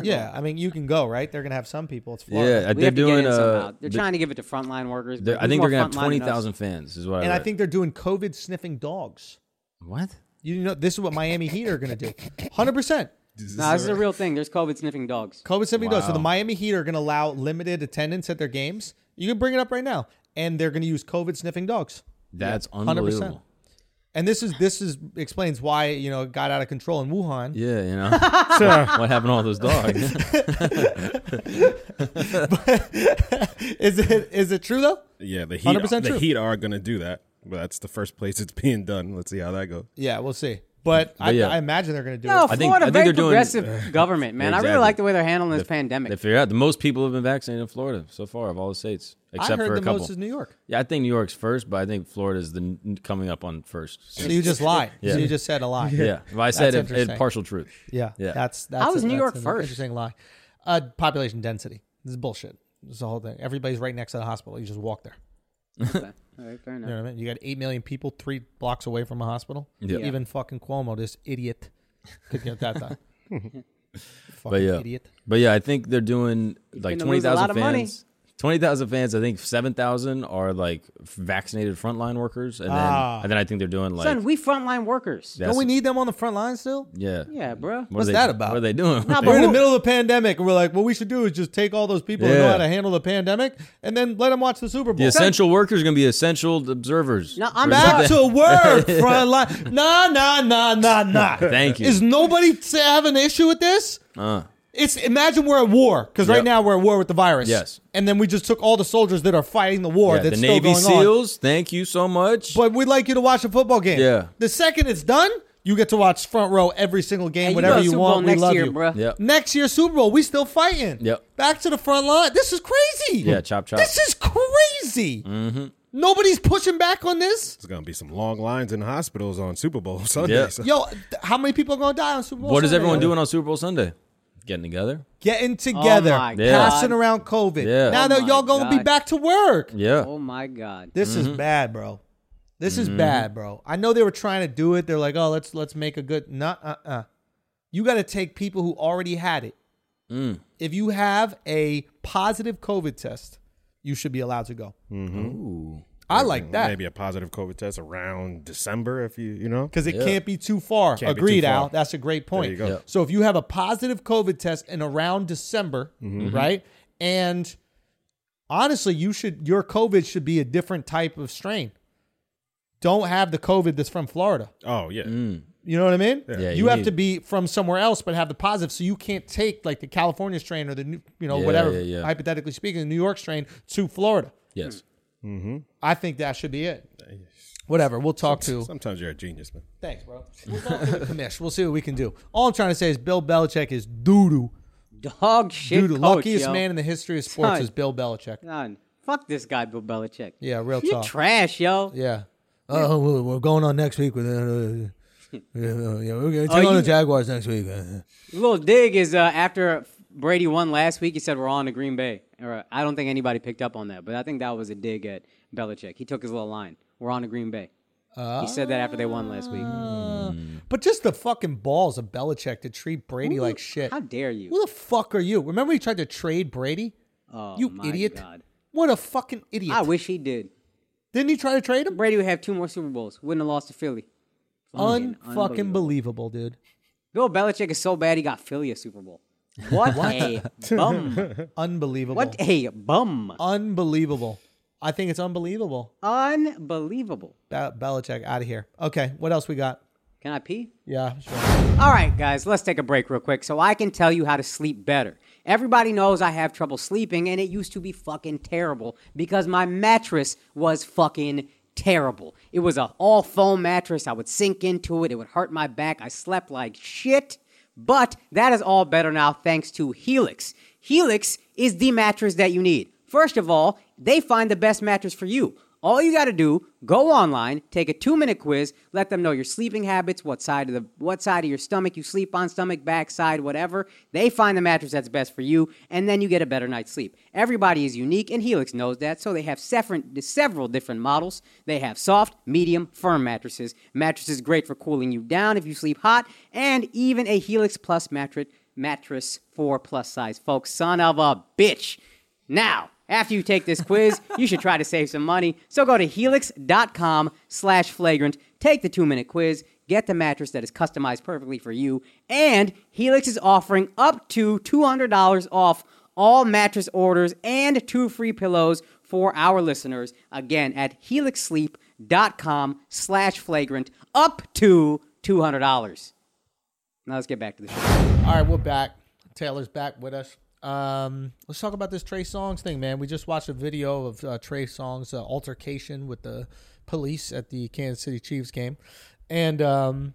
Yeah, I mean, you can go, right? They're gonna have some people. It's Florida. yeah. we Uh, they're have to get doing in uh, somehow. They're the- trying to give it to frontline workers. they're- I Who's think more they're going to have frontline than us? 20,000 fans, is what and I I read. think they're doing COVID sniffing dogs. What? You know, this is what Miami Heat are going to do. 100%. No, this is a real thing. There's COVID sniffing dogs. COVID sniffing dogs. So the Miami Heat are going to allow limited attendance at their games. You can bring it up right now. And they're going to use COVID sniffing dogs. That's 100%. unbelievable. And this is this is explains why, you know, it got out of control in Wuhan. Yeah, you know. what happened to all those dogs? Is it is it true though? Yeah, the heat, 100% the true. heat are gonna do that, but that's the first place it's being done. Let's see how that goes. Yeah, we'll see. But, I, yeah. I imagine they're going to do No, it. I think- I Florida, think very they're doing- progressive government, man. I really Exactly. like the way they're handling this pandemic. They figured out the most people have been vaccinated in Florida so far of all the states, I except heard for the a couple. most is New York. yeah, I think New York's first, but I think Florida is the n- coming up on first. So, So you just lied. Yeah. So you just said a lie. yeah, if I said it, interesting. it, partial truth. Yeah, Yeah. That's that's was a- New that's York an first? Interesting lie. Uh, population density. This is bullshit. This is the whole thing. Everybody's right next to the hospital. You just walk there. Okay. All right, fair You enough. know what I mean? You got eight million people, three blocks away from a hospital. Yeah. Yeah. Even fucking Cuomo, this idiot, could get that done. fucking But yeah, idiot. but yeah, I think they're doing like gonna lose twenty a lot thousand of money. fans. Twenty thousand fans. I think seven thousand are like vaccinated frontline workers, and then and then I think they're doing like Son, we frontline workers. that's- Don't Ah. we need them on the front line still? yeah Yeah, bro. What are What's they- that about? What are they doing? Nah, We're in the who- middle of a pandemic, and we're like, what we should do is just take all those people who know Yeah. how to handle the pandemic, and then let them watch the Super Bowl. the essential workers are going to be essential observers. No, I'm For Back something- to work, front line. Nah, nah, nah, nah, nah. Thank you. Is nobody s- have an issue with this? Uh. It's imagine we're at war because right Yep. now we're at war with the virus. Yes. and then we just took all the soldiers that are fighting the war Yeah, the that's still Navy going on. SEALs. Thank you so much. But we'd like you to watch a football game. Yeah. The second it's done, you get to watch front row every single game, Hey, you whatever got a you Super want. Bowl we next love year, you. bruh. Yep. Next year Super Bowl, we still fighting. Yep. Back to the front line. This is crazy. Yeah, chop, chop. This is crazy. Mm-hmm. Nobody's pushing back on this. There's gonna be some long lines in hospitals on Super Bowl Sunday. Yeah. so- Yo, th- how many people are gonna die on Super Bowl? What is Sunday? everyone doing on Super Bowl Sunday? Getting together? Getting together, Oh my Yeah. God. passing around COVID. Yeah. Now Oh that my y'all gonna be God. back to work. Yeah. Mm-hmm. Oh my God. This is bad, bro. This is bad, bro. I know they were trying to do it. They're like, oh, let's let's make a good. Nah, uh, uh. You got to take people who already had it. Mm. If you have a positive COVID test, you should be allowed to go. Mm-hmm. I like that Maybe a positive COVID test around December if you you know. because it can't be too far. Can't be Agreed, too far. Al. That's a great point. you go. Yep. So if you have a positive COVID test in around December, Mm-hmm. right, and honestly, you should your COVID should be a different type of strain. Don't have the COVID that's from Florida. Oh yeah. You know what I mean? Yeah, you, you have need- to be from somewhere else, but have the positive, so you can't take like the California strain or the new, you know Yeah, whatever yeah, yeah. hypothetically speaking, the New York strain to Florida. Yes. I think that should be it. Whatever. We'll talk to. Sometimes you're a genius, man. Thanks, bro. We'll talk to the commish. We'll see what we can do. All I'm trying to say is Bill Belichick is doo doo. Dog shit. Dude, the coach, luckiest yo. man in the history of sports Son. is Bill Belichick. Son, fuck this guy, Bill Belichick. Yeah, real You talk. trash, yo. yeah. Oh, we're- we're going on next week with. Uh, uh, yeah, we're going to take you- on the Jaguars next week. Uh, Little dig is uh, after Brady won last week, he said we're on to Green Bay. Or, uh, I don't think anybody picked up on that, but I think that was a dig at Belichick. He took his little line. We're on to Green Bay. he said that after they won last week. But just the fucking balls of Belichick to treat Brady Who- like shit. How dare you? Who the fuck are you? Remember he tried to trade Brady? Oh, you my idiot. God. What a fucking idiot. I wish he did. Didn't he try to trade him? Brady would have two more Super Bowls. Wouldn't have lost to Philly. Fucking Unfucking believable, dude. Bill Belichick is so bad he got Philly a Super Bowl. What, a bum. Unbelievable. What a bum. Unbelievable. I think it's unbelievable. Unbelievable. Be- Belichick out of here. Okay, what else we got? Can I pee? Yeah, sure. All right, guys, let's take a break real quick so I can tell you how to sleep better. Everybody knows I have trouble sleeping, and it used to be fucking terrible because my mattress was fucking terrible. It was a all foam mattress. I would sink into it, it would hurt my back. I slept like shit. But that is all better now thanks to Helix. Helix is the mattress that you need. First of all, they find the best mattress for you. All you got to do, go online, take a 2-minute quiz, let them know your sleeping habits, what side of the what side of your stomach you sleep on, stomach, back, side, whatever. They find the mattress that's best for you and then you get a better night's sleep. Everybody is unique and Helix knows that, so they have several several different models. They have soft, medium, firm mattresses. Mattresses great for cooling you down if you sleep hot and even a Helix Plus mattress mattress for plus size folks. Son of a bitch. Now, after you take this quiz, you should try to save some money. So go to helix.com slash flagrant, take the two minute quiz, get the mattress that is customized perfectly for you, and Helix is offering up to $200 off all mattress orders and two free pillows for our listeners. Again, at helixsleep.com slash flagrant, up to $200. Now let's get back to the show. All right, we're back. Taylor's back with us. Um, let's talk about this Trey Songs thing, man. We just watched a video of uh, Trey Songs' uh, altercation with the police at the Kansas City Chiefs game, and um,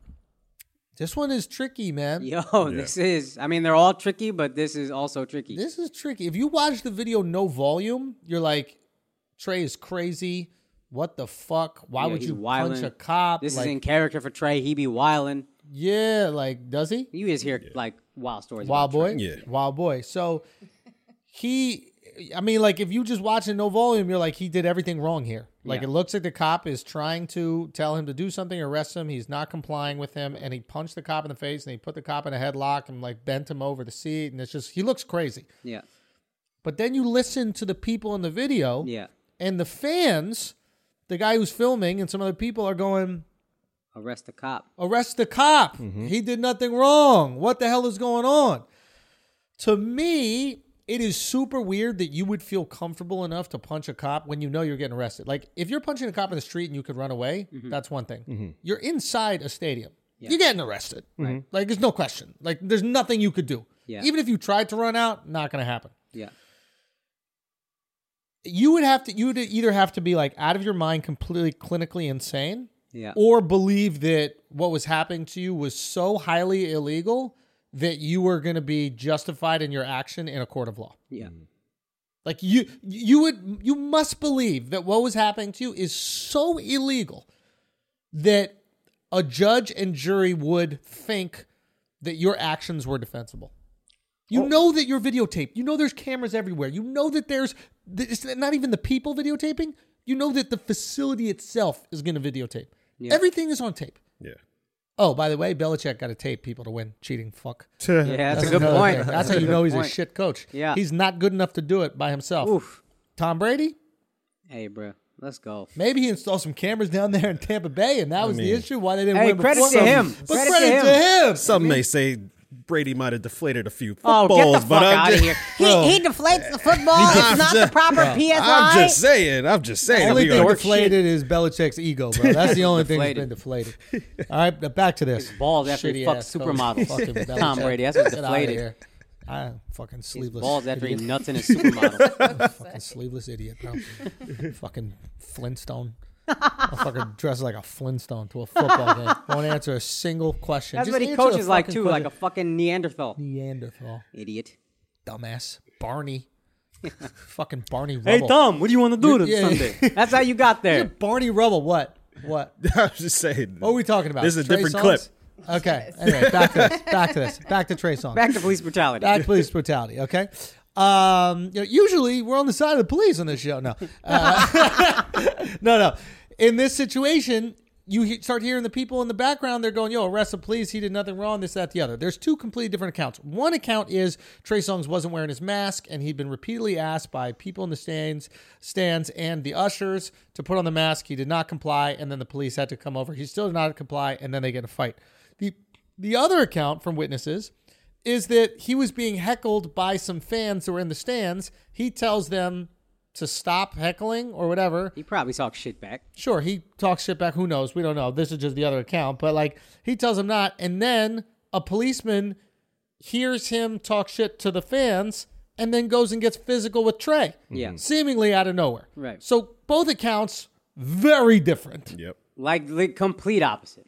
this one is tricky, man. Yo, this is. I mean, they're all tricky, but this is also tricky. This is tricky. If you watch the video no volume, you're like, Trey is crazy. What the fuck? Why Yeah, would he's you punch wildin'. a cop? This Like, is in character for Trey. He be wildin'. yeah, like does he? You just hear like wild stories. Wild boy, about Yeah. wild boy. So he, I mean, like if you just watching no volume, you're like he did everything wrong here. Like Yeah. it looks like the cop is trying to tell him to do something, arrest him. He's not complying with him, and he punched the cop in the face, and he put the cop in a headlock, and like bent him over the seat, and it's just he looks crazy. Trey. Yeah, But then you listen to the people in the video, yeah. and the fans, the guy who's filming, and some other people are going, Arrest the cop. arrest the cop. He did nothing wrong. What the hell is going on? To me, it is super weird that you would feel comfortable enough to punch a cop when you know you're getting arrested. Like if you're punching a cop in the street and you could run away, that's one thing. You're inside a stadium. You're getting arrested. Like there's no question. Like there's nothing you could do. Yeah. Even if you tried to run out, not going to happen Yeah, you would have to you would either have to be like out of your mind completely clinically insane Yeah. or believe that what was happening to you was so highly illegal that you were going to be justified in your action in a court of law yeah. like you you would you must believe that what was happening to you is so illegal that a judge and jury would think that your actions were defensible. You Oh. know that you're videotaped. You know there's cameras everywhere. You know that there's that it's not even the people videotaping. You know that the facility itself is going to videotape. Everything is on tape. Yeah. Oh, by the way, Belichick got to tape people to win. Cheating fuck. Yeah, that's, a good another point. thing. That's how a you good know he's a point. shit coach. Yeah. He's not good enough to do it by himself. Oof. Tom Brady, Hey, bro, let's go. maybe he installed some cameras down there in Tampa Bay, and that was the issue why they didn't Hey, win. credit before. to him. But Credit credit to to him. Some may say Brady might have deflated a few Oh, footballs, get the but fuck I'm out of just, here. Oh. He, he deflates the football. it's not the proper PSI. I'm just saying. I'm just saying. only We thing gonna- deflated is Belichick's ego, bro. That's the only thing that's been deflated. All right, but back to this. balls after he Shitty fucks ass coach, supermodels. fucking Tom Belichick. Brady, that's what's Get outta deflated. here. I'm fucking sleeveless. Balls after he idiot. nuts in a supermodel. fucking sleeveless idiot, bro. fucking Flintstone. I'll fucking dress like a Flintstone to a football game. Won't answer a single question. That's Just what he answer the coaches like fucking too, question. like a fucking Neanderthal. Neanderthal. Idiot. Dumbass. Barney. fucking Barney Rubble. Hey Tom, what do you want to do this yeah. Sunday? That's how you got there. Barney Rubble, what? What? I'm just saying. What are we talking about? This is a Trey different Songz? Okay. Anyway, back to this. Back to this. Back to Trey Songz. Back to police brutality. Back to police brutality. Okay. Um, you know, usually we're on the side of the police on this show. No, Uh, no, no. In this situation, you he- start hearing the people in the background. They're going, "Yo, arrest the police. He did nothing wrong. This, that, the other." There's two completely different accounts. One account is Trey Songz wasn't wearing his mask, and he'd been repeatedly asked by people in the stands, stands, and the ushers to put on the mask. He did not comply, and then the police had to come over. He still did not comply, and then they get in a fight. The the other account from witnesses is that he was being heckled by some fans who were in the stands. He tells them to stop heckling or whatever. He probably talked shit back. Sure, he talks shit back. Who knows? We don't know. This is just the other account. But like, he tells him not. And then a policeman hears him talk shit to the fans and then goes and gets physical with Trey. Yeah. Mhm. Seemingly out of nowhere. Right. So both accounts, very different. Yep. Like the complete opposite.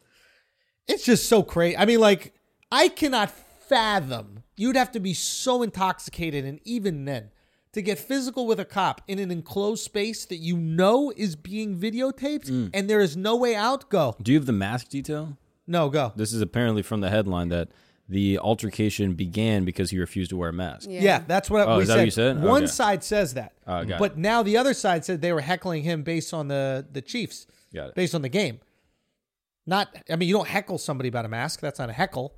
It's just so crazy. I mean, like, I cannot fathom. You'd have to be so intoxicated, and even then, to get physical with a cop in an enclosed space that you know is being videotaped Mm. and there is no way out. Go. Do you have the mask detail? No, go. This is apparently from the headline that the altercation began because he refused to wear a mask. Yeah, that's what Oh, we is that said. what you said? One Okay. side says that, Oh, got it. but now the other side said they were heckling him based on the the Chiefs, Got it. based on the game. Not, I mean, you don't heckle somebody about a mask. That's not a heckle,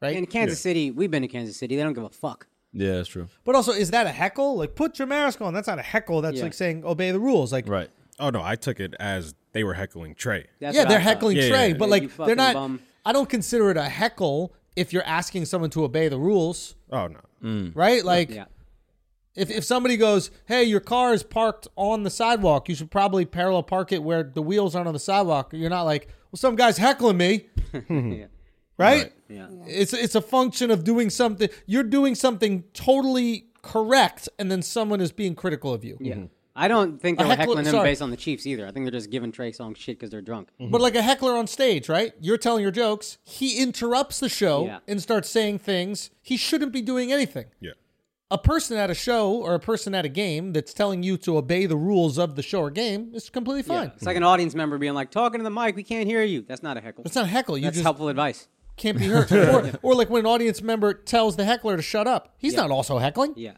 right? In Kansas City, we've been to Kansas City. They don't give a fuck. Yeah, that's true. But also, is that a heckle? Like, put your mask on. That's not a heckle. That's Yeah. like saying obey the rules. Like, Right. Oh no, I took it as they were heckling Trey. That's yeah, what I they're thought. heckling Yeah, Trey, yeah. but Yeah, you like fucking they're not. bum. I don't consider it a heckle if you're asking someone to obey the rules, Oh no. Mm. Hmm. right? Like, Yeah. if if somebody goes, "Hey, your car is parked on the sidewalk. You should probably parallel park it where the wheels aren't on the sidewalk." You're not like, "Well, some guy's heckling me," right? Yeah. It's it's a function of doing something. You're doing something totally correct, and then someone is being critical of you. Yeah. I don't think they A were heckler- heckling him sorry. based on the Chiefs either. I think they're just giving Trey Song shit because they're drunk. But like a heckler on stage, right? You're telling your jokes. He interrupts the show Yeah. and starts saying things. He shouldn't be doing anything. Yeah. A person at a show or a person at a game that's telling you to obey the rules of the show or game is completely Yeah. fine. It's like an audience member being like, talking to the mic, we can't hear you. That's not a heckle. It's not a heckle. You That's just helpful advice. can't be hurt. or, or like when an audience member tells the heckler to shut up, he's not also heckling. Yeah.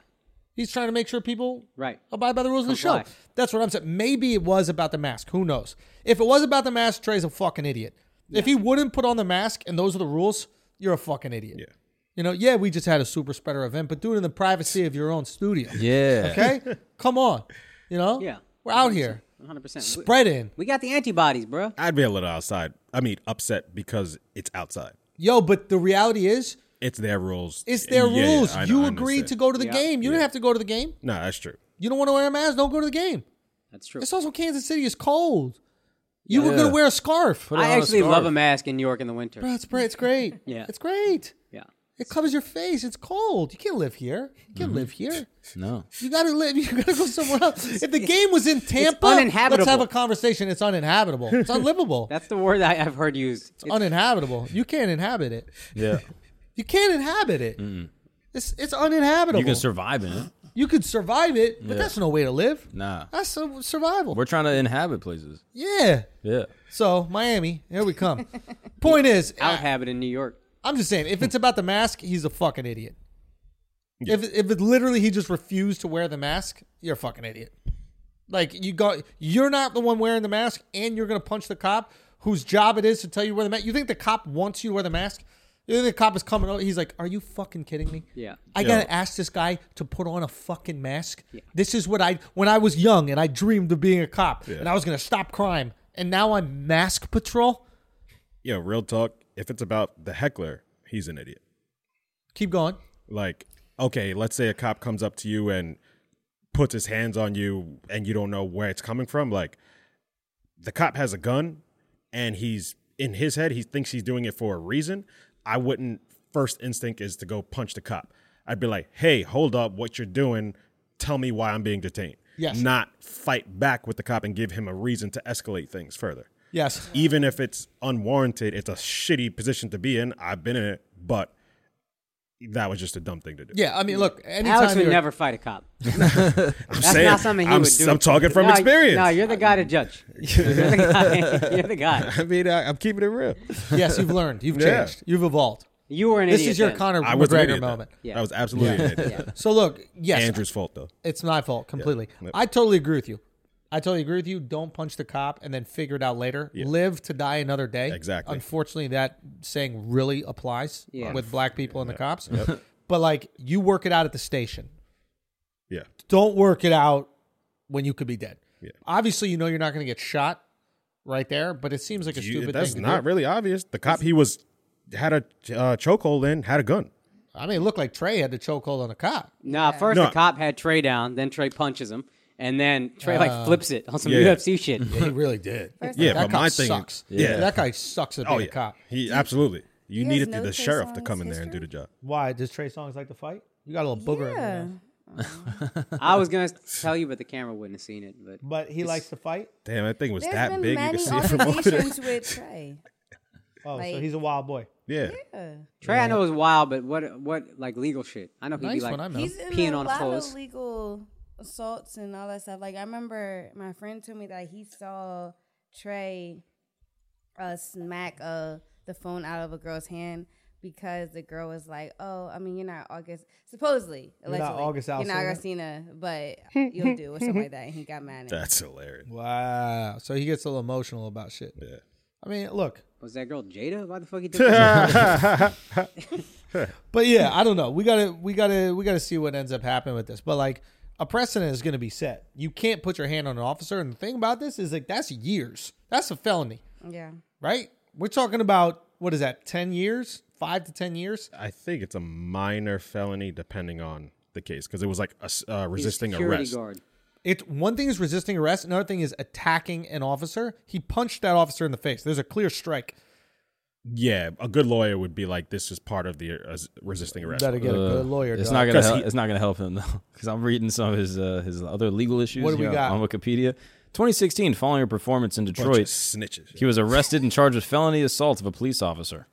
He's trying to make sure people Right. abide by the rules Comply. of the show. That's what I'm saying. Maybe it was about the mask. Who knows? If it was about the mask, Trey's a fucking idiot. If he wouldn't put on the mask and those are the rules, you're a fucking idiot. Yeah. You know, yeah, we just had a super spreader event, but do it in the privacy of your own studio. Yeah. Okay? Come on. You know? Yeah. We're out here. 100%. We- Spreading. We got the antibodies, bro. I'd be a little outside. I mean, upset because it's outside. Yo, but the reality is, It's their rules. it's their Yeah, yeah, rules. I know, you I agreed understand. to go to the Yeah. game. You didn't have to go to the game. No, that's true. You don't want to wear a mask, don't go to the game. That's true. It's also Kansas City. It's cold. You were going to wear a scarf. Put it I on a actually love scarf. a mask in New York in the winter. Bro, it's, br- it's great. Yeah. It's great. Yeah. It covers your face. It's cold. You can't live here. You Mm-hmm. can't live here. No. You gotta live. You gotta go somewhere else. If the game was in Tampa, uninhabitable. let's have a conversation. It's uninhabitable. It's unlivable. That's the word I, I've heard used. it's uninhabitable. You can't inhabit it. Yeah. You can't inhabit it. It's it's uninhabitable. you can survive in it. You could survive it, but that's no way to live. Nah. That's su- survival. We're trying to inhabit places. yeah. Yeah. So Miami, here we come. Point is, Out habit in New York. I'm just saying, if it's about the mask, he's a fucking idiot. If if it literally he just refused to wear the mask, you're a fucking idiot. Like you go, you're not the one wearing the mask, and you're gonna punch the cop whose job it is to tell you where the mask. You think the cop wants you to wear the mask? You think the cop is coming over? He's like, "Are you fucking kidding me? Yeah. I gotta ask this guy to put on a fucking mask. This is what I when I was young and I dreamed of being a cop and I was gonna stop crime, and now I'm mask patrol. Yeah, real talk. If it's about the heckler, he's an idiot. Keep going. Like, okay, let's say a cop comes up to you and puts his hands on you and you don't know where it's coming from. Like, the cop has a gun and he's in his head, he thinks he's doing it for a reason. I wouldn't, first instinct is to go punch the cop. I'd be like, hey, hold up, what you're doing. Tell me why I'm being detained. Yes. Not fight back with the cop and give him a reason to escalate things further. Yes. even if it's unwarranted, it's a shitty position to be in. I've been in it, but that was just a dumb thing to do. Yeah, I mean, look, anytime Alex would you're- never fight a cop. I'm That's saying, not something he I'm, would do. I'm talking from No, experience. No, you're the guy to judge. You're the guy. You're the guy. I mean, I, I'm keeping it real. Yes, you've learned. You've Yeah. changed. You've evolved. You were an This idiot. is your then. Conor I was an McGregor idiot, though. moment. Yeah. I was absolutely an idiot. So look, yes, Andrew's fault though. it's my fault completely. Yep. I totally agree with you. I totally agree with you. Don't punch the cop and then figure it out later. Live to die another day. Exactly. Unfortunately, that saying really applies Yeah. with black people and the cops. But like, you work it out at the station. Yeah, Don't work it out when you could be dead. Yeah. Obviously, you know you're not going to get shot right there, but it seems like a You- stupid that's thing. to not do. really obvious. The cop he was had a uh, chokehold in, had a gun. I mean, it looked like Trey had the chokehold on a cop. Nah, first No. the cop had Trey down, then Trey punches him, and then Trey Oh. like flips it on some yeah. UFC shit. He really did. Yeah, that but cop my thing, sucks. yeah, that guy sucks at being oh yeah, a cop. he absolutely. You He has needed the, no the trace sheriff to on come his in there and do the history? job. Why does Trey Songz like to fight? You got a little booger in Yeah. your nose. I was gonna tell you, but the camera wouldn't have seen it. But But he likes to fight. Damn, that thing was There's that been big. You could many see it from over there. altercations with Trey. Oh, so Like- he's a wild boy. Yeah, Yeah. Trey, I know is wild, but what what like legal shit? I know he'd be Nice like one, I know. He's in peeing a on lot clothes. of legal assaults and all that stuff. Like I remember my friend told me that he saw Trey uh, smack uh, the phone out of a girl's hand because the girl was like, "Oh, I mean, you're not August, supposedly, not allegedly, August you're not Augustina, but you'll do or something like that." And he got mad. At that's hilarious. Wow. So he gets a little emotional about shit. Yeah. I mean, look. was that girl Jada? Why the fuck he did that? But yeah, I don't know. We gotta we gotta we gotta see what ends up happening with this. But like a precedent is gonna be set. You can't put your hand on an officer. And the thing about this is like that's years. That's a felony, yeah, right? We're talking about what is that, ten years? Five to ten years? I think it's a minor felony depending on the case because it was like a s- uh, resisting security arrest. guard. It's one thing is resisting arrest, another thing is attacking an officer. He punched that officer in the face. There's a clear strike. Yeah, a good lawyer would be like, "This is part of the uh, resisting arrest." Better get a Uh, good lawyer. It's dog. not gonna. 'Cause Help, he- it's not gonna help him though, because I'm reading some of his uh, his other legal issues. What do we here got? on Wikipedia? 2016, following a performance in Bunch of Detroit, snitches. he was arrested and charged with felony assault of a police officer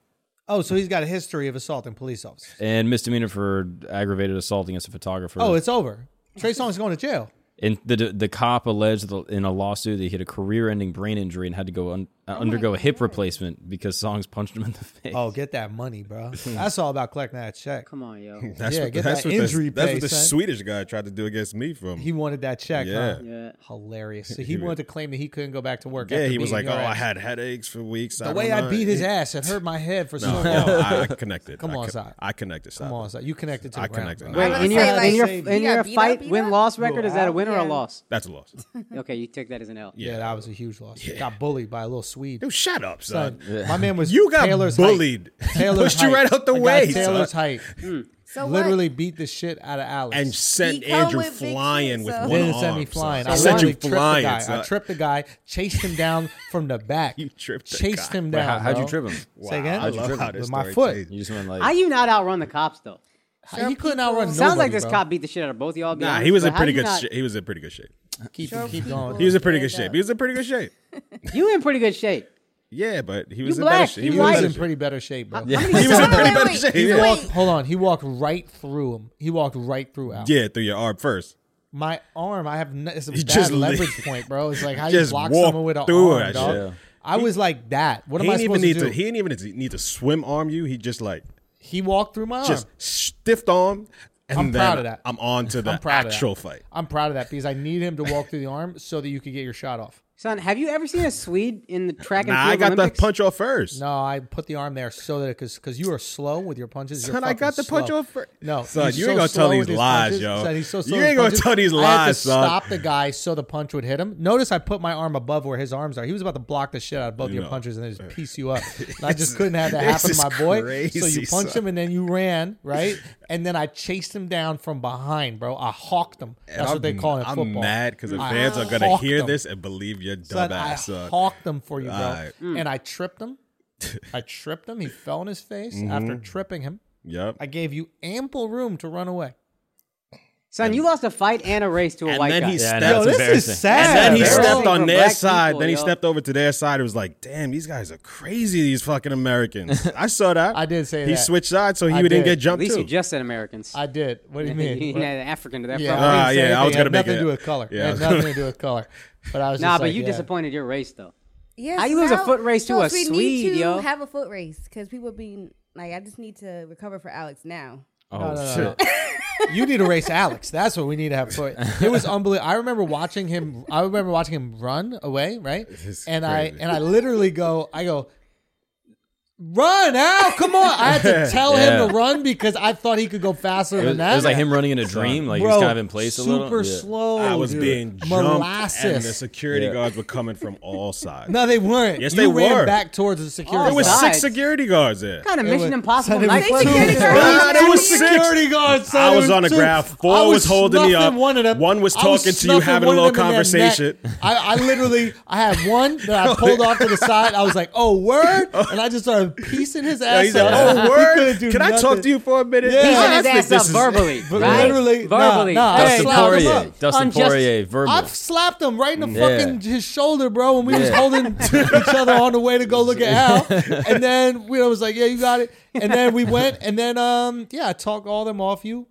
Oh, so he's got a history of assaulting police officers. and misdemeanor for aggravated assault against a photographer. Oh, it's over. Trey Songz going to jail. And the the cop alleged that in a lawsuit that he had a career-ending brain injury and had to go un, uh, undergo a hip replacement because Songs punched him in the face. Oh, get that money, bro. That's all about collecting that check. Come on, yo. That's Yeah, what, get that's that what the- injury That's pay, what the son. Swedish guy tried to do against me. From He wanted that check. yeah, Huh? Yeah. Hilarious. So he wanted to claim that he couldn't go back to work. yeah, after he was like, beating "Oh, your I ass." had headaches for weeks." the way I beat his ass. It hurt my head for so No, long. no, I I connected. Come I on, co- Zach. I connected. Come on, son. you connected to the I ground, connected. bro. Wait, Wait, I in was your, gonna say, in your, like, in you your got beat up, fight beat up? win loss record, is that a out? win or a Yeah. loss? That's a loss. Okay, you take that as an L. Yeah, that was a huge loss. Got bullied by a little Swede. Dude, shut up, son. Son, My man was You got Taylor's bullied. Height. Taylor's Pushed you height. right out the I got way, Taylor's son. height. so Literally what? beat the shit out of Alex. And sent He come Andrew with big flying shoes, with so- one Didn't arm. send me flying. Son. I I sent literally you tripped the guy. flying. I son. tripped the guy, chased him down from the back. You tripped the chased guy. him Wait, down. how, how'd you bro. trip him? Wow, Say again? I love With how this my story foot. changed. You just went like How you not outrun the cops though? He couldn't outrun. Nobody, Sounds like this bro. cop beat the shit out of both of y'all. to be Nah, honest, he was but in how pretty you good. not- shape. He was in pretty good shape. Keep, keep going. He was in pretty good stand shape. up. He was in pretty good shape. You in pretty good shape. Yeah, but he was in black, better you shape. He He was in was in better pretty shape. better shape, bro. He was in pretty better shape. He yeah. walked, hold on. He walked right through him. He walked right through Al. Yeah, through your arm first. My arm, I have no, it's a He bad just li- leverage point, bro. It's like how you Just block walked someone with an through arm, that dog. shit. I was like that. What He am I didn't even supposed need to do? to. He didn't even need to- need to swim arm you. He just like he walked through my arm. just stiff arm, and I'm then proud of that. I'm on to the proud of that. actual fight. I'm proud of that because I need him to walk through the arm so that you could get your shot off. Son, have you ever seen a Swede in the track and Nah, field I got Olympics? the punch off first. No, I put the arm there so that because because you are slow with your punches. You're Son, I fucking got the slow. punch off fir- No, Son, he's you so ain't gonna slow tell with these his lies, punches. yo. Son, he's so You slow with ain't his gonna punches. tell these I had to lies, son. stop the guy so the punch would hit him. Notice I put my arm above where his arms are. He was about to block the shit out of both your know. punches and then just piece you up. And I This is- just couldn't have that this happen to is my boy. so crazy, you punch son. him and then you ran right, and then I chased him down from behind, bro. I hawked him. That's I'm, what they call it in I'm football. mad because the I fans are gonna hawked hear him. this and believe your dumb Son, ass. I son. hawked them for you, bro. All right. And I tripped him. I tripped him. He fell on his face Mm-hmm. after tripping him. Yep. I gave you ample room to run away. Son, you lost a fight and a race to a And white then guy. he Yeah, stepped. no, Yo, That's this embarrassing. is sad. and then he bro. embarrassing stepped on for their black side. people, then he yo. stepped over to their side. It was like, damn, these guys are crazy. These fucking Americans. I saw that. I did say he that. switched sides, so he I didn't did. get At jumped least too. you just said Americans. I did. What do you you mean? didn't add an African to that. yeah, Yeah. Ah, I didn't say yeah, I anything. was It gonna had make nothing it- to do with color. yeah, I Yeah, it was had gonna- nothing to do with color. But I was Nah, just but like, you yeah. disappointed your race though. Yes, How you lose a now- foot race to a Schultz, we Swede, need to yo? Have a foot race because people being like, I just need to recover for Alex now. Oh No, no, shit! no, no. you need to race Alex. That's what we need to have for it. It was unbelievable. I remember watching him. I remember watching him run away, right? is And crazy. I and I literally go, I go, run, Al, come on! I had to tell Yeah. him to run because I thought he could go faster It, was, than it that. was like him running in a dream. Like he's kind of in place a super little. Yeah. slow. I was dude. being jumped, and the molasses. security Yeah. guards were coming from all sides. No, they weren't. Yes, you they ran were. back towards the security. There There was guard. Sides. six security guards there. Kind of It Mission was- Impossible. Son, it night was football. two. guards. It was six. security guards. son, I it was on the two. ground. Four I was holding me snuffing up. One, of them. One was I was talking to you, snuffing having a one of little them in their conversation. neck. I, I literally, I had one that I pulled off to the side. I was like, "Oh word," and I just started piecing his Yeah, ass. he's like, up. "Oh, He word! couldn't do Can I talk nothing. to you for a minute?" Yeah. He's Piecing in his I ass think up this is- verbally. But right? literally, nah, verbally. nah, I Dustin slapped him Poirier. up. Dustin Unjust- Poirier. Verbal. I've slapped him right in the Yeah. fucking his shoulder, bro. When we was Yeah. holding each other on the way to go look at Al, and then we I was like, "Yeah, you got it." And then we went, and then um, yeah, I talked all them off you.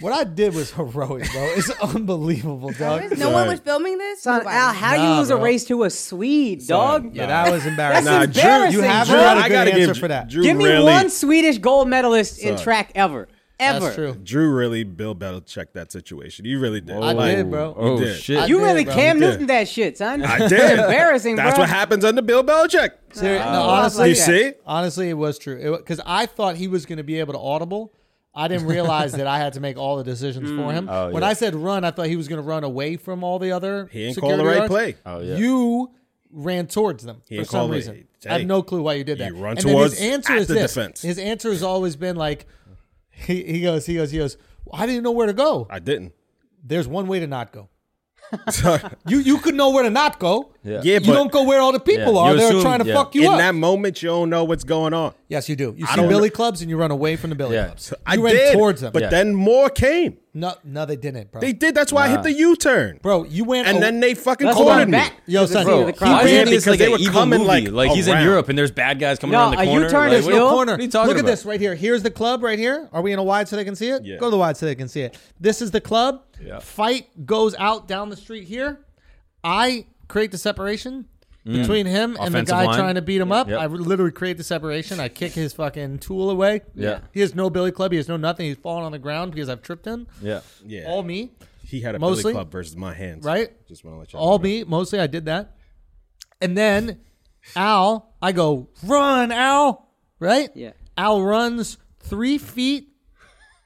What I did was heroic, bro. It's unbelievable, dog. No one was filming this. Son, Nobody. Al, how do you Nah, lose a bro. race to a Swede, dog? Yeah, that was embarrassing. That's Drew, embarrassing, you have bro. Drew had a I good gotta answer give for that. Drew Give me really, one Swedish gold medalist in Son. track ever. Ever. That's true. Drew really Bill Belichick that situation. You really did. I Like, did, bro. Oh You did. shit! I You did, really bro. Cam You did. Newton that shit, son. I did. Embarrassing, That's bro. what happens under Bill Belichick. Seri- no, like honestly, you see? honestly, it was true. Because I thought he was going to be able to audible. I didn't realize that I had to make all the decisions Mm. for him. Oh, when yeah. I said run, I thought he was going to run away from all the other. He didn't security call the right guards. play. Oh, yeah. You ran towards them for didn't some call the- reason. I have hey, no clue why you did that. you run and then towards his answer at is the this. defense. His answer has always been like, he, he goes, he goes, he goes. I didn't know where to go. I didn't. There's one way to not go. You you could know where to not go. Yeah. Yeah, you but- don't go where all the people Yeah, are. you They're assume- trying to yeah. fuck you In up. that moment, you don't know what's going on. Yes, you do. You I see don't Billy know- clubs and you run away from the Billy Yeah. clubs. So You I ran did, towards them. but Yeah. then more came. no, no, they didn't, bro. They did. That's why I hit the U-turn, bro, you went. and a- then they fucking Let's cornered run me. back. Yo, to the son, scene of Bro, he the why crime. is ran it this because like they an were evil coming, movie? like, Like, he's in around. Europe and there's bad guys coming No, around the a corner. U-turn Like, is what- ill. Yo, corner. What are you talking Look at about? this right here. Here's the club right here. Are we in a wide so they can see it? Yeah. Go to the wide so they can see it. This is the club. Yeah. Fight goes out down the street here. I create the separation between him and the Mm. Offensive guy line. trying to beat him up. Yep. I literally create the separation. I kick his fucking tool away. Yeah. He has no Billy club. He has no nothing. He's falling on the ground because I've tripped him. Yeah. Yeah, All me. He had a Mostly. Billy Club versus my hands. Right? Just want to let you all me mostly i did that and then al i go run al right Yeah. al runs three feet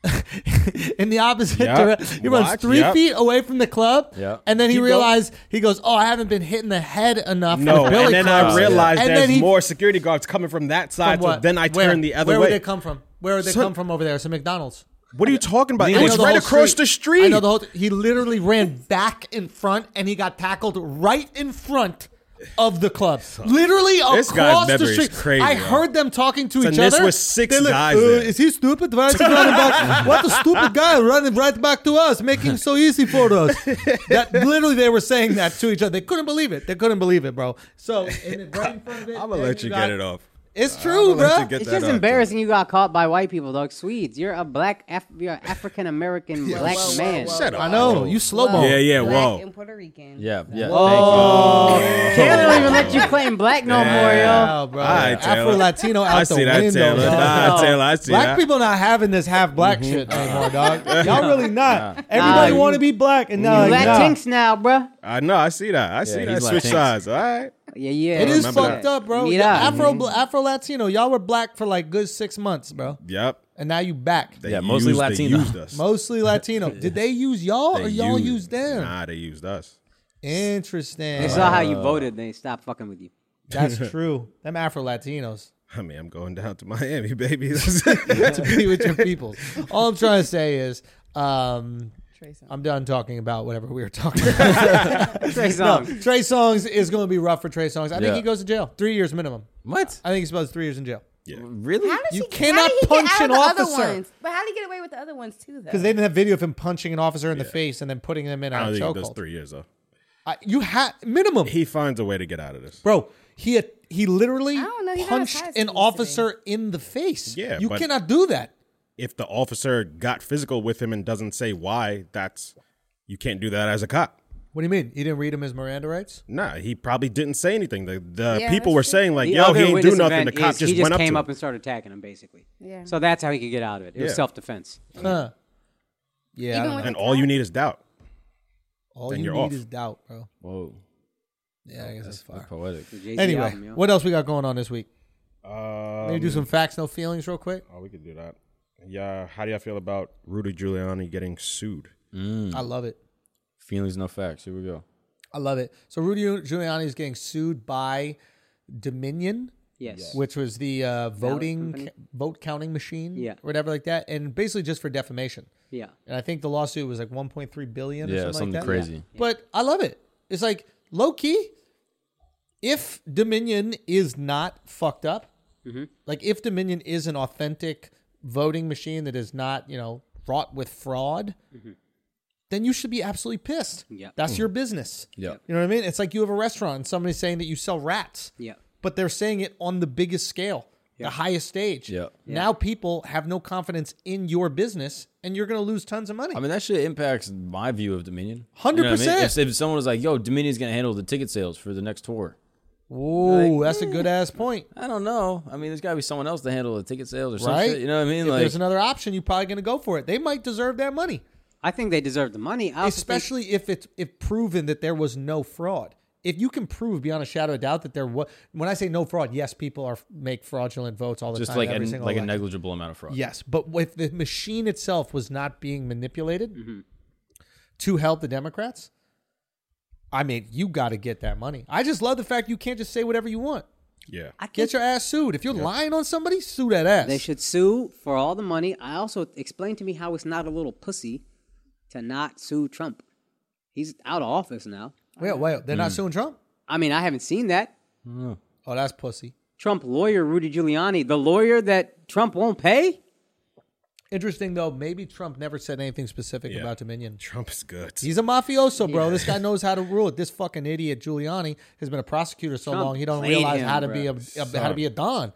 in the opposite Yep. direction he runs Watch. three Yep. feet away from the club Yep. and then he Keep going. realized he goes oh i haven't been hitting the head enough No, with Billy and then clubs." I realized And then there's he- more security guards coming from that side. from so what? then I Where? turned the other where way. would they come from where would they Son- come from over there it's a mcdonald's What are you talking about? I It know was the right whole across the street. I know the whole. He literally ran back in front, and he got tackled right in front of the club. Literally This across guy's memory the is street. crazy, I yo. heard them talking to So each this other. was six They're like, guys "Uh, there." Is he stupid? Why is he running back? What a stupid guy running right back to us, making it so easy for us. That literally they were saying that to each other. They couldn't believe it. They couldn't believe it, bro. So and it right in front of it, I'm gonna then let you got- get it off. It's true, I'll let you bro. get It's that just out, too. embarrassing you got caught by white people, dog. Swedes. You're a black, Af- you're an African American black whoa, whoa, man. whoa. Shut up. I know you slow mo. Yeah, yeah, Black whoa. and Puerto Rican. Yeah, yeah. Oh, Taylor don't even let you claim black no more, yo. Wow, bro. All right, Taylor. Afro Latino out I the see that, window. Taylor. dog. Nah, Taylor, I see black that. people not having this half black shit anymore, dog. Y'all really not. Mm-hmm. Nah, Everybody you- want to be black, and now You like, nah. Latinx now, bruh. I know, I see that. I see that. he's Switch Latinx. sides. All right. Yeah, yeah. It is remember fucked that. Mm-hmm. up, bro. Meet Yeah, up. Afro Afro Latino, y'all were black for like good six months, bro, Yep. and now you back. They Yeah, mostly used, Latino. They used us. Mostly Latino. Did they use y'all They or y'all used- use them? Nah, they used us. Interesting. They saw how you voted, they stopped fucking with you. That's true. Them Afro Latinos. I mean, I'm going down to Miami, baby. That's- to be with your peoples. All I'm trying to say is, um, I'm done talking about whatever we were talking about. Trey Songz. Trey Songs is going to be rough for Trey Songs. I think Yeah. he goes to jail, three years minimum. What? I think he's supposed to three years in jail Really? How does You he, cannot how did he punch get out an of the officer. Other ones? But how did he get away with the other ones too? Though because they didn't have video of him punching an officer in the face and then putting them in a I don't think it does chokehold. three years, though. I- You had minimum, He finds a way to get out of this. bro. He he literally I don't know, he got punched his eyes an beat officer in the face. Yeah, you but- cannot do that. If the officer got physical with him and doesn't say why, that's you can't do that as a cop. What do you mean? You didn't read him his Miranda rights? Nah, he probably didn't say anything. The, the Yeah, people that's were true. saying like, The "Yo, other he ain't do witness nothing." The event cop is just he just went up came to up, him. and started attacking him, basically. Yeah. So that's how he could get out of it. It was Yeah. self defense. Huh. Yeah, I Even don't know. with- and all you need is doubt. all then you you're need off. is doubt, bro. Whoa, Yeah, I guess that's far. poetic. Anyway, what else we got going on this week? Um, Maybe do some facts, no feelings, real quick. Oh, we could do that. Yeah, how do y'all feel about Rudy Giuliani getting sued? I love it. Feelings, no facts. Here we go. I love it. So Rudy Giuliani is getting sued by Dominion, Yes. which was the uh, voting company? vote counting machine, Yeah. or whatever like that, and basically just for defamation. Yeah. And I think the lawsuit was like 1.3 billion. Yeah, or something, something like that. crazy. Yeah. But I love it. It's like low key. If Dominion is not fucked up, Mm-hmm. like if Dominion is an authentic voting machine that is not, you know, wrought with fraud, then you should be absolutely pissed. Mm-hmm. Yeah. That's your business. Mm. Yeah. You know what I mean? It's like you have a restaurant and somebody's saying that you sell rats. Yeah. But they're saying it on the biggest scale, the highest stage. Yeah. Now people have no confidence in your business and you're going to lose tons of money. I mean, that shit impacts my view of Dominion. 100%. If, if someone was like, "Yo, Dominion's gonna handle the ticket sales for the next tour," Ooh, that's a eh. good ass point. I don't know. I mean, there's gotta be someone else to handle the ticket sales or Right? something. You know what I mean? If like, there's another option, you're probably going to go for it. They might deserve that money, I think they deserve the money. I also think- especially if it's if proven that there was no fraud. If you can prove beyond a shadow of doubt that there was, when I say no fraud, yes, people are make fraudulent votes all the just time. like a, every single like a election. negligible amount of fraud. Yes, but if the machine itself was not being manipulated to help the Democrats, I mean, you got to get that money. I just love the fact you can't just say whatever you want. Yeah, Get your ass sued. If you're lying on somebody, sue that ass. They should sue for all the money. I also explained to me how it's not a little pussy to not sue Trump. He's out of office now. Wait, wait, they're not suing Trump? I mean, I haven't seen that. Oh, that's pussy. Trump lawyer Rudy Giuliani, the lawyer that Trump won't pay. Interesting though, maybe Trump never said anything specific Yeah. about Dominion. Trump is good. He's a mafioso, bro. This guy knows how to rule it. This fucking idiot Giuliani has been a prosecutor so Trump long he don't played realize him, how to bro. be a, a- how to be a don.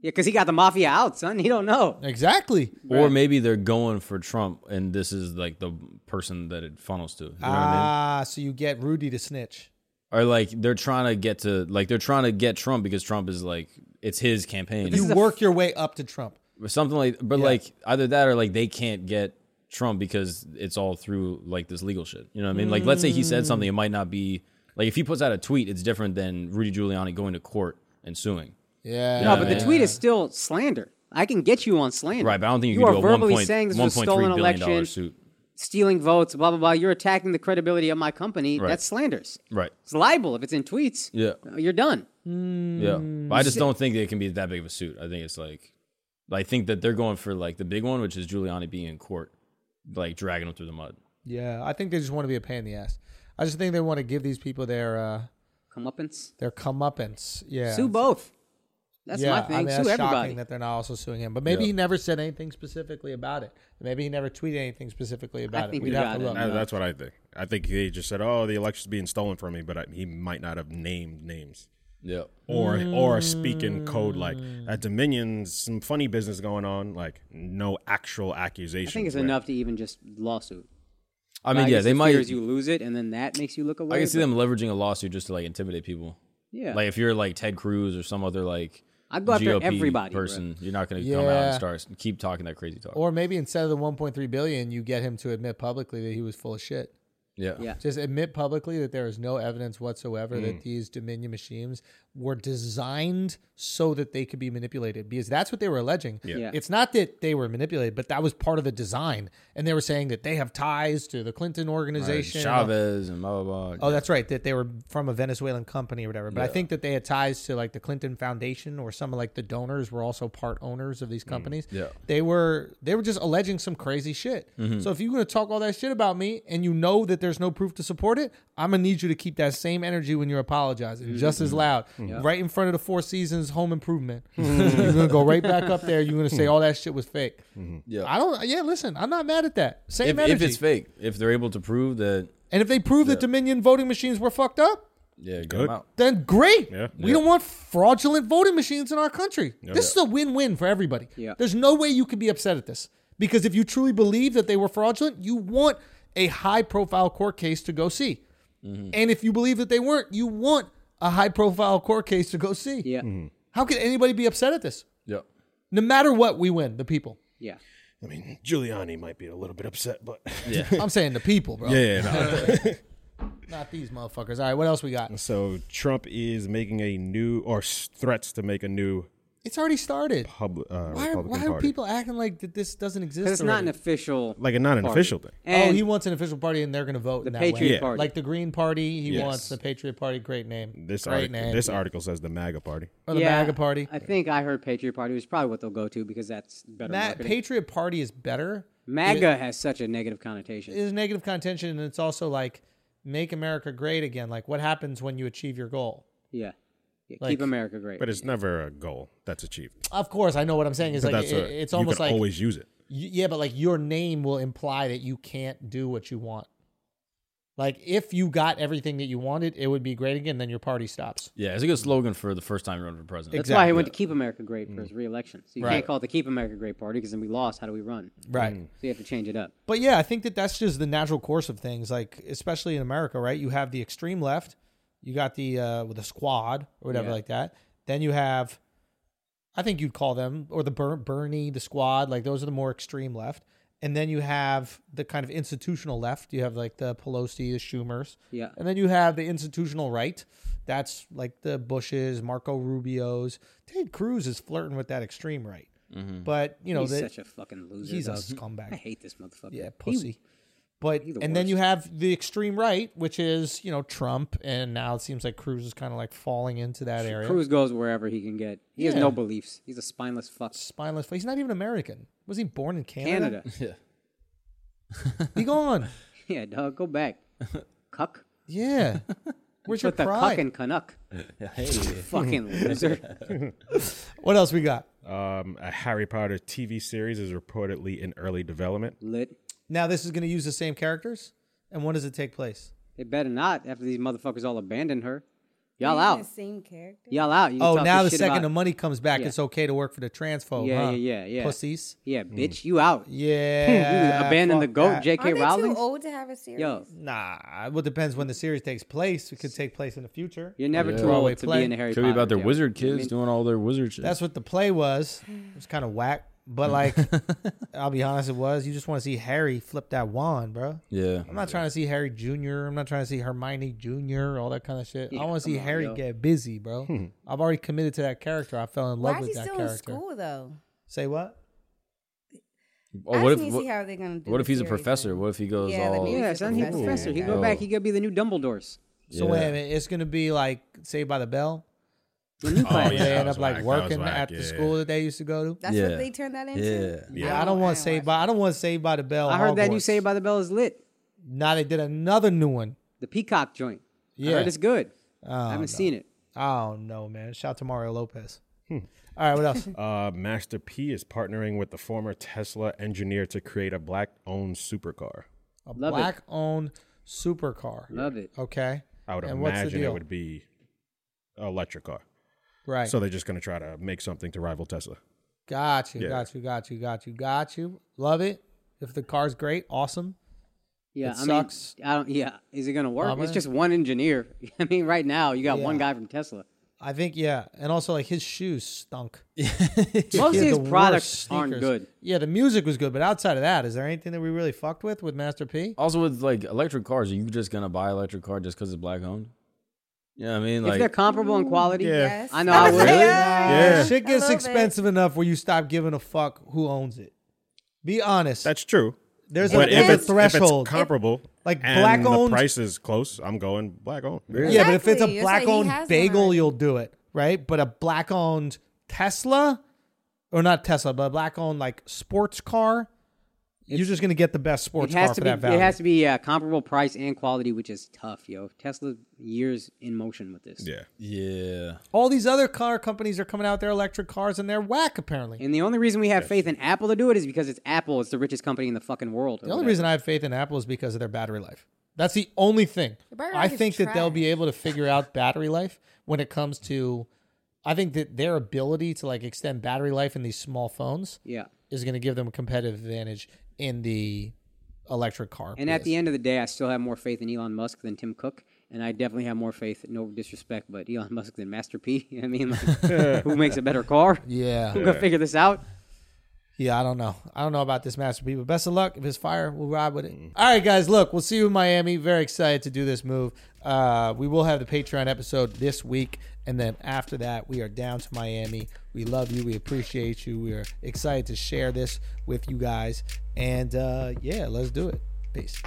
Yeah, because he got the mafia out, son. He don't know. Exactly. Or maybe they're going for Trump, and this is like the person that it funnels to. You know what I mean? Ah, so you get Rudy to snitch. Or like they're trying to get to like they're trying to get Trump because Trump is like it's his campaign. You work your way up to Trump. Or something like but like either that or like they can't get Trump because it's all through like this legal shit. You know what I mean? Like let's say he said something, it might not be like if he puts out a tweet, it's different than Rudy Giuliani going to court and suing. Yeah. No, No, but the tweet is still slander. I can get you on slander. Right, but I don't think you, are can do a verbally 1. saying this was a 1.3 stolen billion dollar election, suit. stealing votes, blah blah blah. You're attacking the credibility of my company. Right. That's slanders. Right. It's libel if it's in tweets. Uh, Yeah. You're done. Yeah. Mm. But I just don't think it can be that big of a suit. I think it's like I think that they're going for like the big one, which is Giuliani being in court, like dragging him through the mud. Yeah, I think they just want to be a pain in the ass. I just think they want to give these people their uh Comeuppance. their comeuppance. Yeah. Sue both. That's yeah, my I mean, thing. that's Sue everybody. shocking that they're not also suing him. But maybe Yeah. he never said anything specifically about it. Maybe he never tweeted anything specifically about it. think We'd you have to got it. look. That- that's what I think. I think they just said, "Oh, the election's being stolen from me," but I, he might not have named names. Yeah. or or speaking code like Mm. at Dominion's some funny business going on, like no actual accusation. I think it's enough to even just lawsuit. I mean, yeah, guess they the might. fear is you lose it, and then that makes you look away. I can see but- them leveraging a lawsuit just to like intimidate people. Yeah, Like if you're like Ted Cruz or some other like I'd go after GOP everybody, bro. person, you're not going to come out and Yeah. start keep talking that crazy talk. Or maybe instead of the 1.3 billion, you get him to admit publicly that he was full of shit. yeah. Yeah. Mm. Just admit publicly that there is no evidence whatsoever that these Dominion machines were designed so that they could be manipulated, because that's what they were alleging. Yeah. It's not that they were manipulated, but that was part of the design, and they were saying that they have ties to the Clinton Like organization. Chavez and blah blah blah. Oh, that's right. That they were from a Venezuelan company or whatever. But I think that they had ties to like the Clinton Foundation or some of like the donors were also part owners of these companies. Mm, yeah. Mm-hmm. They were they were just alleging some crazy shit. So if you're gonna talk all that shit about me and you know that there's no proof to support it, I'm gonna need you to keep that same energy when you're apologizing, Mm-hmm. just as loud, right in front of the Four Seasons Home Improvement. you're gonna go right back up there. You're gonna say all that shit was fake. Yeah. I don't. Yeah, listen, I'm not mad at that. Same Mm-hmm. if, energy. if it's fake, if they're able to prove that, and if they prove that Dominion voting machines were fucked up yeah, get Good. them out. then great. Yeah. We don't want fraudulent voting machines in our country. This is a win-win for everybody. Yeah. There's no way you could be upset at this because if you truly believe that they were fraudulent, you want a high-profile court case to go see. Mm-hmm. And if you believe that they weren't, you want a high-profile court case to go see. yeah, How could anybody be upset at this? Yeah. No matter what, we win, the people. yeah. I mean, Giuliani might be a little bit upset, but I'm saying the people, bro. yeah. yeah, no. Not these motherfuckers. All right, what else we got? So Trump is making a new or s- threats to make a new It's already started. public uh, Why are, Republican why are Party. people acting like that this doesn't exist? Because it's not already? an official. like a not an party. official thing. And oh, he wants an official party, and they're going to vote in that Patriot way. Yeah. Party. Like the Green Party, he Yes. wants the Patriot Party. Great name. This great article, name. this article says the MAGA party. or the MAGA Party. I think I heard Patriot Party was probably what they'll go to because that's better That marketing. Patriot Party is better. MAGA has such a negative connotation. It is negative contention, and it's also like make America great again. Like what happens when you achieve your goal? yeah. Yeah, Like- Keep America great. But it's never a goal that's achieved. Of course, I know what I'm saying is But like that's it- a- it's you almost can like always use it. Y- yeah, but like your name will imply that you can't do what you want. Like if you got everything that you wanted, it would be great again. Then your party stops. Yeah, it's a good slogan for the first time you run for president. that's why he went to Keep America Great for his reelection. So you Mm. Right. can't call it the Keep America Great Party because then we lost. How do we run? Right. So you have to change it up. But yeah, I think that that's just the natural course of things. Like especially in America, right? You have the extreme left, you got the uh, with the squad or whatever Yeah. like that. Then you have, I think you'd call them or the Ber- Bernie, the squad. Like those are the more extreme left. And then you have the kind of institutional left. You have like the Pelosi, the Schumers. Yeah. And then you have the institutional right. That's like the Bushes, Marco Rubios. Ted Cruz is flirting with that extreme right. But you know, Mm-hmm. he's the- such a fucking loser. he's a though. scumbag. I hate this motherfucker. yeah, He- pussy. but he the and then worst. you have the extreme right, which is you know Trump, and now it seems like Cruz is kind of like falling into that area. Cruz goes wherever he can get. He has Yeah. no beliefs. He's a spineless fuck. spineless. He's not even American. Was he born in Canada? Canada. Be gone. yeah, dog, go back. Cuck. Yeah. Where's your Put the cuck pride? and Canuck. fucking loser. what else we got? Um, a Harry Potter TV series is reportedly in early development. Lit. Now this is going to use the same characters, and when does it take place? They better not after these motherfuckers all abandon her. Y'all Using out. The same character. Y'all out. You can Oh, talk now the this shit second about- the money comes back, Yeah. it's okay to work for the transphobe. Yeah, huh? yeah, yeah, yeah. Pussies. Yeah, Hmm. bitch, you out. Yeah. you abandon the fuck goat, that. J.K. Aren't they Rowling. too old to have a series? Yo, Nah, well, depends when the series takes place. It could take place in the future. you're never too Broadway old to play. be in a Harry Could Potter. be about their show. wizard kids doing all their wizard shit. That's what the play was. It was kind of whack, but like, I'll be honest, it was. You just want to see Harry flip that wand, bro. yeah. I'm not trying to see Harry Jr. I'm not trying to see Hermione Jr. All that kind of shit. I Yeah, want to see come on, Harry yo. get busy, bro. I've already committed to that character. I fell in love Why is with he that still in character. school though? Say what? Oh, I what just if need to what, see how they're gonna do what the if he's a series professor? then. What if he goes Yeah, the all new- Yeah, son, he's a Ooh. professor. He Oh. go back. He could be the new Dumbledores. So Yeah. wait a minute. It's gonna be like Saved by the Bell. Oh, The new class. They yeah. that end was up like whack, that was working whack, at the yeah. school that they used to go to. That's Yeah. what they turned that into. Yeah. Yeah. I don't want I Saved watched by. I don't want Saved by the Bell. I heard that new Hogwarts. Saved by the Bell is lit. Now they did another new one. The Peacock joint. Yeah, I Yeah. heard it's good. I haven't seen it. Oh no, man! Shout out to Mario Lopez. All right, what else? Uh, Master P is partnering with the former Tesla engineer to create a black-owned supercar. A Love it. black owned supercar. Love it. Okay. I would And what's the imagine it deal? would be electric car. Right. So they're just going to try to make something to rival Tesla. Got you, Yeah. got you, got you, got you, got you. Love it. If the car's great, awesome. It Yeah, I mean, sucks. I don't. Yeah, is it gonna work? Bummer. It's just one engineer. I mean, right now you got one Yeah. guy from Tesla. I think yeah, and also like his shoes stunk. Most of He his had the products worst aren't sneakers. good. Yeah, the music was good, but outside of that, is there anything that we really fucked with with Master P? Also, with like electric cars, are you just gonna buy an electric car just because it's black owned? Yeah, I mean, if they're like, comparable in quality, Yes. I know I would. Yeah. shit I gets love it. expensive enough where you stop giving a fuck who owns it. Be honest. That's true. There's a, But if there's a it's, if it's threshold. comparable, Like and black-owned- the price is close, I'm going black owned. yeah, but if it's Exactly. a It's black like he owned has one bagel, already. you'll do it, right? But a black owned Tesla, or not Tesla, but a black owned like sports car, you're just gonna get the best It sports car has for to be. that It value. has to be yeah, comparable price and quality, which is tough, yo. Tesla years in motion with this. Yeah. yeah, All these other car companies are coming out with their electric cars and they're whack apparently. And the only reason we have faith in Apple to do it is because it's Apple. It's the richest company in the fucking world. The only reason I have faith in Apple is because of their battery life. That's the only thing. battery I life is think that they'll be trash. able to figure out battery life when it comes to. I think that their ability to like extend battery life in these small phones Yeah. is going to give them a competitive advantage in the electric car. And at the end of the day, I still have more faith in Elon Musk than Tim Cook, and I definitely have more faith, no disrespect, but Elon Musk than Master P. I mean, like, who makes a better car? Who yeah, gonna figure this out? yeah, I don't know. I don't know about this Master P, but best of luck. If it's fire, we'll ride with it. All right, guys, look, we'll see you in Miami. Very excited to do this move. Uh, we will have the Patreon episode this week, and then after that, we are down to Miami. We love you. We appreciate you. We are excited to share this with you guys. And uh, yeah, let's do it. Peace.